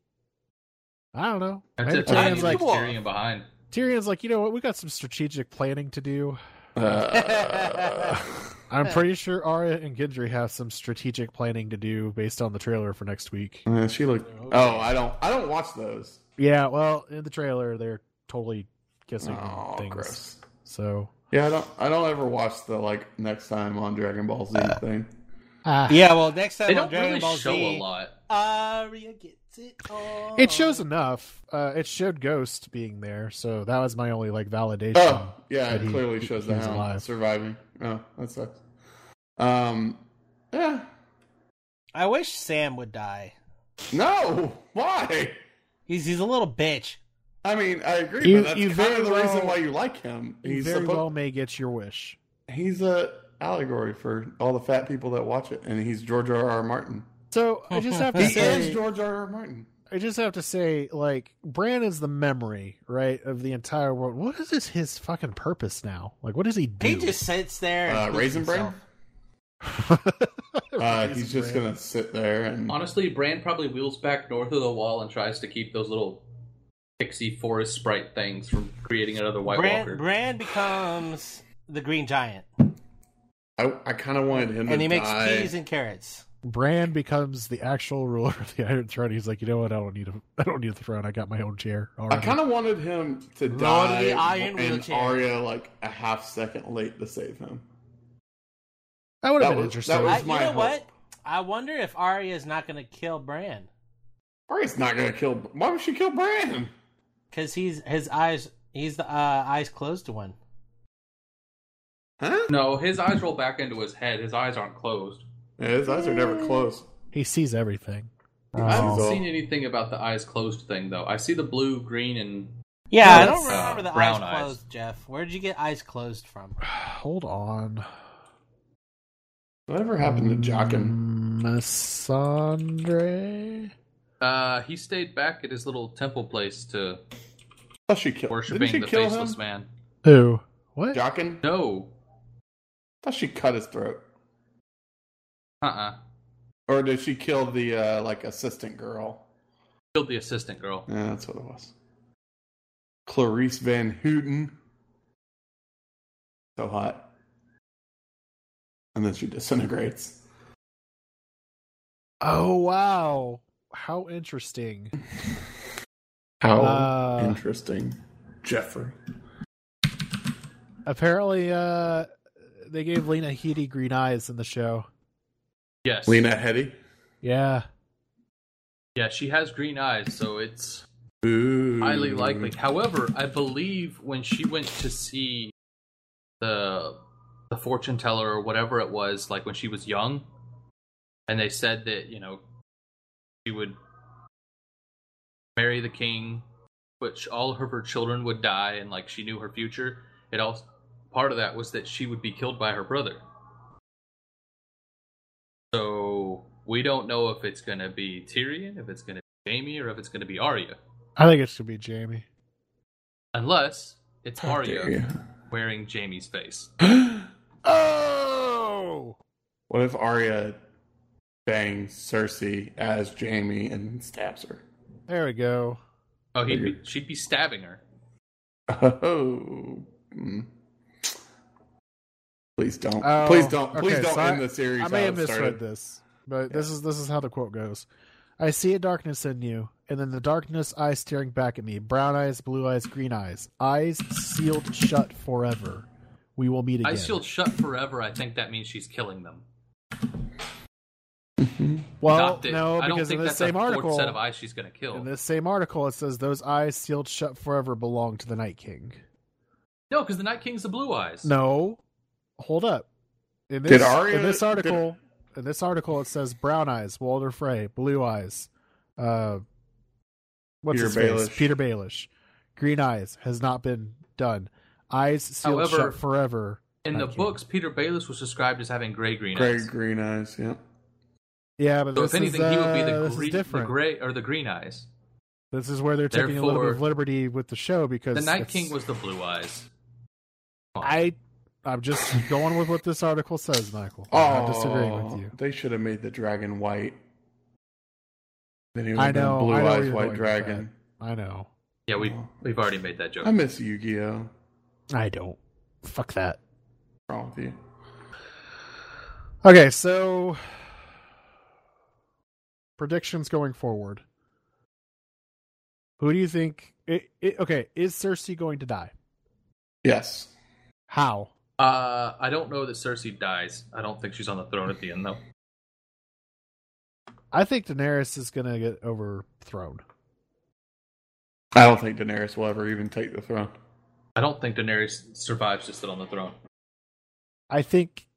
Speaker 1: I don't know.
Speaker 3: That's
Speaker 1: Maybe
Speaker 3: it. I
Speaker 1: Tyrion's
Speaker 3: need
Speaker 1: like,
Speaker 3: to carry him behind.
Speaker 1: Tyrion's like, you know what? We got some strategic planning to do.
Speaker 5: Uh,
Speaker 1: I'm pretty sure Arya and Gendry have some strategic planning to do based on the trailer for next week.
Speaker 5: yeah, she looked. Oh, I don't. I don't watch those.
Speaker 1: Yeah, well, in the trailer they're totally kissing and
Speaker 5: Oh,
Speaker 1: things.
Speaker 5: gross.
Speaker 1: So
Speaker 5: Yeah, I don't. I don't ever watch the like next time on Dragon Ball Z
Speaker 1: Uh,
Speaker 5: thing.
Speaker 2: Yeah, well, next time
Speaker 3: They
Speaker 2: on
Speaker 3: don't
Speaker 2: Dragon
Speaker 3: really
Speaker 2: Ball
Speaker 3: show
Speaker 2: Z,
Speaker 3: a lot.
Speaker 2: Arya gets it all.
Speaker 1: it shows enough. Uh, it showed Ghost being there, so that was my only like validation.
Speaker 5: Oh, yeah,
Speaker 1: But
Speaker 5: it
Speaker 1: he-
Speaker 5: clearly
Speaker 1: um, he-
Speaker 5: shows
Speaker 1: he's
Speaker 5: the hound
Speaker 1: alive.
Speaker 5: surviving. Oh, that sucks. Um, yeah.
Speaker 2: I wish Sam would die.
Speaker 5: No, why?
Speaker 2: He's he's a little bitch.
Speaker 5: I mean, I agree,
Speaker 1: You-
Speaker 5: but that's
Speaker 1: you
Speaker 5: kind
Speaker 1: very
Speaker 5: of the
Speaker 1: well-
Speaker 5: reason why you like him.
Speaker 1: you
Speaker 5: He's
Speaker 1: very
Speaker 5: suppo-
Speaker 1: well may get your wish.
Speaker 5: he's a allegory for all the fat people that watch it, and he's George R. R. Martin.
Speaker 1: So I just have
Speaker 5: He
Speaker 1: to
Speaker 5: is
Speaker 1: say,
Speaker 5: George R. R. Martin.
Speaker 1: I I just have to say, like, Bran is the memory, right, of the entire world. What is this, his fucking purpose now? Like, what does he do?
Speaker 2: He just sits there. and
Speaker 5: Uh,
Speaker 2: shoots
Speaker 5: Raisin Bran?
Speaker 2: himself.
Speaker 5: Uh,
Speaker 1: Raise
Speaker 5: he's just
Speaker 1: Bran.
Speaker 5: gonna sit there and
Speaker 3: Honestly, Bran probably wheels back north of the wall and tries to keep those little pixie forest sprite things from creating another White Walker.
Speaker 2: Bran, Bran becomes the Green Giant,
Speaker 5: I, I kind of wanted him to
Speaker 2: and he makes
Speaker 5: die.
Speaker 2: peas and carrots.
Speaker 1: Bran becomes the actual ruler of the Iron Throne. He's like, you know what? I don't need a, I don't need a throne. I got my own chair.
Speaker 5: I
Speaker 1: already."
Speaker 5: kind of wanted him to
Speaker 2: Lord
Speaker 5: die
Speaker 2: of the Iron
Speaker 5: and
Speaker 2: Wheelchair.
Speaker 5: Arya like a half second late to save him.
Speaker 1: that would have
Speaker 5: that
Speaker 1: been
Speaker 5: was-
Speaker 1: interesting.
Speaker 5: that was
Speaker 2: I, you
Speaker 5: my
Speaker 2: know
Speaker 5: hope.
Speaker 2: what? I wonder if Arya is not going to kill Bran
Speaker 5: Arya's not gonna kill. Why would she kill Bran?
Speaker 2: because he's his eyes. He's the uh, eyes closed one.
Speaker 5: Huh?
Speaker 3: No, his eyes roll back into his head. His eyes aren't closed.
Speaker 5: Yeah, his eyes are never closed.
Speaker 1: he sees everything.
Speaker 3: I haven't
Speaker 5: Oh.
Speaker 3: seen anything about the eyes closed thing though. I see the blue, green, and
Speaker 2: Yeah, I
Speaker 5: Well,
Speaker 2: don't
Speaker 5: that's,
Speaker 2: remember
Speaker 3: uh,
Speaker 2: the eyes
Speaker 3: brown eyes.
Speaker 2: closed, Jeff. Where did you get eyes closed from?
Speaker 1: Hold on.
Speaker 5: Whatever happened to Jockin?
Speaker 1: Melisandre?
Speaker 3: uh, he stayed back at his little temple place to
Speaker 5: Oh, she killed. Didn't she
Speaker 3: worshiping the
Speaker 5: kill
Speaker 3: faceless
Speaker 5: him?
Speaker 3: man.
Speaker 1: Who? What?
Speaker 5: Jockin?
Speaker 3: No,
Speaker 5: thought she cut his throat,
Speaker 3: uh, uh
Speaker 5: or did she kill the uh, like assistant girl?
Speaker 3: killed the assistant girl.
Speaker 5: Yeah, that's what it was. Clarice Van Houten. So hot. And then she disintegrates.
Speaker 1: Oh wow! How interesting.
Speaker 5: How
Speaker 1: Uh,
Speaker 5: interesting. Jeffrey.
Speaker 1: Apparently, uh, they gave Lena Headey green eyes in the show.
Speaker 3: Yes,
Speaker 5: Lena Headey.
Speaker 1: Yeah.
Speaker 3: Yeah, she has green eyes, so it's
Speaker 5: Ooh.
Speaker 3: highly likely. However, I believe when she went to see the the fortune teller or whatever it was, like when she was young, and they said that you know she would marry the king, which all of her children would die, and like she knew her future. It all part of that was that she would be killed by her brother. So we don't know if it's gonna be Tyrion, if it's gonna be Jamie, or if it's gonna be Arya
Speaker 1: I think it should be Jamie.
Speaker 3: unless it's
Speaker 5: How dare
Speaker 3: Arya
Speaker 5: you.
Speaker 3: wearing Jamie's face.
Speaker 1: Oh!
Speaker 5: What if Arya bangs Cersei as Jamie and stabs her?
Speaker 1: There we go.
Speaker 3: Oh, he'd be, she'd be stabbing her.
Speaker 5: Oh. Mm. Please don't.
Speaker 1: Oh,
Speaker 5: Please don't. Please
Speaker 1: okay,
Speaker 5: don't
Speaker 1: so
Speaker 5: end
Speaker 1: I-
Speaker 5: the series.
Speaker 1: I may
Speaker 5: how
Speaker 1: have
Speaker 5: it started.
Speaker 1: misread this, but this is this is how the quote goes. I see a darkness in you, and in the darkness, eyes staring back at me. Brown eyes, blue eyes, green eyes. Eyes sealed shut forever. We will meet again.
Speaker 3: Eyes sealed shut forever. I think that means she's killing them.
Speaker 1: well,
Speaker 3: Not that-
Speaker 1: no,
Speaker 3: I don't
Speaker 1: because in
Speaker 3: think
Speaker 1: this
Speaker 3: that's
Speaker 1: same
Speaker 3: a fourth
Speaker 1: article,
Speaker 3: set of eyes she's gonna kill.
Speaker 1: in this same article, it says those eyes sealed shut forever belong to the Night King.
Speaker 3: No, because the Night King's the blue eyes.
Speaker 1: No, hold up. In this,
Speaker 5: Did Arya-
Speaker 1: in this article, in this article, it says brown eyes, Walder Frey, blue eyes, uh, what's
Speaker 5: Peter
Speaker 1: his face?
Speaker 5: Baelish.
Speaker 1: Peter Baelish, green eyes has not been done. Eyes sealed
Speaker 3: However-
Speaker 1: shut forever.
Speaker 3: in the
Speaker 1: Night King.
Speaker 3: books, Peter Baelish was described as having gray green
Speaker 5: Grey
Speaker 3: eyes.
Speaker 5: green eyes. Yeah.
Speaker 1: Yeah, but
Speaker 3: So
Speaker 1: this
Speaker 3: if anything,
Speaker 1: is,
Speaker 3: he would be
Speaker 1: uh,
Speaker 3: the,
Speaker 1: this is
Speaker 3: gre- the
Speaker 1: different.
Speaker 3: gray or the green eyes.
Speaker 1: This is where they're taking a little bit of
Speaker 3: Therefore,
Speaker 1: liberty with the show because
Speaker 3: The Night
Speaker 1: it's-
Speaker 3: King was the blue eyes.
Speaker 1: I, I'm just going with what this article says, Michael.
Speaker 5: Oh,
Speaker 1: I'm not disagreeing with you.
Speaker 5: They should have made the dragon white. Then he would
Speaker 1: I
Speaker 5: have been
Speaker 1: know-
Speaker 5: blue
Speaker 1: I know where
Speaker 5: eyes
Speaker 1: you're
Speaker 5: white
Speaker 1: going with
Speaker 5: dragon.
Speaker 1: I know.
Speaker 3: Yeah, we
Speaker 1: Oh.
Speaker 3: we've already made that joke.
Speaker 5: I miss Yu Gi Oh.
Speaker 1: I don't. Fuck that.
Speaker 5: Wrong with you?
Speaker 1: Okay, so predictions going forward. Who do you think? It, it, okay, is Cersei going to die?
Speaker 5: Yes.
Speaker 1: How?
Speaker 3: Uh, I don't know that Cersei dies. I don't think she's on the throne at the end though.
Speaker 1: I think Daenerys is going to get overthrown.
Speaker 5: I don't think Daenerys will ever even take the throne.
Speaker 3: I don't think Daenerys survives to sit on the throne.
Speaker 1: I think.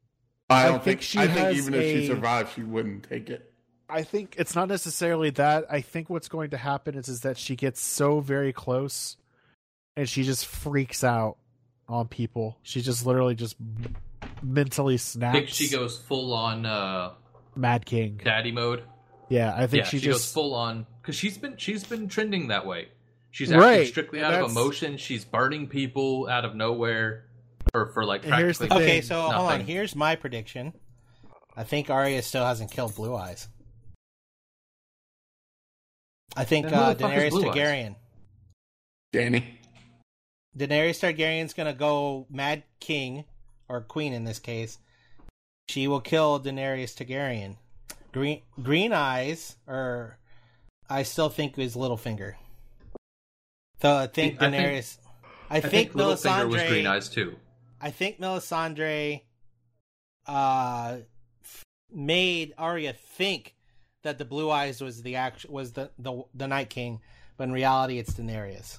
Speaker 5: I
Speaker 1: I
Speaker 5: don't
Speaker 1: think
Speaker 5: think,
Speaker 1: she
Speaker 5: I think
Speaker 1: has
Speaker 5: even if
Speaker 1: a-
Speaker 5: she survived, she wouldn't take it.
Speaker 1: I think it's not necessarily that. I think what's going to happen is is that she gets so very close, and she just freaks out on people. She just literally just mentally
Speaker 3: I
Speaker 1: snaps.
Speaker 3: think she goes full on uh,
Speaker 1: Mad King.
Speaker 3: daddy mode.
Speaker 1: Yeah, I think
Speaker 3: yeah,
Speaker 1: she,
Speaker 3: she,
Speaker 1: just
Speaker 3: goes full on because she's been she's been trending that way. She's acting
Speaker 1: Right,
Speaker 3: strictly
Speaker 1: and
Speaker 3: out of
Speaker 1: that's-
Speaker 3: emotion. She's burning people out of nowhere, or for like
Speaker 1: And here's the
Speaker 3: practically.
Speaker 1: thing.
Speaker 2: Okay, so hold on.
Speaker 3: Nothing.
Speaker 2: Here's my prediction. I think Arya still hasn't killed Blue Eyes. I think
Speaker 3: Then who
Speaker 2: uh,
Speaker 3: the fuck is
Speaker 2: Daenerys
Speaker 3: Blue Eyes?
Speaker 2: Targaryen.
Speaker 5: Danny.
Speaker 2: Daenerys Targaryen's gonna go Mad King or Queen in this case. She will kill Daenerys Targaryen. Green Green Eyes, or I still think is Littlefinger. So I think
Speaker 3: I think-
Speaker 2: Daenerys. I
Speaker 3: I think,
Speaker 2: think,
Speaker 3: Littlefinger was
Speaker 2: Melisandre-
Speaker 3: green eyes too.
Speaker 2: I think Melisandre uh, f- made Arya think that the Blue Eyes was the act- was the, the the Night King, but in reality, it's Daenerys.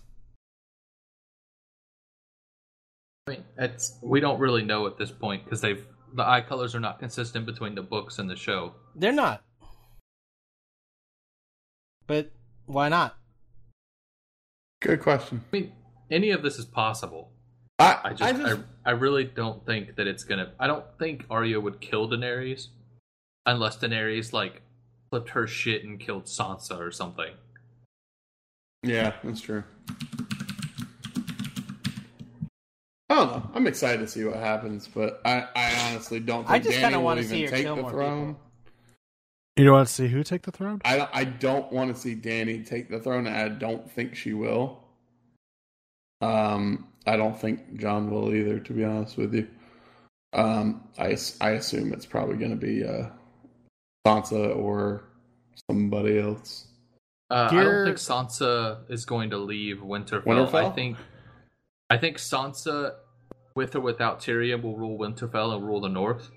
Speaker 3: I mean, it's we don't really know at this point because they've the eye colors are not consistent between the books and the show.
Speaker 2: They're not. But why not?
Speaker 5: Good question.
Speaker 3: I mean, any of this is possible.
Speaker 5: I,
Speaker 3: I just, I, I, really don't think that it's gonna. I don't think Arya would kill Daenerys unless Daenerys like flipped her shit and killed Sansa or something.
Speaker 5: yeah, that's true. I don't know. I'm excited to see what happens, but I, I honestly don't think
Speaker 2: I just
Speaker 5: Danny
Speaker 2: kinda
Speaker 5: will
Speaker 2: wanna
Speaker 5: even
Speaker 2: see her
Speaker 5: take
Speaker 2: kill
Speaker 5: the
Speaker 2: more
Speaker 5: throne.
Speaker 2: people.
Speaker 1: You don't want to see who take the throne?
Speaker 5: I don't, I don't want to see Danny take the throne. and I don't think she will. Um, I don't think John will either. To be honest with you, um, I as- I assume it's probably going to be uh, Sansa or somebody else.
Speaker 3: Uh, I
Speaker 1: Here-
Speaker 3: don't think Sansa is going to leave Winterfell.
Speaker 5: Winterfell?
Speaker 3: I think, I think Sansa, with or without Tyrion, will rule Winterfell and rule the North.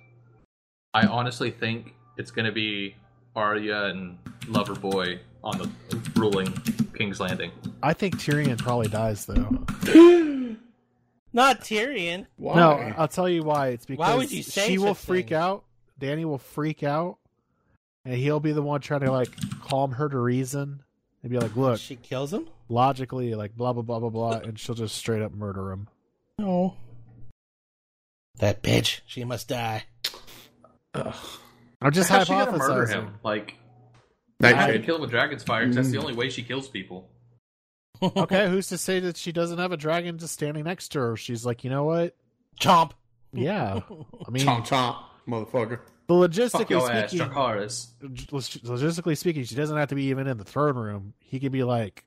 Speaker 3: I honestly think it's going to be Arya and Loverboy on the ruling King's Landing.
Speaker 1: I think Tyrion probably dies though.
Speaker 2: Not Tyrion.
Speaker 5: Why?
Speaker 1: No, I'll tell you why. It's because
Speaker 2: Why would you say
Speaker 1: she will
Speaker 2: such
Speaker 1: freak
Speaker 2: things?
Speaker 1: out. Danny will freak out, and he'll be the one trying to like calm her to reason and be like, "Look,
Speaker 2: She kills him.
Speaker 1: logically, like blah blah blah blah blah," and she'll just straight up murder him.
Speaker 2: No. That bitch. She must die. uh,
Speaker 5: Ugh.
Speaker 1: I'm just
Speaker 3: How's she gonna murder
Speaker 1: hypothesizing.
Speaker 3: him? Like,
Speaker 5: Night
Speaker 3: I had to
Speaker 5: Shade.
Speaker 3: kill him with dragon's fire 'cause that's the only way she kills people.
Speaker 1: okay, who's to say that she doesn't have a dragon just standing next to her? She's like, you know what?
Speaker 2: Chomp.
Speaker 1: Yeah, I mean,
Speaker 5: chomp chomp, motherfucker.
Speaker 1: the
Speaker 3: Fuck
Speaker 1: logistically
Speaker 3: your ass,
Speaker 1: speaking,
Speaker 3: Dracarys.
Speaker 1: logistically speaking, she doesn't have to be even in the throne room. He could be like,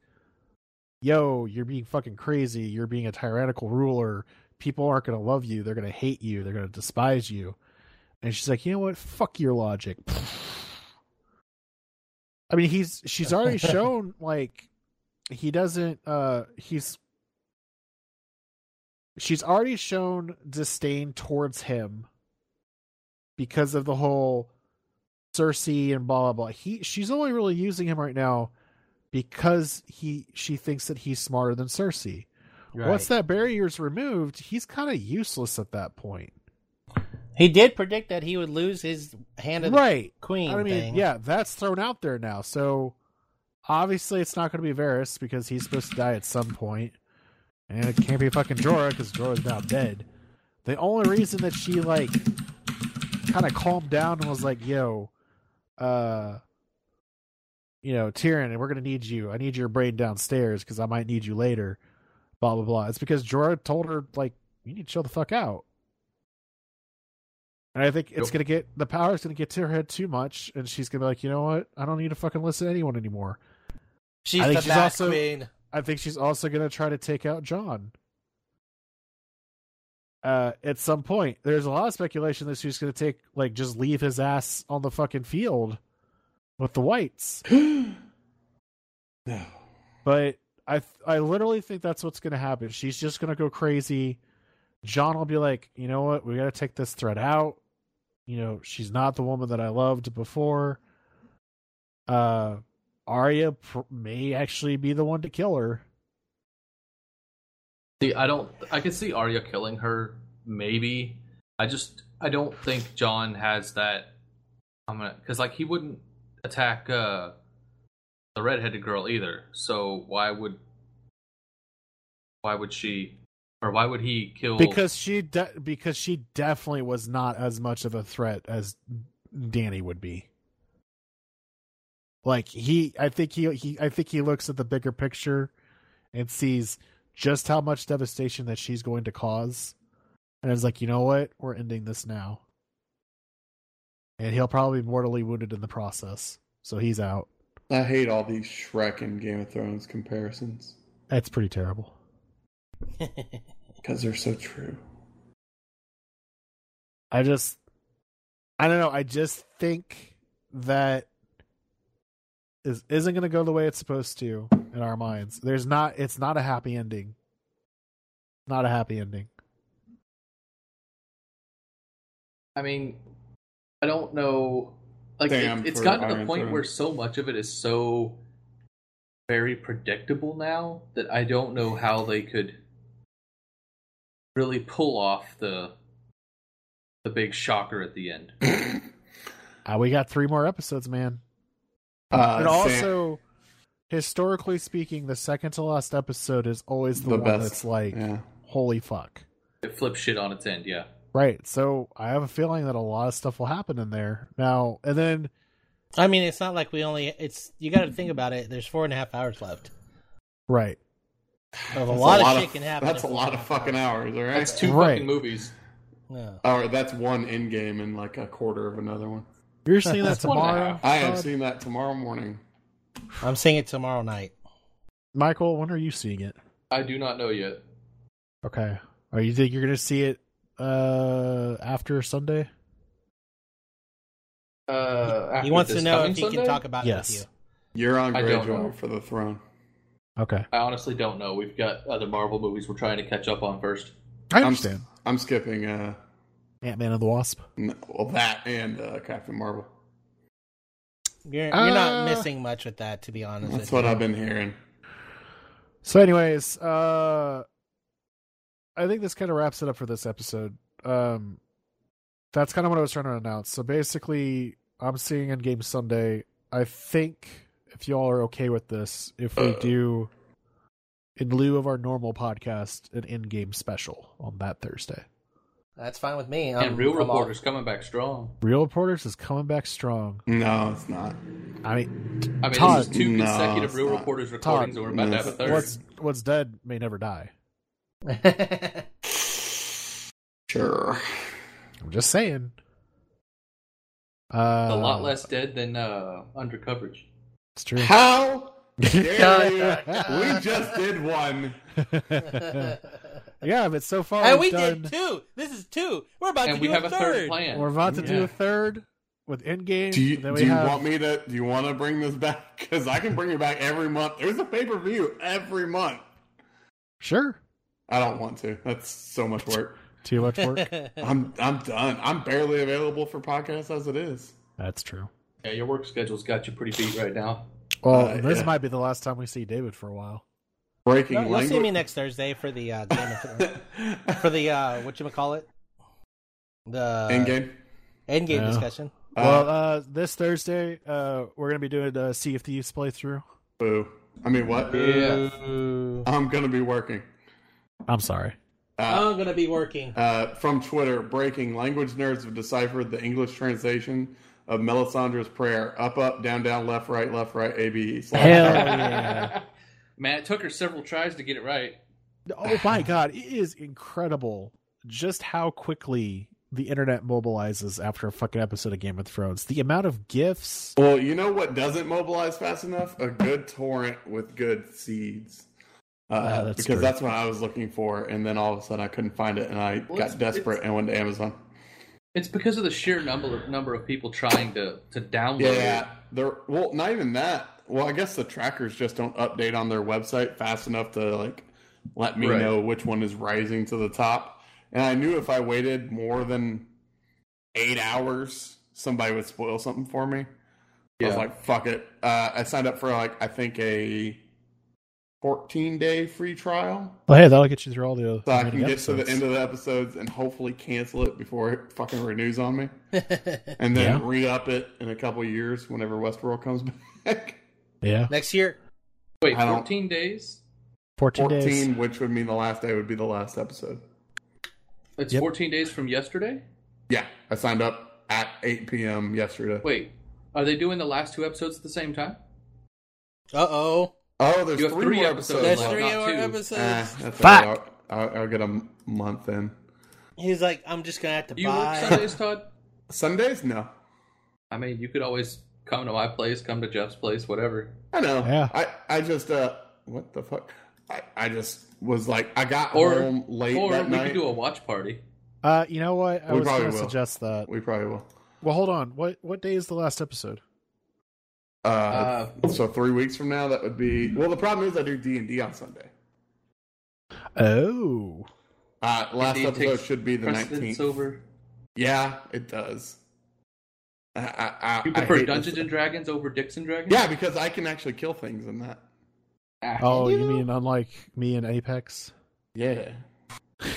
Speaker 1: "Yo, you're being fucking crazy. You're being a tyrannical ruler. People aren't gonna love you. They're gonna hate you. They're gonna despise you." And she's like, "You know what? Fuck your logic." I mean, he's she's already shown like he doesn't. uh He's she's already shown disdain towards him because of the whole Cersei and blah blah blah. He she's only really using him right now because he she thinks that he's smarter than Cersei. Once that barrier's removed, he's kind of useless at that point.
Speaker 2: He did predict that he would lose his hand of the
Speaker 1: Right.
Speaker 2: queen.
Speaker 1: I mean,
Speaker 2: thing.
Speaker 1: yeah, that's thrown out there now. So obviously it's not going to be Varys because he's supposed to die at some point. And it can't be fucking Jorah because Jorah's now dead. The only reason that she like kind of calmed down and was like, "Yo, uh, you know, Tyrion, and we're gonna need you. I need your brain downstairs because I might need you later." Blah blah blah. It's because Jorah told her like, "You need to chill the fuck out." And I think it's
Speaker 3: Yep.
Speaker 1: gonna get the power's gonna get to her head too much, and she's gonna be like, "You know what? I don't need to fucking listen to anyone anymore."
Speaker 2: She's
Speaker 1: I think
Speaker 2: the
Speaker 1: she's
Speaker 2: bad
Speaker 1: also-
Speaker 2: queen.
Speaker 1: I think she's also going to try to take out John. Uh, at some point, there's a lot of speculation that she's going to take, like, just leave his ass on the fucking field with the whites.
Speaker 5: No.
Speaker 1: But I, I literally think that's what's going to happen. She's just going to go crazy. John will be like, you know what? We got to take this threat out. You know, she's not the woman that I loved before. Uh, Arya pr- may actually be the one to kill her.
Speaker 3: See, I don't. I can see Arya killing her, maybe. I just, I don't think John has that. I'm gonna, because like he wouldn't attack uh the redheaded girl either. So why would, why would she, or why would he kill?
Speaker 1: because she de- because she definitely was not as much of a threat as Danny would be. Like he, I think he, he, I think he looks at the bigger picture and sees just how much devastation that she's going to cause, and is like, you know what, we're ending this now. And he'll probably be mortally wounded in the process, so he's out.
Speaker 5: I hate all these Shrek and Game of Thrones comparisons
Speaker 1: That's pretty terrible.
Speaker 5: because they're so true.
Speaker 1: I just I don't know, I just think that is isn't gonna go the way it's supposed to in our minds. There's not it's not a happy ending. Not a happy ending.
Speaker 3: I mean, I don't know. Like
Speaker 5: Damn
Speaker 3: it, it's
Speaker 5: for
Speaker 3: gotten to the
Speaker 5: Iron
Speaker 3: point
Speaker 5: Throne.
Speaker 3: where so much of it is so very predictable now that I don't know how they could really pull off the the big shocker at the end.
Speaker 1: Uh, we got three more episodes, man.
Speaker 5: Uh,
Speaker 1: And
Speaker 5: Sam-
Speaker 1: also historically speaking, the second to last episode is always the,
Speaker 5: The
Speaker 1: one
Speaker 5: best.
Speaker 1: that's like
Speaker 5: yeah.
Speaker 1: holy fuck.
Speaker 3: It flips shit on its end. Yeah,
Speaker 1: Right. So I have a feeling that a lot of stuff will happen in there. Now and then
Speaker 2: I mean, it's not like we only. It's you got to think about it. There's four and a half hours left.
Speaker 1: right.
Speaker 2: Of a
Speaker 5: That's
Speaker 2: lot, of shit can happen.
Speaker 5: That's a
Speaker 2: in four
Speaker 5: lot
Speaker 2: and
Speaker 5: of fucking hours, all right?
Speaker 3: that's two
Speaker 1: Right.
Speaker 3: fucking movies.
Speaker 2: No.
Speaker 5: or that's one in game and like a quarter of another one.
Speaker 1: You're seeing that
Speaker 3: one and a
Speaker 1: tomorrow.
Speaker 3: half.
Speaker 5: I am
Speaker 1: Todd?
Speaker 5: seeing that tomorrow morning.
Speaker 2: I'm seeing it tomorrow night.
Speaker 1: Michael, when are you seeing it?
Speaker 3: I do not know yet.
Speaker 1: Okay. Or you think you're gonna see it uh after Sunday?
Speaker 2: He
Speaker 3: Uh,
Speaker 5: Ah,
Speaker 3: after
Speaker 2: wants to
Speaker 3: this
Speaker 2: know
Speaker 3: coming
Speaker 2: if he
Speaker 3: Sunday?
Speaker 2: can talk about
Speaker 1: Yes.
Speaker 2: it with you.
Speaker 5: You're on
Speaker 3: I don't know.
Speaker 5: Greyjoy for the throne.
Speaker 1: Okay.
Speaker 3: I honestly don't know. We've got other Marvel movies we're trying to catch up on first.
Speaker 1: I
Speaker 5: I'm-
Speaker 1: understand.
Speaker 5: I'm skipping uh
Speaker 1: Ant Man and the Wasp.
Speaker 5: n- well that and uh, Captain Marvel.
Speaker 2: You're, you're not
Speaker 1: Uh,
Speaker 2: missing much with that, to be honest.
Speaker 5: Ah. That's what
Speaker 2: with you.
Speaker 5: I've been hearing.
Speaker 1: So anyways, uh I think this kind of wraps it up for this episode. Um that's kind of what I was trying to announce. So basically I'm seeing Endgame Sunday. I think if y'all are okay with this, if we
Speaker 5: Uh.
Speaker 1: do in lieu of our normal podcast, an endgame special on that Thursday.
Speaker 2: That's fine with me. I'm-
Speaker 3: And Real
Speaker 2: I'm all-
Speaker 3: Reporters coming back strong.
Speaker 1: Real Reporters is coming back strong.
Speaker 5: No, it's not.
Speaker 1: I mean,
Speaker 3: I mean,
Speaker 1: Todd-
Speaker 3: this is two
Speaker 5: No,
Speaker 3: consecutive
Speaker 5: it's
Speaker 3: Real
Speaker 5: not.
Speaker 3: Reporters recordings,
Speaker 1: Todd,
Speaker 3: and we're about to have a
Speaker 5: no.
Speaker 3: third.
Speaker 1: what's what's dead may never die.
Speaker 5: Sure.
Speaker 1: I'm just saying. Uh,
Speaker 3: a lot less dead than uh, under coverage.
Speaker 1: It's true.
Speaker 5: How dare you? we just did one.
Speaker 1: yeah, but so far
Speaker 2: and we
Speaker 1: we've done,
Speaker 2: did two. This is two. We're about to
Speaker 3: And
Speaker 2: do
Speaker 3: we have a third
Speaker 2: third.
Speaker 3: plan.
Speaker 1: We're about to do
Speaker 5: Yeah.
Speaker 1: a third with Endgame.
Speaker 5: Do you,
Speaker 1: and then
Speaker 5: do
Speaker 1: we
Speaker 5: you
Speaker 1: have,
Speaker 5: want me to? Do you want to bring this back? Because I can bring it back every month. There's a pay per view every month.
Speaker 1: Sure.
Speaker 5: I don't want to. That's so much work.
Speaker 1: Too much work.
Speaker 5: I'm I'm done. I'm barely available for podcasts as it is.
Speaker 1: That's true.
Speaker 3: Yeah, your work schedule's got you pretty beat right now.
Speaker 1: Well,
Speaker 5: Uh,
Speaker 1: this
Speaker 5: yeah.
Speaker 1: might be the last time we see David for a while.
Speaker 5: Breaking
Speaker 2: No, you'll
Speaker 5: language.
Speaker 2: see me next Thursday for the uh, Game of Thrones- for the uh, what you call it, the
Speaker 5: Endgame.
Speaker 2: end game
Speaker 1: Yeah.
Speaker 2: discussion.
Speaker 5: Uh,
Speaker 1: well, uh, this Thursday, uh, we're gonna be doing a Sea of Thieves playthrough.
Speaker 5: boo. I mean, what?
Speaker 3: Yeah.
Speaker 5: I'm gonna be working.
Speaker 1: I'm sorry.
Speaker 5: Uh,
Speaker 2: I'm gonna be working.
Speaker 5: uh, from Twitter, breaking language nerds have deciphered the English translation of Melisandra's prayer: up, up, down, down, left, right, left, right, A, B, E. slash-
Speaker 1: Hell Oh, yeah.
Speaker 3: Man, it took her several tries to get it right.
Speaker 1: Oh my god, it is incredible just how quickly the internet mobilizes after a fucking episode of Game of Thrones. The amount of gifs.
Speaker 5: Well, you know what doesn't mobilize fast enough? A good torrent with good seeds. Uh,
Speaker 1: Ah, that's
Speaker 5: because
Speaker 1: true.
Speaker 5: that's what I was looking for, and then all of a sudden I couldn't find it, and I
Speaker 3: Well, it's-
Speaker 5: got desperate and went to Amazon.
Speaker 3: It's because of the sheer number of, number of people trying to, to download
Speaker 5: Yeah, they're well, not even that. Well, I guess the trackers just don't update on their website fast enough to like let me
Speaker 3: Right.
Speaker 5: know which one is rising to the top. And I knew if I waited more than eight hours, somebody would spoil something for me. I was
Speaker 3: Yeah.
Speaker 5: like, fuck it. Uh, I signed up for like I think a fourteen day free trial.
Speaker 1: Well, Oh, hey, that'll get you through all the.
Speaker 5: So I can get to the end of the episodes and hopefully cancel it before it fucking renews on me and then
Speaker 1: Yeah.
Speaker 5: re up it in a couple of years whenever Westworld comes back.
Speaker 1: yeah,
Speaker 2: Next year,
Speaker 3: Wait,
Speaker 5: I don't-
Speaker 3: 14 days?
Speaker 1: 14,
Speaker 5: 14,
Speaker 1: days.
Speaker 5: which would mean the last day would be the last episode.
Speaker 3: It's
Speaker 1: Yep.
Speaker 3: 14 days from yesterday?
Speaker 5: Yeah, I signed up at 8 p.m. yesterday.
Speaker 3: Wait, Are they doing the last two episodes at the same time?
Speaker 2: Uh oh.
Speaker 5: Oh, there's
Speaker 3: You have
Speaker 5: three,
Speaker 3: three
Speaker 5: more
Speaker 3: episodes
Speaker 5: episodes.
Speaker 2: That's
Speaker 3: well,
Speaker 5: left.
Speaker 2: three
Speaker 3: not
Speaker 2: hour
Speaker 3: two.
Speaker 2: episodes.
Speaker 5: Ah, that's
Speaker 1: Fuck.
Speaker 5: all right. I'll, I'll, I'll get a m- month in.
Speaker 2: He's like, I'm just gonna have to
Speaker 3: You work
Speaker 2: buy.
Speaker 3: Sundays, Todd?
Speaker 5: Sundays? No.
Speaker 3: I mean, you could always come to my place, come to Jeff's place, whatever.
Speaker 5: I know.
Speaker 1: Yeah.
Speaker 5: I, I just uh what the fuck? I, I just was like I got
Speaker 3: Or-
Speaker 5: home late
Speaker 3: Or
Speaker 5: that
Speaker 3: we
Speaker 5: night.
Speaker 3: could do a watch party.
Speaker 1: Uh, you know what? I
Speaker 5: We
Speaker 1: was
Speaker 5: probably
Speaker 1: going to
Speaker 5: will.
Speaker 1: suggest that.
Speaker 5: we probably will.
Speaker 1: Well, hold on. What what day is the last episode?
Speaker 5: Uh,
Speaker 3: Uh,
Speaker 5: so three weeks from now that would be well the problem is I do D and D on Sunday.
Speaker 1: Oh,
Speaker 5: Uh last
Speaker 3: D&D
Speaker 5: episode
Speaker 3: takes
Speaker 5: should be the
Speaker 3: Precedence
Speaker 5: nineteenth.
Speaker 3: over.
Speaker 5: Yeah, it does. I, I, I,
Speaker 3: You
Speaker 5: I
Speaker 3: prefer
Speaker 5: hate
Speaker 3: Dungeons
Speaker 5: this.
Speaker 3: and Dragons over Dicks and Dragons?
Speaker 5: Yeah, because I can actually kill things in that.
Speaker 3: Ah,
Speaker 1: oh, you
Speaker 3: know?
Speaker 1: mean unlike me and Apex?
Speaker 5: Yeah.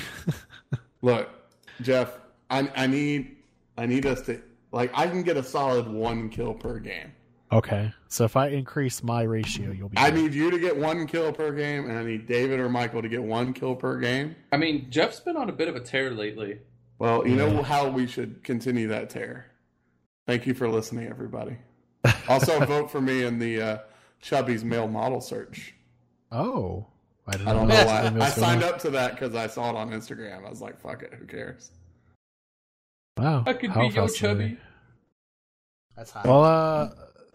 Speaker 5: Look, Jeff, I I need I need us to like I can get a solid one kill per game.
Speaker 1: Okay, so if I increase my ratio, you'll be.
Speaker 5: I
Speaker 1: good.
Speaker 5: need you to get one kill per game, and I need David or Michael to get one kill per game.
Speaker 3: I mean, Jeff's been on a bit of a tear lately.
Speaker 5: Well, you know how we should continue that tear. Thank you for listening, everybody. Also, vote for me in the uh, Chubby's male model search.
Speaker 1: Oh, didn't
Speaker 5: I don't know
Speaker 1: that.
Speaker 5: why.
Speaker 1: Something
Speaker 5: I
Speaker 1: else going
Speaker 5: signed
Speaker 1: on.
Speaker 5: up to that because I saw it on Instagram. I was like, fuck it, who cares?
Speaker 1: Wow,
Speaker 3: I could
Speaker 1: how
Speaker 3: be yo
Speaker 1: fascinating.
Speaker 3: chubby.
Speaker 2: That's hot.
Speaker 1: Well, uh,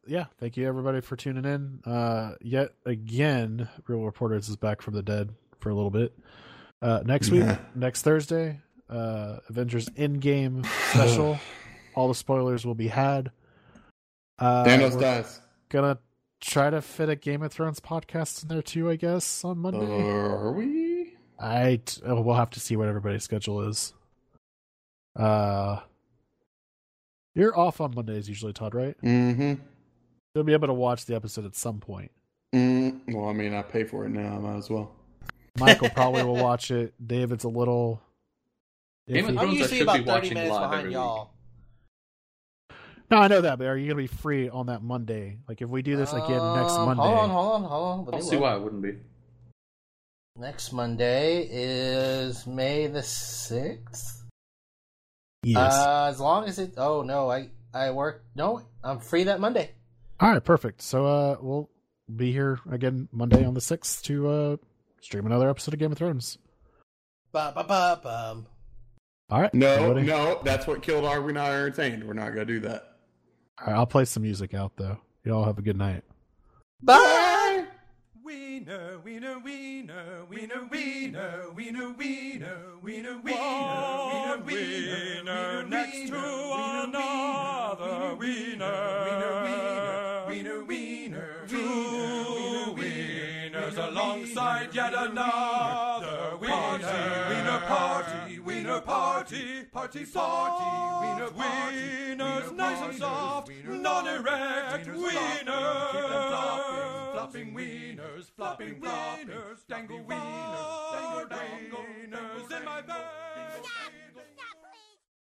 Speaker 1: yeah. Thank you everybody for tuning in. Uh, yet again, Real Reporters is back from the dead for a little bit. Uh, next week,
Speaker 5: Yeah.
Speaker 1: next Thursday, uh, Avengers Endgame special. All the spoilers will be had. Uh,
Speaker 5: Thanos
Speaker 1: we're
Speaker 5: dies.
Speaker 1: gonna try to fit a Game of Thrones podcast in there too, I guess, on Monday.
Speaker 5: Are we?
Speaker 1: I t- oh, we'll have to see what everybody's schedule is. Uh, you're off on Mondays usually, Todd, right?
Speaker 5: Mm-hmm.
Speaker 1: You'll be able to watch the episode at some point.
Speaker 5: Mm, well, I mean, I pay for it now. I might as well.
Speaker 1: Michael probably will watch it. David's a little.
Speaker 3: Game
Speaker 1: iffy.
Speaker 3: of
Speaker 2: I'm
Speaker 3: Thrones, I
Speaker 2: usually
Speaker 3: should
Speaker 2: about
Speaker 3: be
Speaker 2: 30
Speaker 3: watching
Speaker 2: minutes
Speaker 3: live
Speaker 2: behind
Speaker 3: every week.
Speaker 2: y'all.
Speaker 1: no, I know that, but are you gonna be free on that Monday? Like if we do this again next
Speaker 2: Um,
Speaker 1: Monday,
Speaker 2: Hold on, hold on, hold on. Let
Speaker 3: I'll
Speaker 2: me
Speaker 3: see
Speaker 2: look.
Speaker 3: why I wouldn't be.
Speaker 2: Next Monday is May the sixth.
Speaker 1: yes.
Speaker 2: Uh, as long as it. Oh no, I I work. No, I'm free that Monday.
Speaker 1: All right, perfect. So uh, we'll be here again Monday on the sixth to uh, stream another episode of Game of Thrones.
Speaker 2: Ba ba ba bum.
Speaker 1: All right.
Speaker 5: No,
Speaker 1: everybody?
Speaker 5: no, that's what killed Are We Not Entertained. We're not going to do that.
Speaker 1: All right, I'll play some music out though. Y'all have a good night.
Speaker 2: Bye.
Speaker 4: Wiener, wiener, wiener, wiener, wiener, wiener, wiener, wiener, wiener, wiener, wiener, next to another wiener, wiener, wiener, wiener, two wieners alongside yet another wiener, wiener party, wiener party, party party, wiener wieners, nice and soft, non-erect wieners, flopping wieners, flopping wieners, dangle wieners, dangle wieners in my bed.